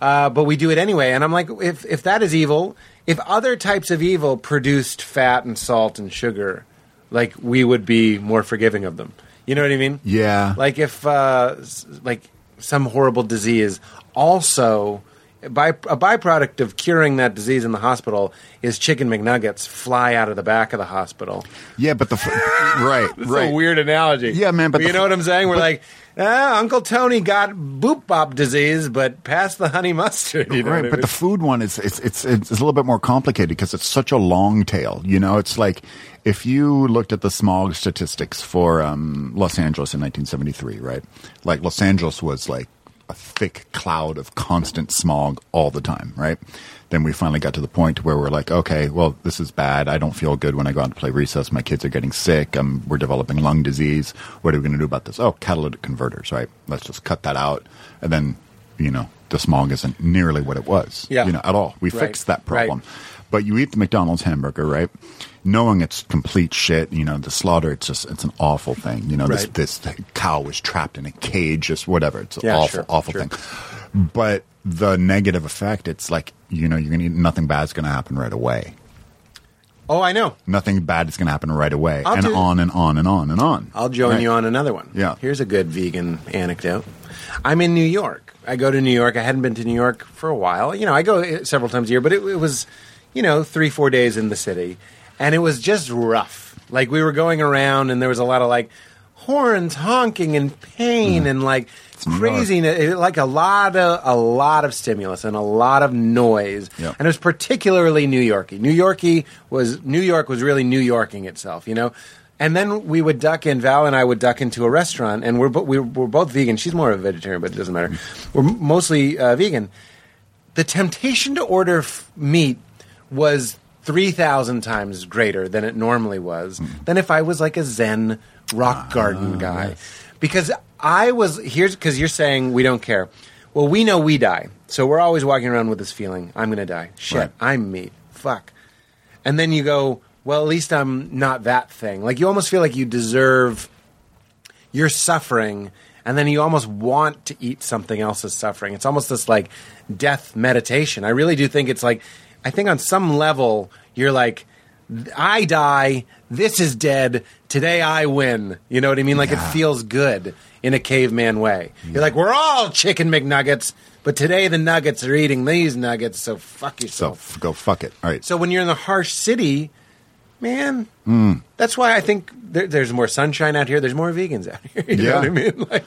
Speaker 6: Uh, but we do it anyway. And I'm like, if, if that is evil, if other types of evil produced fat and salt and sugar, like, we would be more forgiving of them. You know what I mean?
Speaker 3: Yeah.
Speaker 6: Like if uh, s- like some horrible disease also by a byproduct of curing that disease in the hospital is chicken McNuggets fly out of the back of the hospital.
Speaker 3: yeah, but the, f- right,
Speaker 6: It's
Speaker 3: right.
Speaker 6: a weird analogy.
Speaker 3: Yeah, man, but
Speaker 6: you
Speaker 3: the-
Speaker 6: know what I'm saying? We're
Speaker 3: but-
Speaker 6: like, ah, Uncle Tony got boop bop disease, but passed the honey mustard. You know
Speaker 3: right,
Speaker 6: what I
Speaker 3: but
Speaker 6: mean?
Speaker 3: the food one is it's it's it's a little bit more complicated because it's such a long tail. You know, it's like if you looked at the smog statistics for um, Los Angeles in 1973, right? Like Los Angeles was like a thick cloud of constant smog all the time, right? Then we finally got to the point where we're like, okay, well, this is bad. I don't feel good when I go out to play recess. My kids are getting sick. Um, we're developing lung disease. What are we going to do about this? Oh, catalytic converters, right? Let's just cut that out. And then you know the smog isn't nearly what it was
Speaker 6: Yeah.
Speaker 3: you know at all we
Speaker 6: Right.
Speaker 3: fixed that problem
Speaker 6: Right.
Speaker 3: but you eat the mcdonald's hamburger right knowing it's complete shit you know the slaughter it's just it's an awful thing you know
Speaker 6: Right.
Speaker 3: this this cow was trapped in a cage just whatever it's an
Speaker 6: Yeah,
Speaker 3: awful
Speaker 6: sure,
Speaker 3: awful
Speaker 6: sure.
Speaker 3: thing but the negative effect it's like you know you're gonna eat nothing bad's gonna happen right away
Speaker 6: oh, I know.
Speaker 3: nothing bad is gonna happen right away
Speaker 6: I'll
Speaker 3: and
Speaker 6: do-
Speaker 3: on and on and on and on
Speaker 6: I'll join
Speaker 3: Right.
Speaker 6: you on another one.
Speaker 3: Yeah.
Speaker 6: Here's a good vegan anecdote. I'm in New York. I go to New York. I hadn't been to New York for a while. You know, I go eh, several times a year, but it, it was, you know, three, four days in the city. And it was just rough. Like, we were going around, and there was a lot of like horns honking and
Speaker 3: Mm-hmm.
Speaker 6: pain and like
Speaker 3: New York.
Speaker 6: craziness, It- like a lot of a lot of stimulus and a lot of noise.
Speaker 3: Yeah.
Speaker 6: And it was particularly New Yorky. New Yorky was New York was really New Yorking itself, you know. And then we would duck in. Val and I would duck into a restaurant, and we're bo- we we're both vegan. She's more of a vegetarian, but it doesn't matter. We're m- mostly uh, vegan. The temptation to order f- meat was three thousand times greater than it normally was. Than if I was like a Zen rock garden guy. Because I was here's because you're saying we don't care. Well, we know we die, so we're always walking around with this feeling: I'm going to die. Shit,
Speaker 3: Right.
Speaker 6: I'm me. Fuck. And then you go, well, at least I'm not that thing. Like you almost feel like you deserve you're suffering and then you almost want to eat something else's suffering it's almost this like death meditation i really do think it's like i think on some level you're like i die this is dead today i win you know what i mean like it feels good in a caveman way you're like we're all chicken mcnuggets but today the nuggets are eating these nuggets so fuck
Speaker 3: So
Speaker 6: yourself
Speaker 3: f- go fuck it. All right.
Speaker 6: so when you're in the harsh city, man,
Speaker 3: Hmm.
Speaker 6: that's why I think there, there's more sunshine out here. There's more vegans out here. You know
Speaker 3: Yeah.
Speaker 6: what I mean? Like,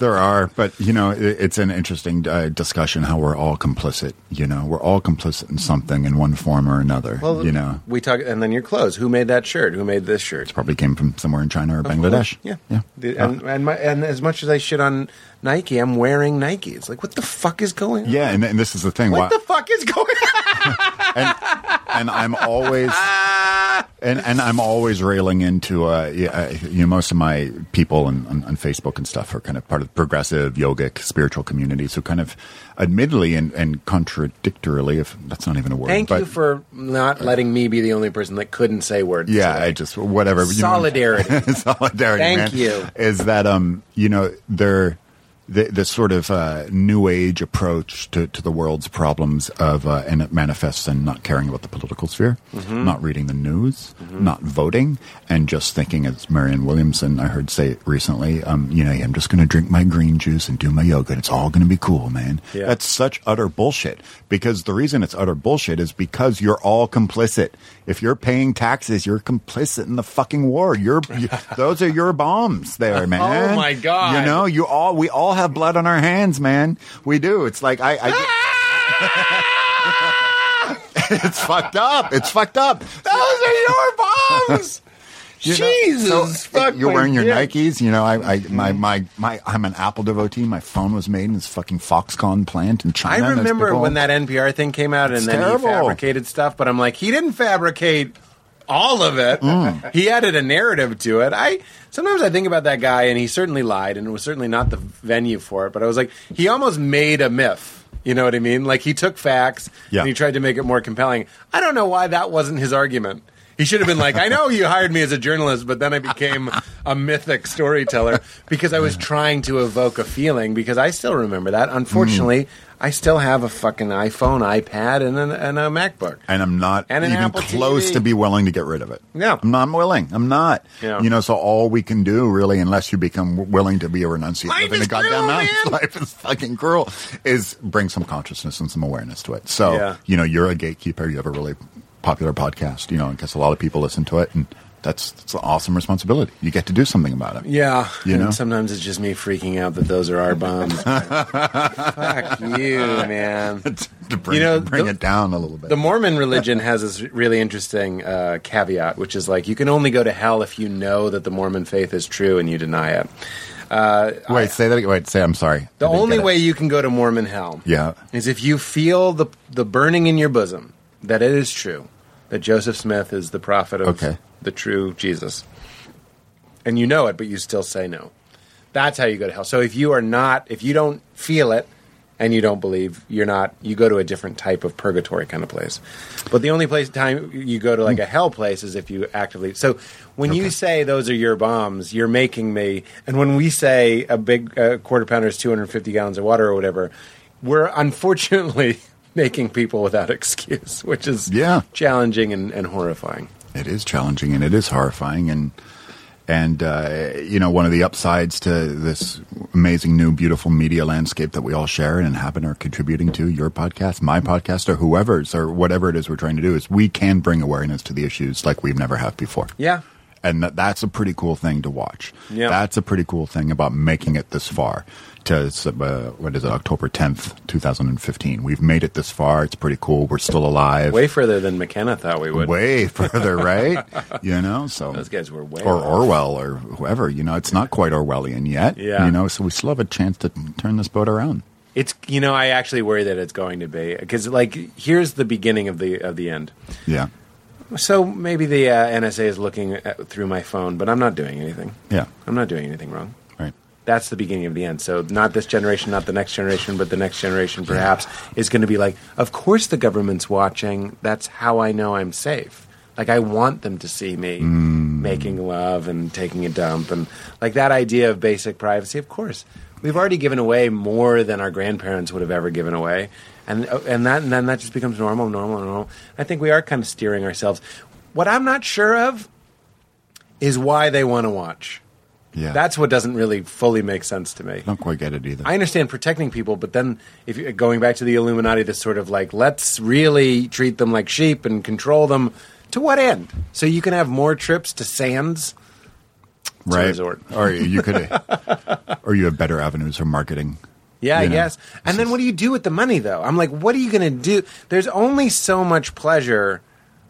Speaker 3: There are, but you know, it, it's an interesting uh, discussion how we're all complicit. You know, we're all complicit in something in one form or another. you know,
Speaker 6: we talk, and then your clothes. Who made that shirt? Who made this shirt?
Speaker 3: probably came from somewhere in China or Bangladesh.
Speaker 6: Yeah,
Speaker 3: yeah.
Speaker 6: The- and and, my, and as much as I shit on Nike, I'm wearing Nike. It's like, what the fuck is going on?
Speaker 3: Yeah, and, and this is the thing.
Speaker 6: What
Speaker 3: Why,
Speaker 6: the fuck is going on?
Speaker 3: and, and I'm always and and I'm always railing into uh, yeah, uh, you know most of my people on, on, on Facebook and stuff are kind of part of progressive yogic spiritual communities who kind of admittedly and, and contradictorily if that's not even a word
Speaker 6: Thank
Speaker 3: but
Speaker 6: you for not letting me be the only person that couldn't say words.
Speaker 3: yeah
Speaker 6: today.
Speaker 3: I just whatever you know.
Speaker 6: solidarity.
Speaker 3: solidarity
Speaker 6: Thank
Speaker 3: man,
Speaker 6: you.
Speaker 3: is that um you know they're the, the sort of uh, new age approach to, to the world's problems of uh, and it manifests in not caring about the political sphere,
Speaker 6: Mm-hmm.
Speaker 3: not reading the news, not voting, and just thinking, as Marianne Williamson I heard say recently, um, you know, "Yeah, I'm just going to drink my green juice and do my yoga, and it's all going to be cool, man.
Speaker 6: Yeah.
Speaker 3: That's such utter bullshit. Because the reason it's utter bullshit is because you're all complicit. If you're paying taxes, you're complicit in the fucking war. You're you, those are your bombs, there, man.
Speaker 6: Oh my God.
Speaker 3: You know, know, you all we all have blood on our hands, man. We do. It's like I. I
Speaker 6: Ah!
Speaker 3: it's fucked up. It's fucked up.
Speaker 6: those are your bombs.
Speaker 3: You know,
Speaker 6: Jesus,
Speaker 3: so eh,
Speaker 6: fuck
Speaker 3: You're
Speaker 6: my
Speaker 3: wearing your
Speaker 6: dick.
Speaker 3: Nikes. You know, I, I my, my, my, I'm an Apple devotee. My phone was made in this fucking Foxconn plant in
Speaker 6: I
Speaker 3: China. and those
Speaker 6: remember
Speaker 3: big
Speaker 6: when
Speaker 3: old-
Speaker 6: that NPR thing came out, and
Speaker 3: It's
Speaker 6: then
Speaker 3: terrible.
Speaker 6: he fabricated stuff. But I'm like, he didn't fabricate all of it.
Speaker 3: Mm.
Speaker 6: he added a narrative to it. I sometimes I think about that guy, and he certainly lied, and it was certainly not the venue for it. But I was like, he almost made a myth. You know what I mean? Like he took facts
Speaker 3: Yeah.
Speaker 6: and he tried to make it more compelling. I don't know why that wasn't his argument. He should have been like, I know you hired me as a journalist, but then I became a mythic storyteller because I was trying to evoke a feeling because I still remember that.
Speaker 3: Mm.
Speaker 6: Unfortunately, I still have a fucking iPhone, iPad, and a, and a MacBook.
Speaker 3: and I'm not
Speaker 6: And an
Speaker 3: even
Speaker 6: Apple
Speaker 3: close
Speaker 6: TV.
Speaker 3: to be willing to get rid of it.
Speaker 6: Yeah.
Speaker 3: I'm not willing. I'm not.
Speaker 6: Yeah.
Speaker 3: You know, so all we can do really, unless you become w- willing to be a renunciate,
Speaker 6: Life
Speaker 3: live in
Speaker 6: is
Speaker 3: the goddamn
Speaker 6: cruel,
Speaker 3: mountains,
Speaker 6: man.
Speaker 3: life is fucking cruel, is bring some consciousness and some awareness to it. So,
Speaker 6: Yeah.
Speaker 3: you know, you're a gatekeeper. You have a really popular podcast, you know, I guess a lot of people listen to it. And that's, that's an awesome responsibility. You get to do something about it.
Speaker 6: Yeah,
Speaker 3: You
Speaker 6: and
Speaker 3: know?
Speaker 6: sometimes it's just me freaking out that those are our bombs. Fuck you, man.
Speaker 3: to bring,
Speaker 6: You know,
Speaker 3: bring
Speaker 6: the-
Speaker 3: it down a little bit.
Speaker 6: The Mormon religion has this really interesting uh, caveat, which is like you can only go to hell if you know that the Mormon faith is true and you deny it. Uh,
Speaker 3: wait, say that. Wait, say, I'm sorry.
Speaker 6: the
Speaker 3: I didn't
Speaker 6: only
Speaker 3: get it.
Speaker 6: way you can go to Mormon hell
Speaker 3: Yeah.
Speaker 6: is if you feel the the burning in your bosom that it is true that Joseph Smith is the prophet of
Speaker 3: Okay.
Speaker 6: the true Jesus, and you know it, but you still say no. That's how you go to hell. So if you are not, if you don't feel it, and you don't believe, you're not. You go to a different type of purgatory kind of place. But the only place time you go to like a hell place is if you actively. So when you say those are your bombs, you're making me. And when we say a big uh, quarter pounder is 250 gallons of water or whatever, we're unfortunately making people without excuse, which is
Speaker 3: Yeah.
Speaker 6: challenging and, and horrifying.
Speaker 3: it is challenging and it is horrifying and and uh, you know one of the upsides to this amazing new beautiful media landscape that we all share and inhabit or contributing to your podcast my podcast or whoever's or whatever it is we're trying to do is we can bring awareness to the issues like we've never have before
Speaker 6: Yeah.
Speaker 3: and that, that's a pretty cool thing to watch.
Speaker 6: Yeah.
Speaker 3: That's a pretty cool thing about making it this far to uh, what is it, October 10th, 2015. We've made it this far. It's pretty cool. We're still alive
Speaker 6: Way further than McKenna thought we would.
Speaker 3: way further, right? you know, so
Speaker 6: Those guys were way
Speaker 3: or
Speaker 6: off.
Speaker 3: Orwell or whoever. You know, it's not quite Orwellian yet.
Speaker 6: Yeah.
Speaker 3: you know, so we still have a chance to turn this boat around.
Speaker 6: It's you know I actually worry that it's going to be because like here's the beginning of the of the end.
Speaker 3: Yeah,
Speaker 6: So maybe the uh, NSA is looking at, through my phone, but I'm not doing anything.
Speaker 3: Yeah.
Speaker 6: I'm not doing anything wrong.
Speaker 3: Right.
Speaker 6: That's the beginning of the end. So not this generation, not the next generation, but the next generation perhaps is going to be like, of course the government's watching. That's how I know I'm safe. Like I want them to see me making love and taking a dump and like that idea of basic privacy. Of course, we've already given away more than our grandparents would have ever given away, and oh, and that and then that just becomes normal, normal, normal. I think we are kind of steering ourselves. What I'm not sure of is why they want to watch.
Speaker 3: Yeah.
Speaker 6: That's what doesn't really fully make sense to me.
Speaker 3: I don't quite get it either.
Speaker 6: I understand protecting people, but then if you, going back to the Illuminati, this sort of like let's really treat them like sheep and control them to what end? So you can have more trips to Sands. a
Speaker 3: right.
Speaker 6: resort.
Speaker 3: or you could, or you have better avenues for marketing.
Speaker 6: Yeah,
Speaker 3: You
Speaker 6: I
Speaker 3: know,
Speaker 6: guess. And then what do you do with the money though? I'm like, what are you going to do? There's only so much pleasure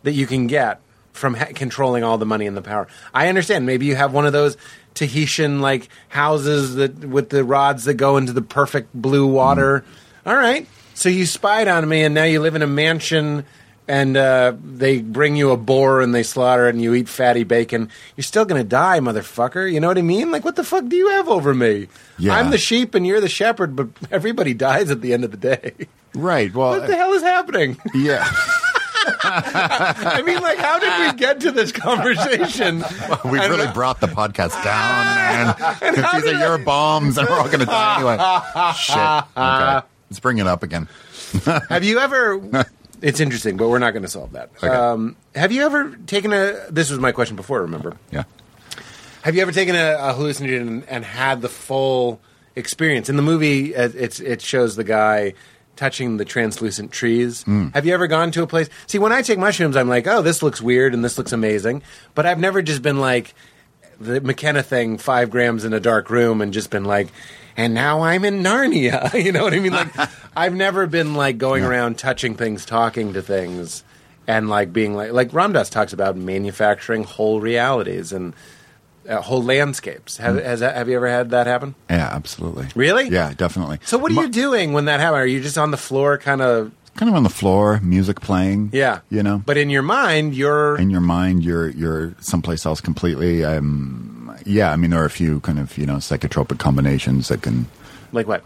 Speaker 6: that you can get from ha- controlling all the money and the power. I understand. Maybe you have one of those Tahitian like houses that with the rods that go into the perfect blue water.
Speaker 3: Mm-hmm.
Speaker 6: All right. So you spied on me, and now you live in a mansion. And uh, they bring you a boar and they slaughter it and you eat fatty bacon. You're still gonna die, motherfucker. You know what I mean? Like, what the fuck do you have over me?
Speaker 3: Yeah.
Speaker 6: I'm the sheep and you're the shepherd, but everybody dies at the end of the day.
Speaker 3: Right. Well, uh,
Speaker 6: What the hell is happening?
Speaker 3: yeah.
Speaker 6: I mean, like, how did we get to this conversation?
Speaker 3: We
Speaker 6: And-
Speaker 3: really brought the podcast down, man. 'Cause
Speaker 6: how
Speaker 3: these
Speaker 6: did
Speaker 3: are your
Speaker 6: I-
Speaker 3: bombs, and we're all going to die anyway. Shit. Okay. Let's bring it up again.
Speaker 6: have you ever? It's interesting, but we're not going to solve that.
Speaker 3: Okay.
Speaker 6: Um, have you ever taken a? This was my question before. Remember?
Speaker 3: Yeah.
Speaker 6: Have you ever taken a, a hallucinogen and, and had the full experience? In the movie, uh, it's, it shows the guy touching the translucent trees. Have you ever gone to a place? See, when I take mushrooms, I'm like, oh, this looks weird and this looks amazing. But I've never just been like the McKenna thing, five grams in a dark room, and just been like, and now I'm in Narnia. you know what I mean? Like, I've never been like going around touching things, talking to things. And like being like like Ramdas talks about manufacturing whole realities and uh, whole landscapes.
Speaker 3: Hmm.
Speaker 6: Have, has that, have you ever had that happen?
Speaker 3: Yeah, absolutely.
Speaker 6: Really?
Speaker 3: Yeah, definitely.
Speaker 6: So what are you doing when that happens? Are you just on the floor, kind of?
Speaker 3: Kind of on the floor, music playing.
Speaker 6: Yeah,
Speaker 3: You know?
Speaker 6: But in your mind, you're
Speaker 3: in your mind you're you're someplace else completely um yeah i mean there are a few kind of you know psychotropic combinations that can
Speaker 6: like what?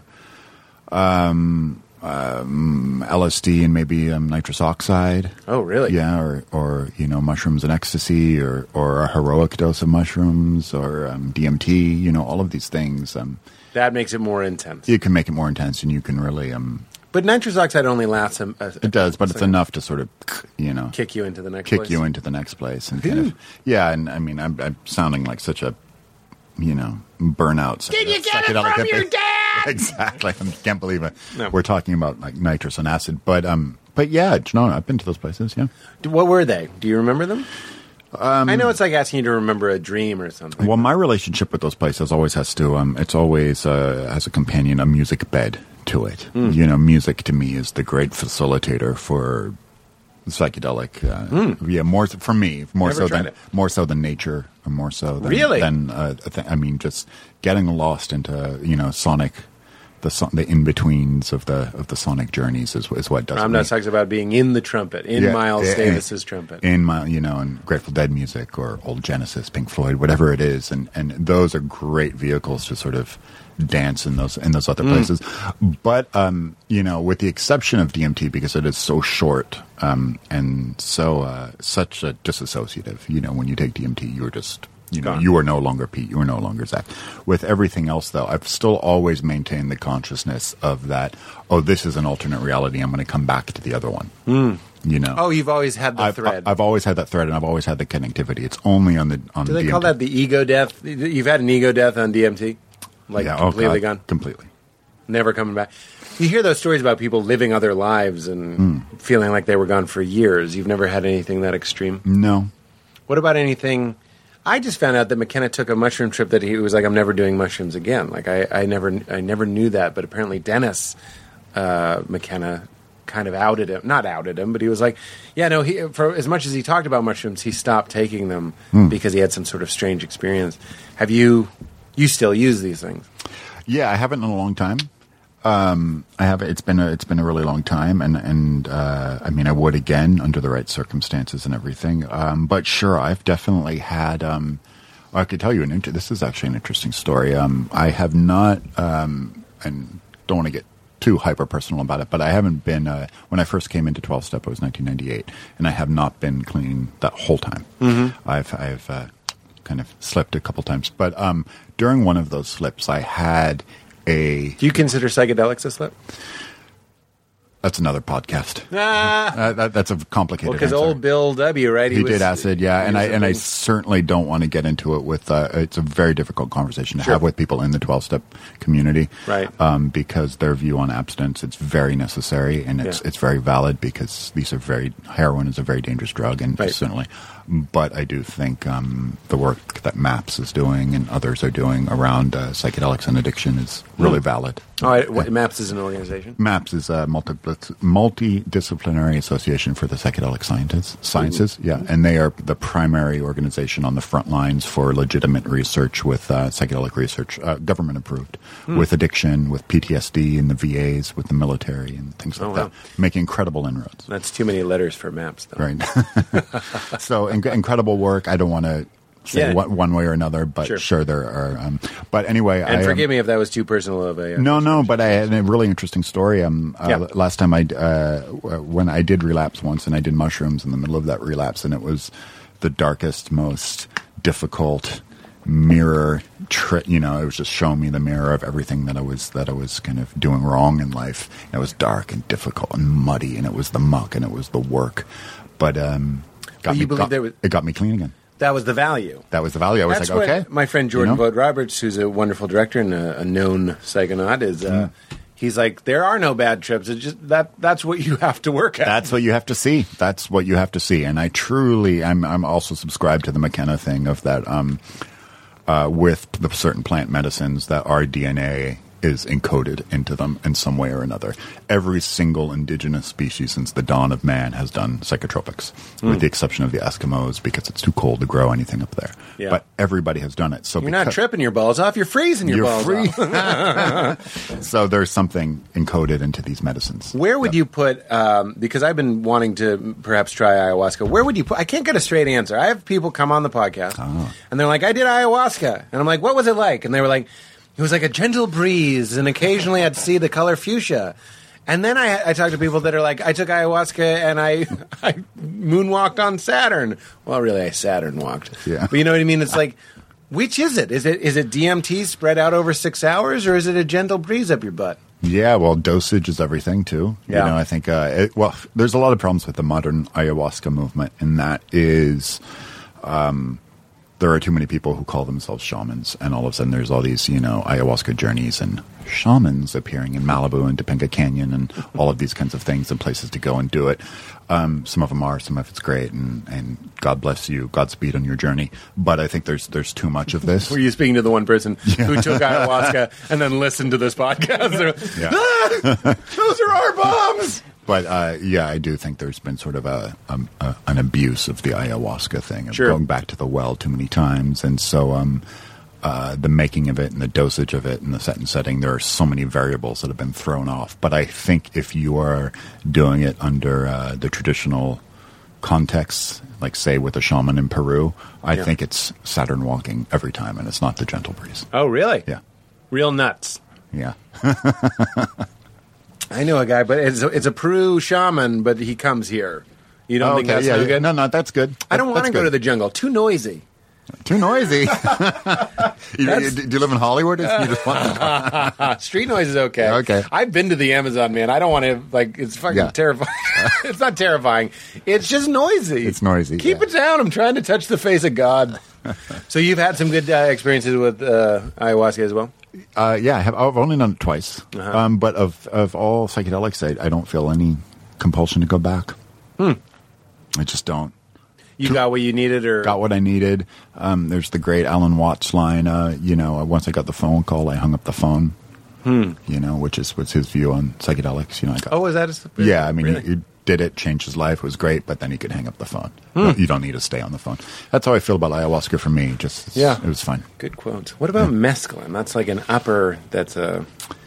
Speaker 3: lsd and maybe um, nitrous oxide
Speaker 6: Oh, really?
Speaker 3: yeah or or you know mushrooms and ecstasy or or a heroic dose of mushrooms or um, dmt you know all of these things um
Speaker 6: That makes it more intense.
Speaker 3: you can make it more intense and you can really um
Speaker 6: But nitrous oxide only lasts a, a,
Speaker 3: it does but it's
Speaker 6: second.
Speaker 3: enough to sort of you know
Speaker 6: kick you into the next.
Speaker 3: kick
Speaker 6: place.
Speaker 3: you into the next place and kind of yeah and i mean i'm, I'm sounding like such a you know burnout did you get it from your dad exactly i can't believe it
Speaker 6: No.
Speaker 3: we're talking about like nitrous and acid but um but yeah no i've been to those places yeah
Speaker 6: What were they? Do you remember them? I know it's like asking you to remember a dream or something.
Speaker 3: Um, well my relationship with those places always has to um it's always uh has a companion a music bed to it
Speaker 6: Hmm.
Speaker 3: you know music to me is the great facilitator for psychedelic uh, yeah more so, for me more
Speaker 6: Hmm. Never
Speaker 3: so
Speaker 6: tried
Speaker 3: than
Speaker 6: it.
Speaker 3: more so than nature or more so than
Speaker 6: Really?
Speaker 3: than uh, a thi- i mean just getting lost into you know sonic the son- the in-betweens of the of the sonic journeys is, is what does it
Speaker 6: Ramdas
Speaker 3: me.
Speaker 6: talks about being in the trumpet, in
Speaker 3: Yeah,
Speaker 6: Miles
Speaker 3: yeah,
Speaker 6: Davis's
Speaker 3: in-
Speaker 6: trumpet.
Speaker 3: in my you know in Grateful Dead music or old Genesis, Pink Floyd, whatever it is, and and those are great vehicles to sort of dance in those in those other
Speaker 6: Mm.
Speaker 3: places. But um, you know, with the exception of DMT because it is so short um, and so uh, such a disassociative. You know, when you take DMT, you're just you know,
Speaker 6: Gone.
Speaker 3: you are no longer Pete. You are no longer Zach. With everything else, though, I've still always maintained the consciousness of that. Oh, this is an alternate reality. I'm going to come back to the other one.
Speaker 6: Hmm.
Speaker 3: You know.
Speaker 6: oh, you've always had the
Speaker 3: I've,
Speaker 6: thread.
Speaker 3: I've always had that thread, and I've always had the connectivity. It's only on the on
Speaker 6: Do
Speaker 3: the
Speaker 6: they call
Speaker 3: DMT.
Speaker 6: that the ego death? You've had an ego death on DMT, like
Speaker 3: Yeah, oh,
Speaker 6: completely
Speaker 3: God,
Speaker 6: gone,
Speaker 3: Completely.
Speaker 6: never coming back. You hear those stories about people living other lives and feeling like they were gone for years. You've never had anything that extreme.
Speaker 3: No.
Speaker 6: What about anything? I just found out that McKenna took a mushroom trip that he was like, "I'm never doing mushrooms again." Like I, I never, I never knew that, but apparently Dennis uh, McKenna kind of outed him. Not outed him, but he was like, "Yeah, no." He, for as much as he talked about mushrooms, he stopped taking them because he had some sort of strange experience. Have you? You still use these things?
Speaker 3: Yeah, I haven't in a long time. Um, I have. It's been a, it's been a really long time, and and uh, I mean, I would again under the right circumstances and everything. Um, but sure, I've definitely had. Um, I could tell you an inter- this is actually an interesting story. Um, I have not, um, and don't want to get too hyper personal about it, but I haven't been uh, when I first came into twelve step. It was nineteen ninety eight, and I have not been clean that whole time.
Speaker 6: Mm-hmm.
Speaker 3: I've I've uh, kind of slipped a couple times, but um, during one of those slips, I had a
Speaker 6: Do you consider psychedelics a slip?
Speaker 3: That's another podcast.
Speaker 6: Ah,
Speaker 3: Uh, that, that's a complicated.
Speaker 6: well, because
Speaker 3: answer.
Speaker 6: old Bill W. Right?
Speaker 3: he, did acid, yeah, and I and I certainly don't want to get into it with. Uh, it's a very difficult conversation to
Speaker 6: Sure.
Speaker 3: have with people in the twelve step community,
Speaker 6: Right.
Speaker 3: Um, because their view on abstinence it's very necessary and it's
Speaker 6: Yeah.
Speaker 3: it's very valid because these are very heroin is a very dangerous drug and
Speaker 6: Right.
Speaker 3: certainly, but I do think um, the work that Maps is doing and others are doing around uh, psychedelics and addiction is really valid.
Speaker 6: Hmm. All right. What, MAPS is an organization.
Speaker 3: MAPS is a multi- multidisciplinary association for the psychedelic scientists, sciences. Yeah, and they are the primary organization on the front lines for legitimate research with uh, psychedelic research, uh, government approved,
Speaker 6: Hmm.
Speaker 3: with addiction, with PTSD in the VAs, with the military, and things like
Speaker 6: Oh, wow.
Speaker 3: that, making incredible inroads.
Speaker 6: That's too many letters for MAPS, though.
Speaker 3: Right. so in- incredible work. I don't want to say
Speaker 6: Yeah.
Speaker 3: one, one way or another, but
Speaker 6: Sure.
Speaker 3: sure, there are. Um, but anyway, I,
Speaker 6: And
Speaker 3: um,
Speaker 6: forgive me if that was too personal of a. uh,
Speaker 3: no, no, but I had a really interesting story. Um, uh,
Speaker 6: Yeah.
Speaker 3: l- last time I d- uh, w- when I did relapse once, and I did mushrooms in the middle of that relapse, and it was the darkest, most difficult mirror. Tri- you know, it was just showing me the mirror of everything that I was that I was kind of doing wrong in life. And it was dark and difficult and muddy, and it was the muck and it was the work. But um, got
Speaker 6: But you
Speaker 3: me,
Speaker 6: believe
Speaker 3: got-
Speaker 6: there was-
Speaker 3: it got me clean again.
Speaker 6: That was the value.
Speaker 3: That was the value. I was
Speaker 6: That's
Speaker 3: like,
Speaker 6: what
Speaker 3: okay,
Speaker 6: my friend Jordan
Speaker 3: you know?
Speaker 6: Vogt Roberts, who's a wonderful director and a, a known psychonaut, is. Uh,
Speaker 3: Mm.
Speaker 6: He's like, there are no bad trips. It's just that that's what you have to work at.
Speaker 3: That's what you have to see. That's what you have to see. And I truly, I'm, I'm also subscribed to the McKenna thing of that um, uh, with the certain plant medicines that our DNA is encoded into them in some way or another. Every single indigenous species since the dawn of man has done psychotropics,
Speaker 6: Hmm.
Speaker 3: with the exception of the Eskimos because it's too cold to grow anything up there.
Speaker 6: Yeah.
Speaker 3: But everybody has done it. So
Speaker 6: You're not
Speaker 3: because-
Speaker 6: tripping your balls off. You're freezing your balls off.
Speaker 3: free. so there's something encoded into these medicines.
Speaker 6: Where would you put? Um, because I've been wanting to perhaps try ayahuasca. Where would you put? I can't get a straight answer. I have people come on the podcast and they're like, "I did ayahuasca," and I'm like, "What was it like?" And they were like, "It was like a gentle breeze, and occasionally I'd see the color fuchsia." And then I, I talk to people that are like, "I took ayahuasca and I, I moonwalked on Saturn." Well, really, I Saturn walked.
Speaker 3: Yeah.
Speaker 6: but you know what I mean. It's like. Which is it? Is it is it DMT spread out over six hours, or is it a gentle breeze up your butt?
Speaker 3: Yeah, well, dosage is everything too.
Speaker 6: Yeah.
Speaker 3: You know, I think uh, it, well, there's a lot of problems with the modern ayahuasca movement, and that is, um, there are too many people who call themselves shamans, and all of a sudden there's all these you know ayahuasca journeys and shamans appearing in Malibu and Topanga Canyon and all of these kinds of things and places to go and do it. Um, some of them are, some of it's great, and, and God bless you, Godspeed on your journey. But I think there's there's too much of this.
Speaker 6: Were you speaking to the one person who took ayahuasca and then listened to this podcast? They're like,
Speaker 3: Yeah.
Speaker 6: "Ah, those are our bombs.
Speaker 3: But uh, yeah, I do think there's been sort of a, um, a an abuse of the ayahuasca thing of
Speaker 6: Sure.
Speaker 3: going back to the well too many times, and so um, uh, the making of it and the dosage of it and the set and setting. There are so many variables that have been thrown off. But I think if you are doing it under uh, the traditional context, like say with a shaman in Peru, I
Speaker 6: Yeah.
Speaker 3: think it's Saturn walking every time, and it's not the gentle breeze.
Speaker 6: Oh, really?
Speaker 3: Yeah,
Speaker 6: Real nuts.
Speaker 3: yeah.
Speaker 6: I know a guy, but it's a, it's a Peru shaman, but he comes here. You don't think that's
Speaker 3: Oh, yeah,
Speaker 6: no
Speaker 3: yeah.
Speaker 6: good?
Speaker 3: No, no, that's good.
Speaker 6: I don't
Speaker 3: That-
Speaker 6: want to
Speaker 3: that's
Speaker 6: go
Speaker 3: good.
Speaker 6: to the jungle. Too noisy.
Speaker 3: Too noisy. You-
Speaker 6: That's-
Speaker 3: do you live in Hollywood? It's- you just want-
Speaker 6: Uh, street noise is okay.
Speaker 3: Ah. Okay.
Speaker 6: I've been to the Amazon, man. I don't want to like. It's fucking
Speaker 3: Yeah.
Speaker 6: terrifying. it's not terrifying. It's just noisy.
Speaker 3: It's noisy,
Speaker 6: Keep
Speaker 3: yeah.
Speaker 6: it down. I'm trying to touch the face of God. so you've had some good uh, experiences with uh, ayahuasca as well.
Speaker 3: uh, yeah, I have, I've only done it twice.
Speaker 6: Uh-huh.
Speaker 3: Um, but of of all psychedelics, I, I don't feel any compulsion to go back.
Speaker 6: Hmm.
Speaker 3: I just don't.
Speaker 6: You got what you needed, or
Speaker 3: Got what I needed. Um, there's the great Alan Watts line. Uh, you know, once I got the phone call, I hung up the phone. You know, which is what's his view on psychedelics. You know, I got,
Speaker 6: Hmm. Oh, is that his?
Speaker 3: Yeah, I mean,
Speaker 6: Really?
Speaker 3: he, he did it, changed his life, was great, but then he could hang up the phone.
Speaker 6: Hmm.
Speaker 3: No, You don't need to stay on the phone. That's how I feel about ayahuasca for me. Just
Speaker 6: Yeah.
Speaker 3: it was fine.
Speaker 6: good quote. What about mescaline? That's like an upper. That's a.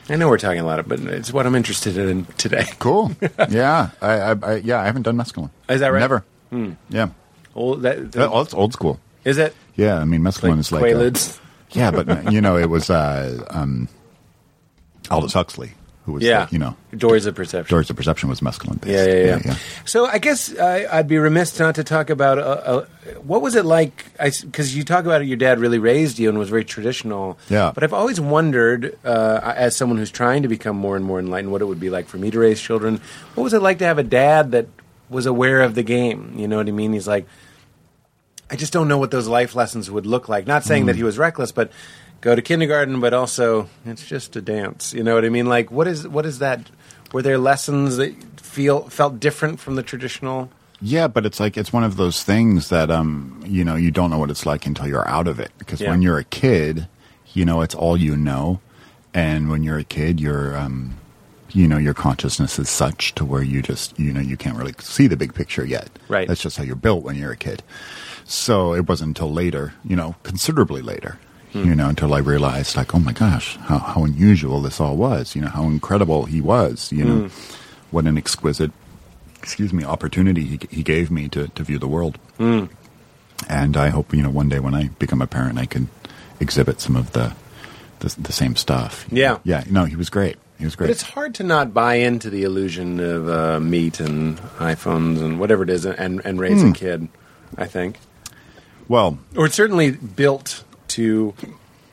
Speaker 6: I know we're talking a lot, of, but it's what I'm interested in today.
Speaker 3: Cool. yeah. I, I, I yeah. I haven't done mescaline.
Speaker 6: Is that right? Hmm.
Speaker 3: Never. Yeah.
Speaker 6: Old, that,
Speaker 3: That- oh, That's old school.
Speaker 6: is it?
Speaker 3: Yeah. I mean, mescaline
Speaker 6: Like
Speaker 3: is like uh,
Speaker 6: Quaaludes?
Speaker 3: yeah, but you know, it was uh, um, Aldous Huxley who was
Speaker 6: Yeah.
Speaker 3: like, you know
Speaker 6: Doors of Perception.
Speaker 3: Doors of Perception was mescaline based.
Speaker 6: Yeah, yeah, yeah. So I guess I, I'd be remiss not to talk about uh, uh, what was it like? Because you talk about it, your dad really raised you and was very traditional.
Speaker 3: Yeah.
Speaker 6: But I've always wondered, uh, as someone who's trying to become more and more enlightened, what it would be like for me to raise children. What was it like to have a dad that was aware of the game? You know what I mean? He's like, I just don't know what those life lessons would look like. Not saying that he was reckless, but go to kindergarten, but also it's just a dance. You know what I mean? Like, what is what is that? Were there lessons that feel felt different from the traditional?
Speaker 3: Yeah, but it's like it's one of those things that um, you know, you don't know what it's like until you're out of it. Because
Speaker 6: Yeah.
Speaker 3: when you're a kid, you know, it's all you know, and when you're a kid, your um, you know, your consciousness is such to where you just you know you can't really see the big picture yet.
Speaker 6: Right.
Speaker 3: That's just how you're built when you're a kid. So it wasn't until later, you know, considerably later,
Speaker 6: Hmm.
Speaker 3: you know, until I realized like, oh my gosh, how how unusual this all was. You know, how incredible he was. You know,
Speaker 6: Hmm.
Speaker 3: what an exquisite excuse me, opportunity he, he gave me to, to view the world.
Speaker 6: Hmm.
Speaker 3: And I hope, you know, one day when I become a parent, I can exhibit some of the the, the same stuff.
Speaker 6: Yeah.
Speaker 3: Yeah. No, he was great. He was
Speaker 6: But
Speaker 3: great.
Speaker 6: it's hard to not buy into the illusion of uh, meat and iPhones and whatever it is, and and raise a kid. I think,
Speaker 3: well,
Speaker 6: or it's certainly built to,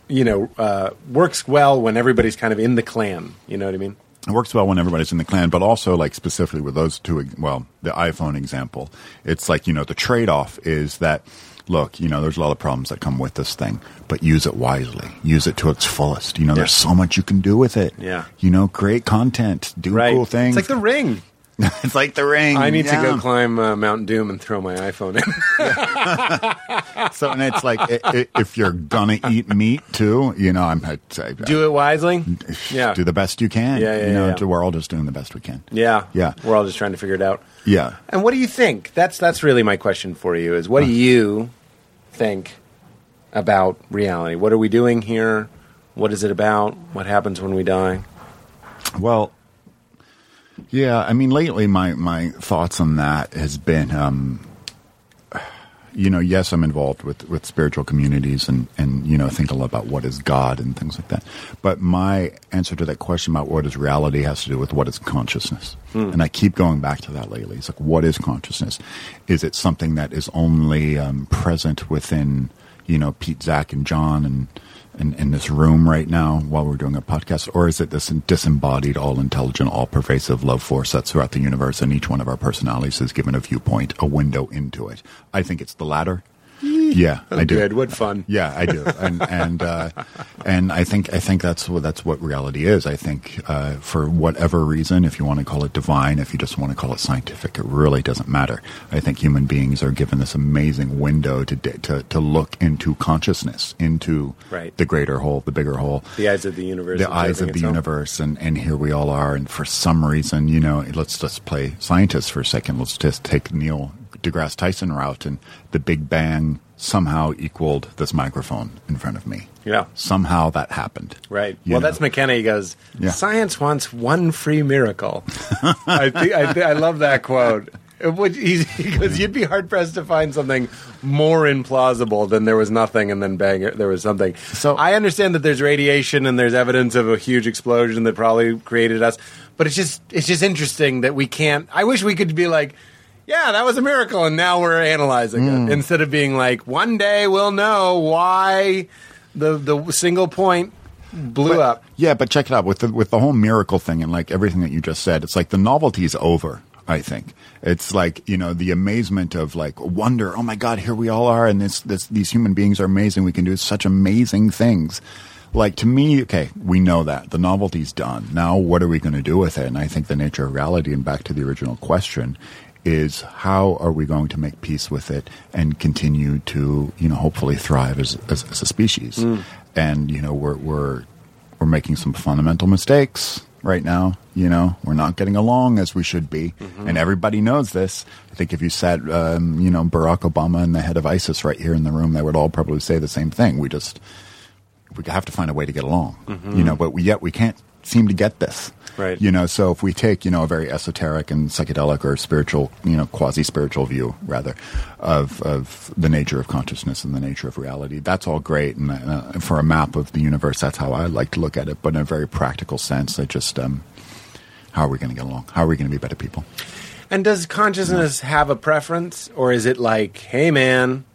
Speaker 6: you know, uh, works well when everybody's kind of in the clan. You know what I mean?
Speaker 3: it works well when everybody's in the clan, but also like specifically with those two, well, the iPhone example, it's like, you know, the trade off is that, look, you know, there's a lot of problems that come with this thing, but use it wisely, use it to its fullest. You know, there's so much you can do with it.
Speaker 6: Yeah.
Speaker 3: You know, create content, do
Speaker 6: Right?
Speaker 3: cool things.
Speaker 6: It's like the ring.
Speaker 3: it's like the ring.
Speaker 6: I need to
Speaker 3: yeah.
Speaker 6: go climb uh, Mount Doom and throw my iPhone in.
Speaker 3: So and it's like i i if you're gonna eat meat too, you know, I'm I'd say uh,
Speaker 6: Do it wisely. Yeah.
Speaker 3: do the best you can.
Speaker 6: Yeah, yeah,
Speaker 3: you know,
Speaker 6: yeah.
Speaker 3: to- we're all just doing the best we can.
Speaker 6: yeah.
Speaker 3: Yeah.
Speaker 6: We're all just trying to figure it out.
Speaker 3: Yeah.
Speaker 6: And what do you think? That's that's really my question for you is what do you think about reality? What are we doing here? What is it about? What happens when we die?
Speaker 3: Well, yeah. I mean, lately, my my thoughts on that has been, um, you know, yes, I'm involved with with spiritual communities and and you know think a lot about what is God and things like that. But my answer to that question about what is reality has to do with what is consciousness, and I keep going back to that lately. It's like, what is consciousness? Is it something that is only um, present within you know Pete, Zach, and John and in, in this room right now while we're doing a podcast, or is it this disembodied, all intelligent, all pervasive love force that's throughout the universe and each one of our personalities is given a viewpoint, a window into it? I think it's the latter. Yeah, I do.
Speaker 6: Good. What fun.
Speaker 3: Yeah, I do, and and uh, and I think I think that's what that's what reality is. I think uh, for whatever reason, if you want to call it divine, if you just want to call it scientific, it really doesn't matter. I think human beings are given this amazing window to di- to to look into consciousness, into
Speaker 6: Right.
Speaker 3: the greater whole, the bigger whole,
Speaker 6: The eyes of the universe.
Speaker 3: the eyes
Speaker 6: observing
Speaker 3: of the
Speaker 6: itself.
Speaker 3: universe, and, and here we all are. And for some reason, you know, let's just play scientists for a second. Let's just take Neil deGrasse Tyson route, and the Big Bang somehow equaled this microphone in front of me.
Speaker 6: Yeah.
Speaker 3: Somehow that happened.
Speaker 6: Right.
Speaker 3: You
Speaker 6: well,
Speaker 3: know?
Speaker 6: that's McKenna. He goes,
Speaker 3: Yeah.
Speaker 6: "Science wants one free miracle." I, thi- I, thi- I love that quote. It would- he he goes, "You'd be hard pressed to find something more implausible than there was nothing, and then bang, there was something."
Speaker 3: So-
Speaker 6: I understand that there's radiation and there's evidence of a huge explosion that probably created us, but it's just it's just interesting that we can't. I wish we could be like. Yeah, that was a miracle, and now we're analyzing
Speaker 3: Mm.
Speaker 6: it instead of being like, one day we'll know why the the single point blew up.
Speaker 3: Yeah, but check it out with the, with the whole miracle thing and like everything that you just said. It's like the novelty is over. I think it's like you know the amazement of like wonder. Oh my God, here we all are, and this, this these human beings are amazing. We can do such amazing things. Like to me, okay, we know that the novelty's done. Now, what are we going to do with it? And I think the nature of reality, and back to the original question, is how are we going to make peace with it and continue to you know hopefully thrive as as, as a species? And you know we're we're we're making some fundamental mistakes right now. You know, we're not getting along as we should be, and everybody knows this. I think if you sat, um, you know, Barack Obama and the head of ISIS right here in the room, they would all probably say the same thing. We just we have to find a way to get along, you know. But we, yet we can't seem to get this.
Speaker 6: Right.
Speaker 3: You know, so if we take, you know, a very esoteric and psychedelic or spiritual, you know, quasi spiritual view, rather, of, of the nature of consciousness and the nature of reality, that's all great. And uh, for a map of the universe, that's how I like to look at it. But in a very practical sense, I just, um, how are we going to get along? How are we going to be better people?
Speaker 6: And does consciousness have a preference, or is it like, hey, man?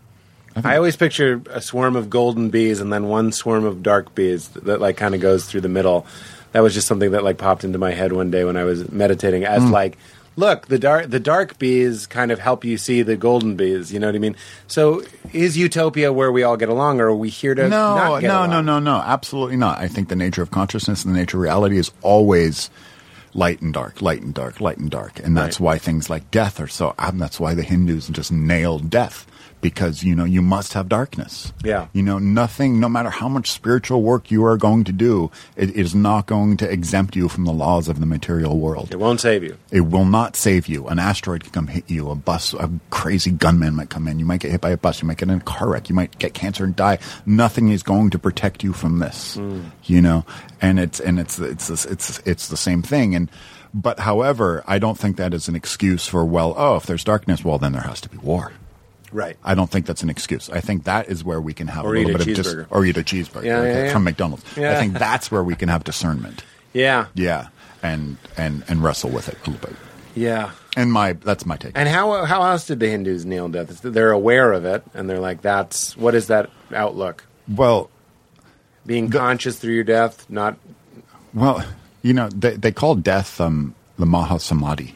Speaker 6: I always picture a swarm of golden bees and then one swarm of dark bees that, like kind of goes through the middle. That was just something that like popped into my head one day when I was meditating
Speaker 3: Hmm.
Speaker 6: as like, look, the dark the dark bees kind of help you see the golden bees. You know what I mean? So is utopia where we all get along, or are we here to
Speaker 3: no,
Speaker 6: not get
Speaker 3: no,
Speaker 6: along?
Speaker 3: no, no, no, absolutely not. I think the nature of consciousness and the nature of reality is always light and dark, light and dark, light and dark, and that's
Speaker 6: Right.
Speaker 3: why things like death are so. Um, that's why the Hindus just nailed death because you know you must have darkness.
Speaker 6: Yeah.
Speaker 3: you know nothing. No matter how much spiritual work you are going to do, it is not going to exempt you from the laws of the material world.
Speaker 6: It won't save you.
Speaker 3: It will not save you. An asteroid can come hit you. A bus, a crazy gunman might come in. You might get hit by a bus. You might get in a car wreck. You might get cancer and die. Nothing is going to protect you from this.
Speaker 6: Hmm.
Speaker 3: You know, and it's and it's it's it's it's, it's the same thing. And but however, I don't think that is an excuse for well, oh, if there's darkness, well, then there has to be war.
Speaker 6: Right.
Speaker 3: I don't think that's an excuse. I think that is where we can have
Speaker 6: Or
Speaker 3: a little
Speaker 6: eat a
Speaker 3: bit of dis-
Speaker 6: cheeseburger.
Speaker 3: or eat a cheeseburger
Speaker 6: Yeah, yeah,
Speaker 3: okay,
Speaker 6: yeah.
Speaker 3: from McDonald's. I
Speaker 6: Yeah.
Speaker 3: think that's where we can have discernment.
Speaker 6: Yeah.
Speaker 3: Yeah, and and and wrestle with it a little bit.
Speaker 6: Yeah.
Speaker 3: And my that's my take.
Speaker 6: And how how else did the Hindus kneel death? They're aware of it, and they're like, "That's what is that outlook?
Speaker 3: well,
Speaker 6: Being
Speaker 3: The-
Speaker 6: conscious through your death, not
Speaker 3: well, you know, they they call death um, the Maha Samadhi.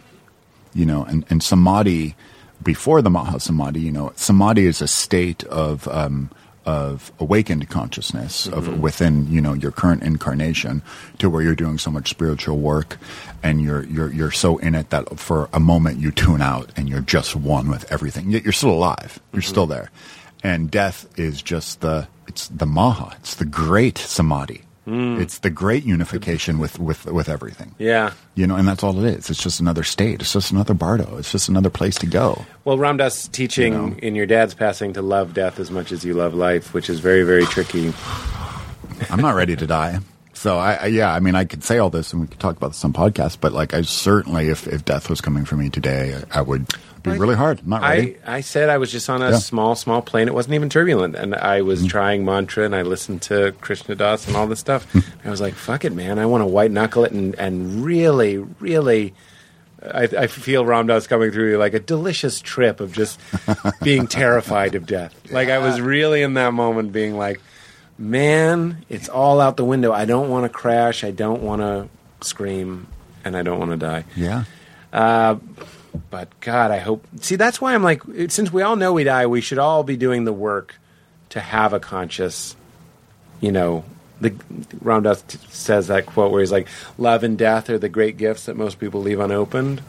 Speaker 3: You know, and and Samadhi before the Maha Samadhi, you know, Samadhi is a state of um, of awakened consciousness of within you know your current incarnation to where you're doing so much spiritual work and you're you're you're so in it that for a moment you tune out and you're just one with everything yet you're still alive you're still there and death is just the it's the maha it's the great samadhi it's the great unification with with with everything
Speaker 6: yeah."
Speaker 3: you know and that's all it is it's just another state it's just another bardo it's just another place to go
Speaker 6: Well, Ramdas teaching
Speaker 3: You know.
Speaker 6: in your dad's passing to love death as much as you love life, which is very very tricky.
Speaker 3: I'm not ready to die. So I, I yeah, I mean, I could say all this and we could talk about this on podcast, but like, I certainly, if, if death was coming for me today, I, I would be really hard. I'm not
Speaker 6: I,
Speaker 3: ready.
Speaker 6: I said I was just on a
Speaker 3: Yeah. Mm-hmm.
Speaker 6: small small plane. It wasn't even turbulent, and I was trying mantra and I listened to Krishna Das and all this stuff.
Speaker 3: Hmm.
Speaker 6: I was like, "Fuck it, man! I want to white knuckle it and and really really." I, I feel Ramdas coming through like a delicious trip of just being terrified of death. Like I was really in that moment, being like, "Man, it's all out the window. I don't want to crash. I don't want to scream, and I don't want to die."
Speaker 3: yeah.
Speaker 6: But God, I hope. See, that's why I'm like, it- since we all know we die, we should all be doing the work to have a conscious, you know. The Ram Dass t- says that quote where he's like, "Love and death are the great gifts that most people leave unopened."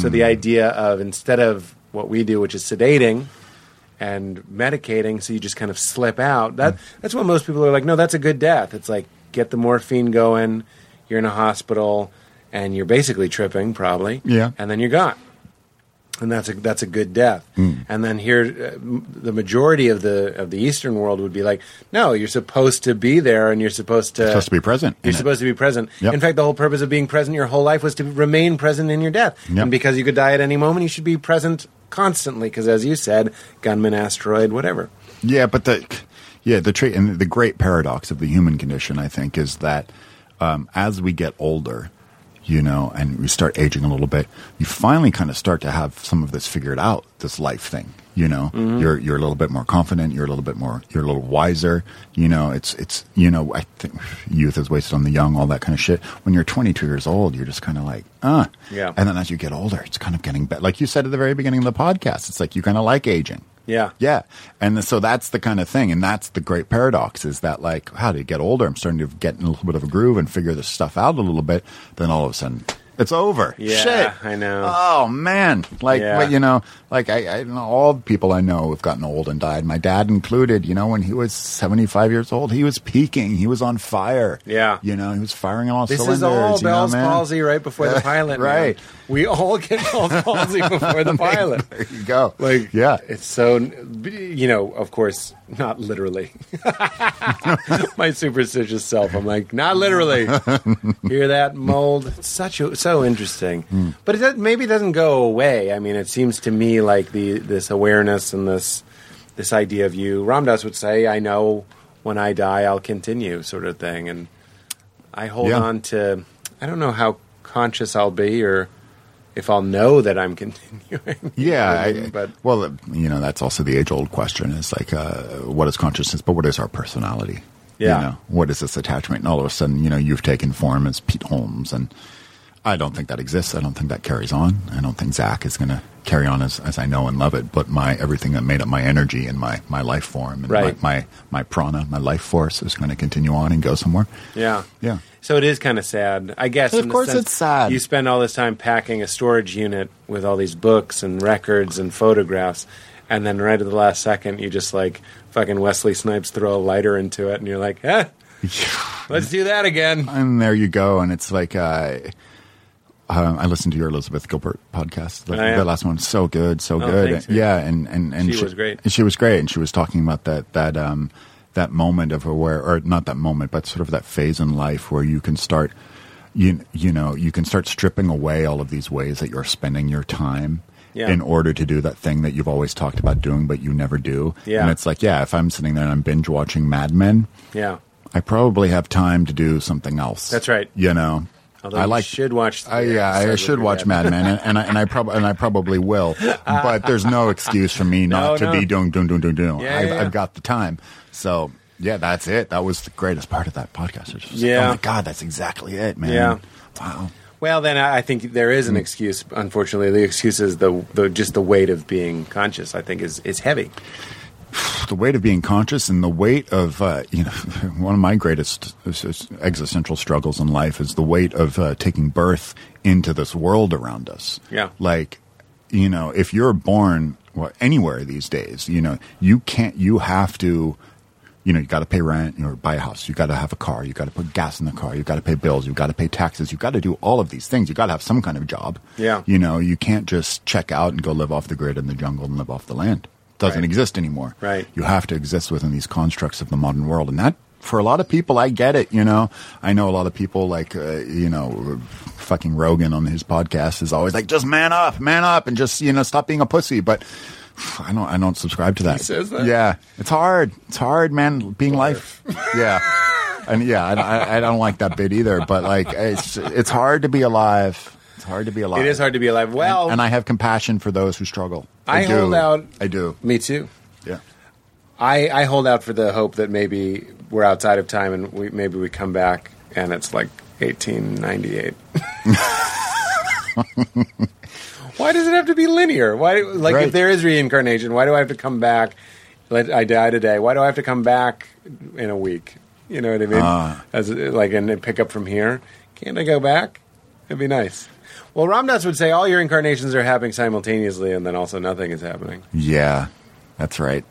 Speaker 6: So the idea of instead of what we do, which is sedating and medicating, so you just kind of slip out. That that's what most people are like. No, that's a good death. It's like get the morphine going. You're in a hospital, and you're basically tripping, probably.
Speaker 3: Yeah.
Speaker 6: and then you're gone and that's a that's a good death.
Speaker 3: Hmm.
Speaker 6: And then here, uh, m- the majority of the of the Eastern world would be like, no, you're supposed to be there, and you're supposed to
Speaker 3: Supposed to be present in
Speaker 6: You're
Speaker 3: it.
Speaker 6: supposed to be present.
Speaker 3: Yep.
Speaker 6: In fact, the whole purpose of being present your whole life was to remain present in your death.
Speaker 3: Yep.
Speaker 6: And because you could die at any moment, you should be present constantly. Because as you said, gunman, asteroid, whatever.
Speaker 3: Yeah. But the, yeah, the trait and the great paradox of the human condition, I think, is that, um, as we get older, you know, and we start aging a little bit, you finally kind of start to have some of this figured out, this life thing. You know, you're you're a little bit more confident. You're a little bit more. You're a little wiser. You know, it's it's you know. I think youth is wasted on the young, all that kind of shit. When you're 22 years old, you're just kind of like, uh.
Speaker 6: Yeah.
Speaker 3: And then as you get older, it's kind of getting better. Like you said at the very beginning of the podcast, it's like you kind of like aging.
Speaker 6: Yeah.
Speaker 3: Yeah. And so that's the kind of thing. And that's the great paradox is that, like, how do you get older? I'm starting to get in a little bit of a groove and figure this stuff out a little bit. Then all of a sudden, It's over.
Speaker 6: Yeah,
Speaker 3: Shit.
Speaker 6: I know.
Speaker 3: Oh man, like
Speaker 6: Yeah.
Speaker 3: but, you know, like I, I you know, all the people I know have gotten old and died. My dad included. You know, when he was seventy-five years old, he was peaking. He was on fire.
Speaker 6: Yeah.
Speaker 3: you know, he was firing on all
Speaker 6: This
Speaker 3: cylinders.
Speaker 6: is all
Speaker 3: you know,
Speaker 6: Bell's
Speaker 3: man?
Speaker 6: palsy right before the pilot. man.
Speaker 3: right.
Speaker 6: We all get Bell's palsy before the pilot.
Speaker 3: There you go.
Speaker 6: Like,
Speaker 3: yeah,
Speaker 6: It's so, you know, of course, not literally. My superstitious self. I'm like, not literally. Hear that mold? It's such a, so interesting.
Speaker 3: Hmm.
Speaker 6: But it does, maybe doesn't go away. I mean, it seems to me like the this awareness and this this idea of you. Ramdas would say, "I know when I die, I'll continue," sort of thing. And I hold
Speaker 3: Yeah.
Speaker 6: on to. I don't know how conscious I'll be, or if I'll know that I'm continuing.
Speaker 3: Yeah, I,
Speaker 6: but
Speaker 3: well, you know, that's also the age-old question: is like, uh, what is consciousness? But what is our personality?
Speaker 6: Yeah.
Speaker 3: you know, what is this attachment? And all of a sudden, you know, you've taken form as Pete Holmes, and I don't think that exists. I don't think that carries on. I don't think Zach is going to carry on as, as I know and love it. But my everything that made up my energy and my my life form and
Speaker 6: Right.
Speaker 3: my, my my prana, my life force, is going to continue on and go somewhere.
Speaker 6: yeah,
Speaker 3: Yeah.
Speaker 6: So it is kind of sad, I guess.
Speaker 3: Of
Speaker 6: in the
Speaker 3: course
Speaker 6: sense
Speaker 3: it's sad.
Speaker 6: You spend all this time packing a storage unit with all these books and records and photographs, and then right at the last second, you just like fucking Wesley Snipes throw a lighter into it, and you're like, eh, let's do that again.
Speaker 3: and there you go. And it's like uh, um, I listened to your Elizabeth Gilbert podcast, the,
Speaker 6: Oh, yeah.
Speaker 3: the last one, so good, so
Speaker 6: Oh,
Speaker 3: good.
Speaker 6: thanks,
Speaker 3: And-
Speaker 6: man.
Speaker 3: yeah, and and, and
Speaker 6: She was great.
Speaker 3: She was great, and she was talking about that that um, that moment of aware, or not that moment, but sort of that phase in life where you can start. You, you know you can start stripping away all of these ways that you're spending your time
Speaker 6: Yeah.
Speaker 3: in order to do that thing that you've always talked about doing but you never do
Speaker 6: Yeah.
Speaker 3: and it's like yeah if i'm sitting there and i'm binge watching mad men
Speaker 6: Yeah,
Speaker 3: I probably have time to do something else.
Speaker 6: That's right.
Speaker 3: You know,
Speaker 6: Although
Speaker 3: I
Speaker 6: you
Speaker 3: like.
Speaker 6: should watch. the
Speaker 3: I, yeah, I
Speaker 6: episodes
Speaker 3: should
Speaker 6: with your
Speaker 3: watch
Speaker 6: dad.
Speaker 3: Mad Men, and, and I and I probably and I probably will. But there's no excuse for me not
Speaker 6: No,
Speaker 3: to
Speaker 6: no.
Speaker 3: be doing doing doing doing doing.
Speaker 6: Yeah,
Speaker 3: I've,
Speaker 6: yeah, yeah.
Speaker 3: I've got the time, so yeah, that's it. That was the greatest part of that podcast. It was just like,
Speaker 6: Yeah.
Speaker 3: oh my god, that's exactly it, man.
Speaker 6: Yeah.
Speaker 3: Wow.
Speaker 6: Well, then I I think there is
Speaker 3: Mm.
Speaker 6: an excuse. Unfortunately, the excuse is the, the just the weight of being conscious. I think is is heavy.
Speaker 3: the weight of being conscious and the weight of uh, you know one of my greatest existential struggles in life is the weight of uh, taking birth into this world around us.
Speaker 6: Yeah.
Speaker 3: like you know, if you're born well, anywhere these days, you know, you can't. You have to. You know, you got to pay rent, you know, buy a house, you got to have a car, you got to put gas in the car, you got to pay bills, you got to pay taxes, you got to do all of these things. You got to have some kind of job.
Speaker 6: Yeah.
Speaker 3: You know, you can't just check out and go live off the grid in the jungle and live off the land. Doesn't
Speaker 6: Right.
Speaker 3: exist anymore.
Speaker 6: Right.
Speaker 3: You have to exist within these constructs of the modern world. And that, for a lot of people, I get it. You know, I know a lot of people like, uh, you know, fucking Rogan on his podcast is always like, just man up, man up, and just, you know, stop being a pussy. But I don't, I don't subscribe to that.
Speaker 6: He says that?
Speaker 3: Yeah. It's hard. It's hard, man, being life. Yeah. And yeah, I, I, I don't like that bit either, but like, it's, it's hard to be alive. It's hard to be alive.
Speaker 6: It is hard to be alive. Well,
Speaker 3: And I have compassion for those who struggle.
Speaker 6: I hold out-
Speaker 3: I do.
Speaker 6: me too.
Speaker 3: Yeah.
Speaker 6: I, I hold out for the hope that maybe we're outside of time and we, maybe we come back and it's like 1898. why does it have to be linear? Why, like,
Speaker 3: Right.
Speaker 6: if there is reincarnation, why do I have to come back? Like, I die today. Why do I have to come back in a week? You know what I mean? As like and pick up from here. Can't I go back? It'd be nice. Well, Ramdas would say all your incarnations are happening simultaneously, and then also nothing is happening.
Speaker 3: Yeah, that's right.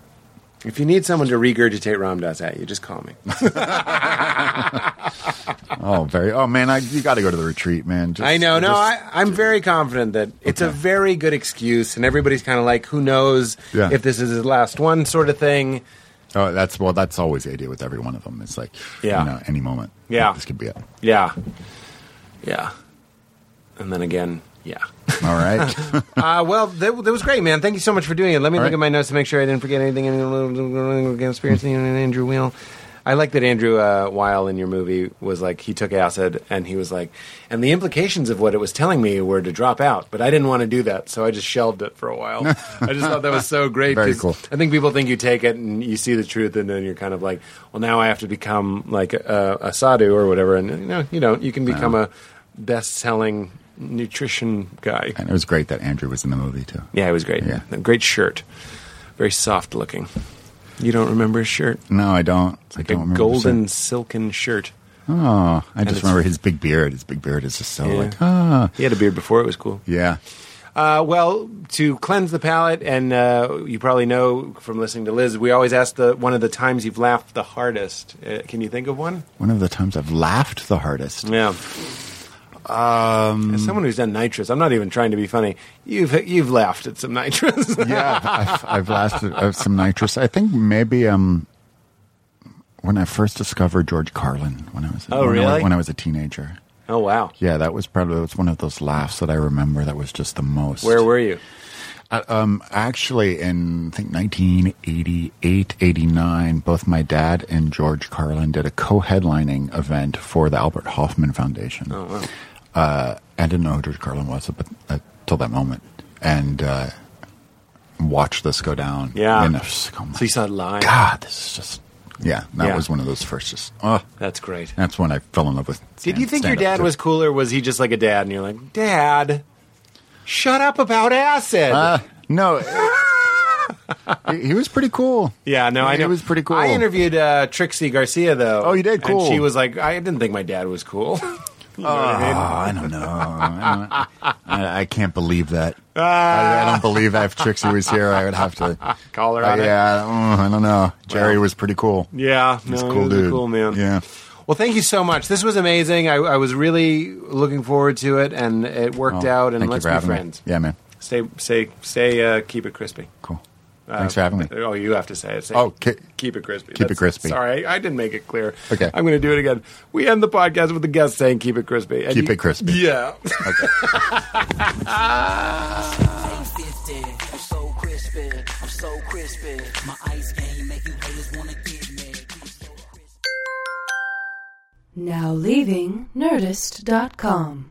Speaker 6: If you need someone to regurgitate Ramdas at you, just call me.
Speaker 3: Oh, very. Oh man, I, you got to go to the retreat, man. Just,
Speaker 6: I know. No,
Speaker 3: just-
Speaker 6: I, I'm very confident that it's a very good excuse, and everybody's kind of like, who knows
Speaker 3: Yeah.
Speaker 6: if this is his last one, sort of thing.
Speaker 3: oh, that's well. That's always the idea with every one of them. It's like,
Speaker 6: Yeah.
Speaker 3: you know, any moment.
Speaker 6: Yeah.
Speaker 3: this could be it.
Speaker 6: Yeah. Yeah. And then again, yeah.
Speaker 3: All right.
Speaker 6: uh, well, that, that was great, man. Thank you so much for doing it. Let me
Speaker 3: All
Speaker 6: look
Speaker 3: right.
Speaker 6: at my notes to make sure I didn't forget anything. Conspiracy and Andrew Weil. I like that Andrew uh, Weil in your movie was like he took acid and he was like, and the implications of what it was telling me were to drop out, but I didn't want to do that, so I just shelved it for a while. I just thought that was so great.
Speaker 3: Very
Speaker 6: 'cause
Speaker 3: cool.
Speaker 6: I think people think you take it and you see the truth, and then you're kind of like, well, now I have to become like a, a sadhu or whatever. And you know, you don't. You can become a best-selling nutrition guy.
Speaker 3: and it was great that Andrew was in the movie too.
Speaker 6: Yeah, it was great.
Speaker 3: Yeah.
Speaker 6: A great shirt. Very soft looking. You don't remember his shirt?
Speaker 3: No, I don't. I
Speaker 6: Like
Speaker 3: don't
Speaker 6: a
Speaker 3: remember
Speaker 6: golden
Speaker 3: seeing-
Speaker 6: silken shirt.
Speaker 3: Oh, I
Speaker 6: it's-
Speaker 3: just remember his big beard. His big beard is just so
Speaker 6: Yeah.
Speaker 3: like ah,
Speaker 6: He had a beard before it was cool.
Speaker 3: yeah.
Speaker 6: Uh, well, to cleanse the palate, and uh, you probably know from listening to Liz, we always ask the one of the times you've laughed the hardest. Uh, can you think of one?
Speaker 3: One of the times I've laughed the hardest.
Speaker 6: Yeah. Um, As someone who's done nitrous, I'm not even trying to be funny. You've you've laughed at some nitrous.
Speaker 3: yeah, I've, I've lasted uh, some nitrous. I think maybe um, when I first discovered George Carlin when I was
Speaker 6: Oh,
Speaker 3: when I-
Speaker 6: really?
Speaker 3: when I was a teenager.
Speaker 6: oh wow.
Speaker 3: Yeah, that was probably was one of those laughs that I remember. That was just the most.
Speaker 6: Where were you?
Speaker 3: Um, actually, in I think 1988, 89, both my dad and George Carlin did a co-headlining event for the Albert Hoffman Foundation. Oh, wow. Uh, I didn't know who George Carlin was but uh, till that moment, and uh, watched this go down.
Speaker 6: Yeah.
Speaker 3: and I was just like, oh my
Speaker 6: So you saw it live.
Speaker 3: God, this is just. Yeah, that
Speaker 6: Yeah.
Speaker 3: was one of those first. Just oh,
Speaker 6: That's great.
Speaker 3: that's when I fell in love with.
Speaker 6: Did you
Speaker 3: stand-
Speaker 6: think your
Speaker 3: stand-up,
Speaker 6: dad
Speaker 3: too.
Speaker 6: was cool, or was he just like a dad? And you're like, Dad, shut up about acid.
Speaker 3: Uh, no, he, he was pretty cool.
Speaker 6: yeah, no, I
Speaker 3: He
Speaker 6: know.
Speaker 3: was pretty cool.
Speaker 6: I interviewed uh, Trixie Garcia though.
Speaker 3: Oh, you did? Cool.
Speaker 6: And she was like, I didn't think my dad was cool. You know what I mean?
Speaker 3: Oh, I don't know. I, don't- I- I can't believe that.
Speaker 6: Ah.
Speaker 3: I, I don't believe that if Trixie was here, I would have to.
Speaker 6: Call her
Speaker 3: Uh,
Speaker 6: on it.
Speaker 3: yeah, I don't- I don't know. Jerry was pretty cool.
Speaker 6: Yeah,
Speaker 3: He's
Speaker 6: no,
Speaker 3: a cool
Speaker 6: he was a
Speaker 3: dude.
Speaker 6: cool man.
Speaker 3: Yeah.
Speaker 6: Well, thank you so much. This was amazing. I, I was really looking forward to it, and it worked out. And
Speaker 3: Oh, Thank
Speaker 6: let's
Speaker 3: you for
Speaker 6: be
Speaker 3: having
Speaker 6: friends.
Speaker 3: me. Yeah, man.
Speaker 6: Say, say, say. Uh, keep it crispy.
Speaker 3: Cool. Thanks for having me.
Speaker 6: Oh, you have to say it. Say,
Speaker 3: Oh, ki-
Speaker 6: keep it crispy.
Speaker 3: Keep it crispy.
Speaker 6: Sorry, I didn't make it clear.
Speaker 3: Okay.
Speaker 6: I'm going to do it again. We end the podcast with the guest saying, "Keep it crispy." And
Speaker 3: Keep
Speaker 6: you-
Speaker 3: it crispy.
Speaker 6: Yeah.
Speaker 9: I'm so crispy. I'm so crispy. My ice game make you haters wanna get mad. I'm so crispy.
Speaker 1: Now leaving Nerdist.com.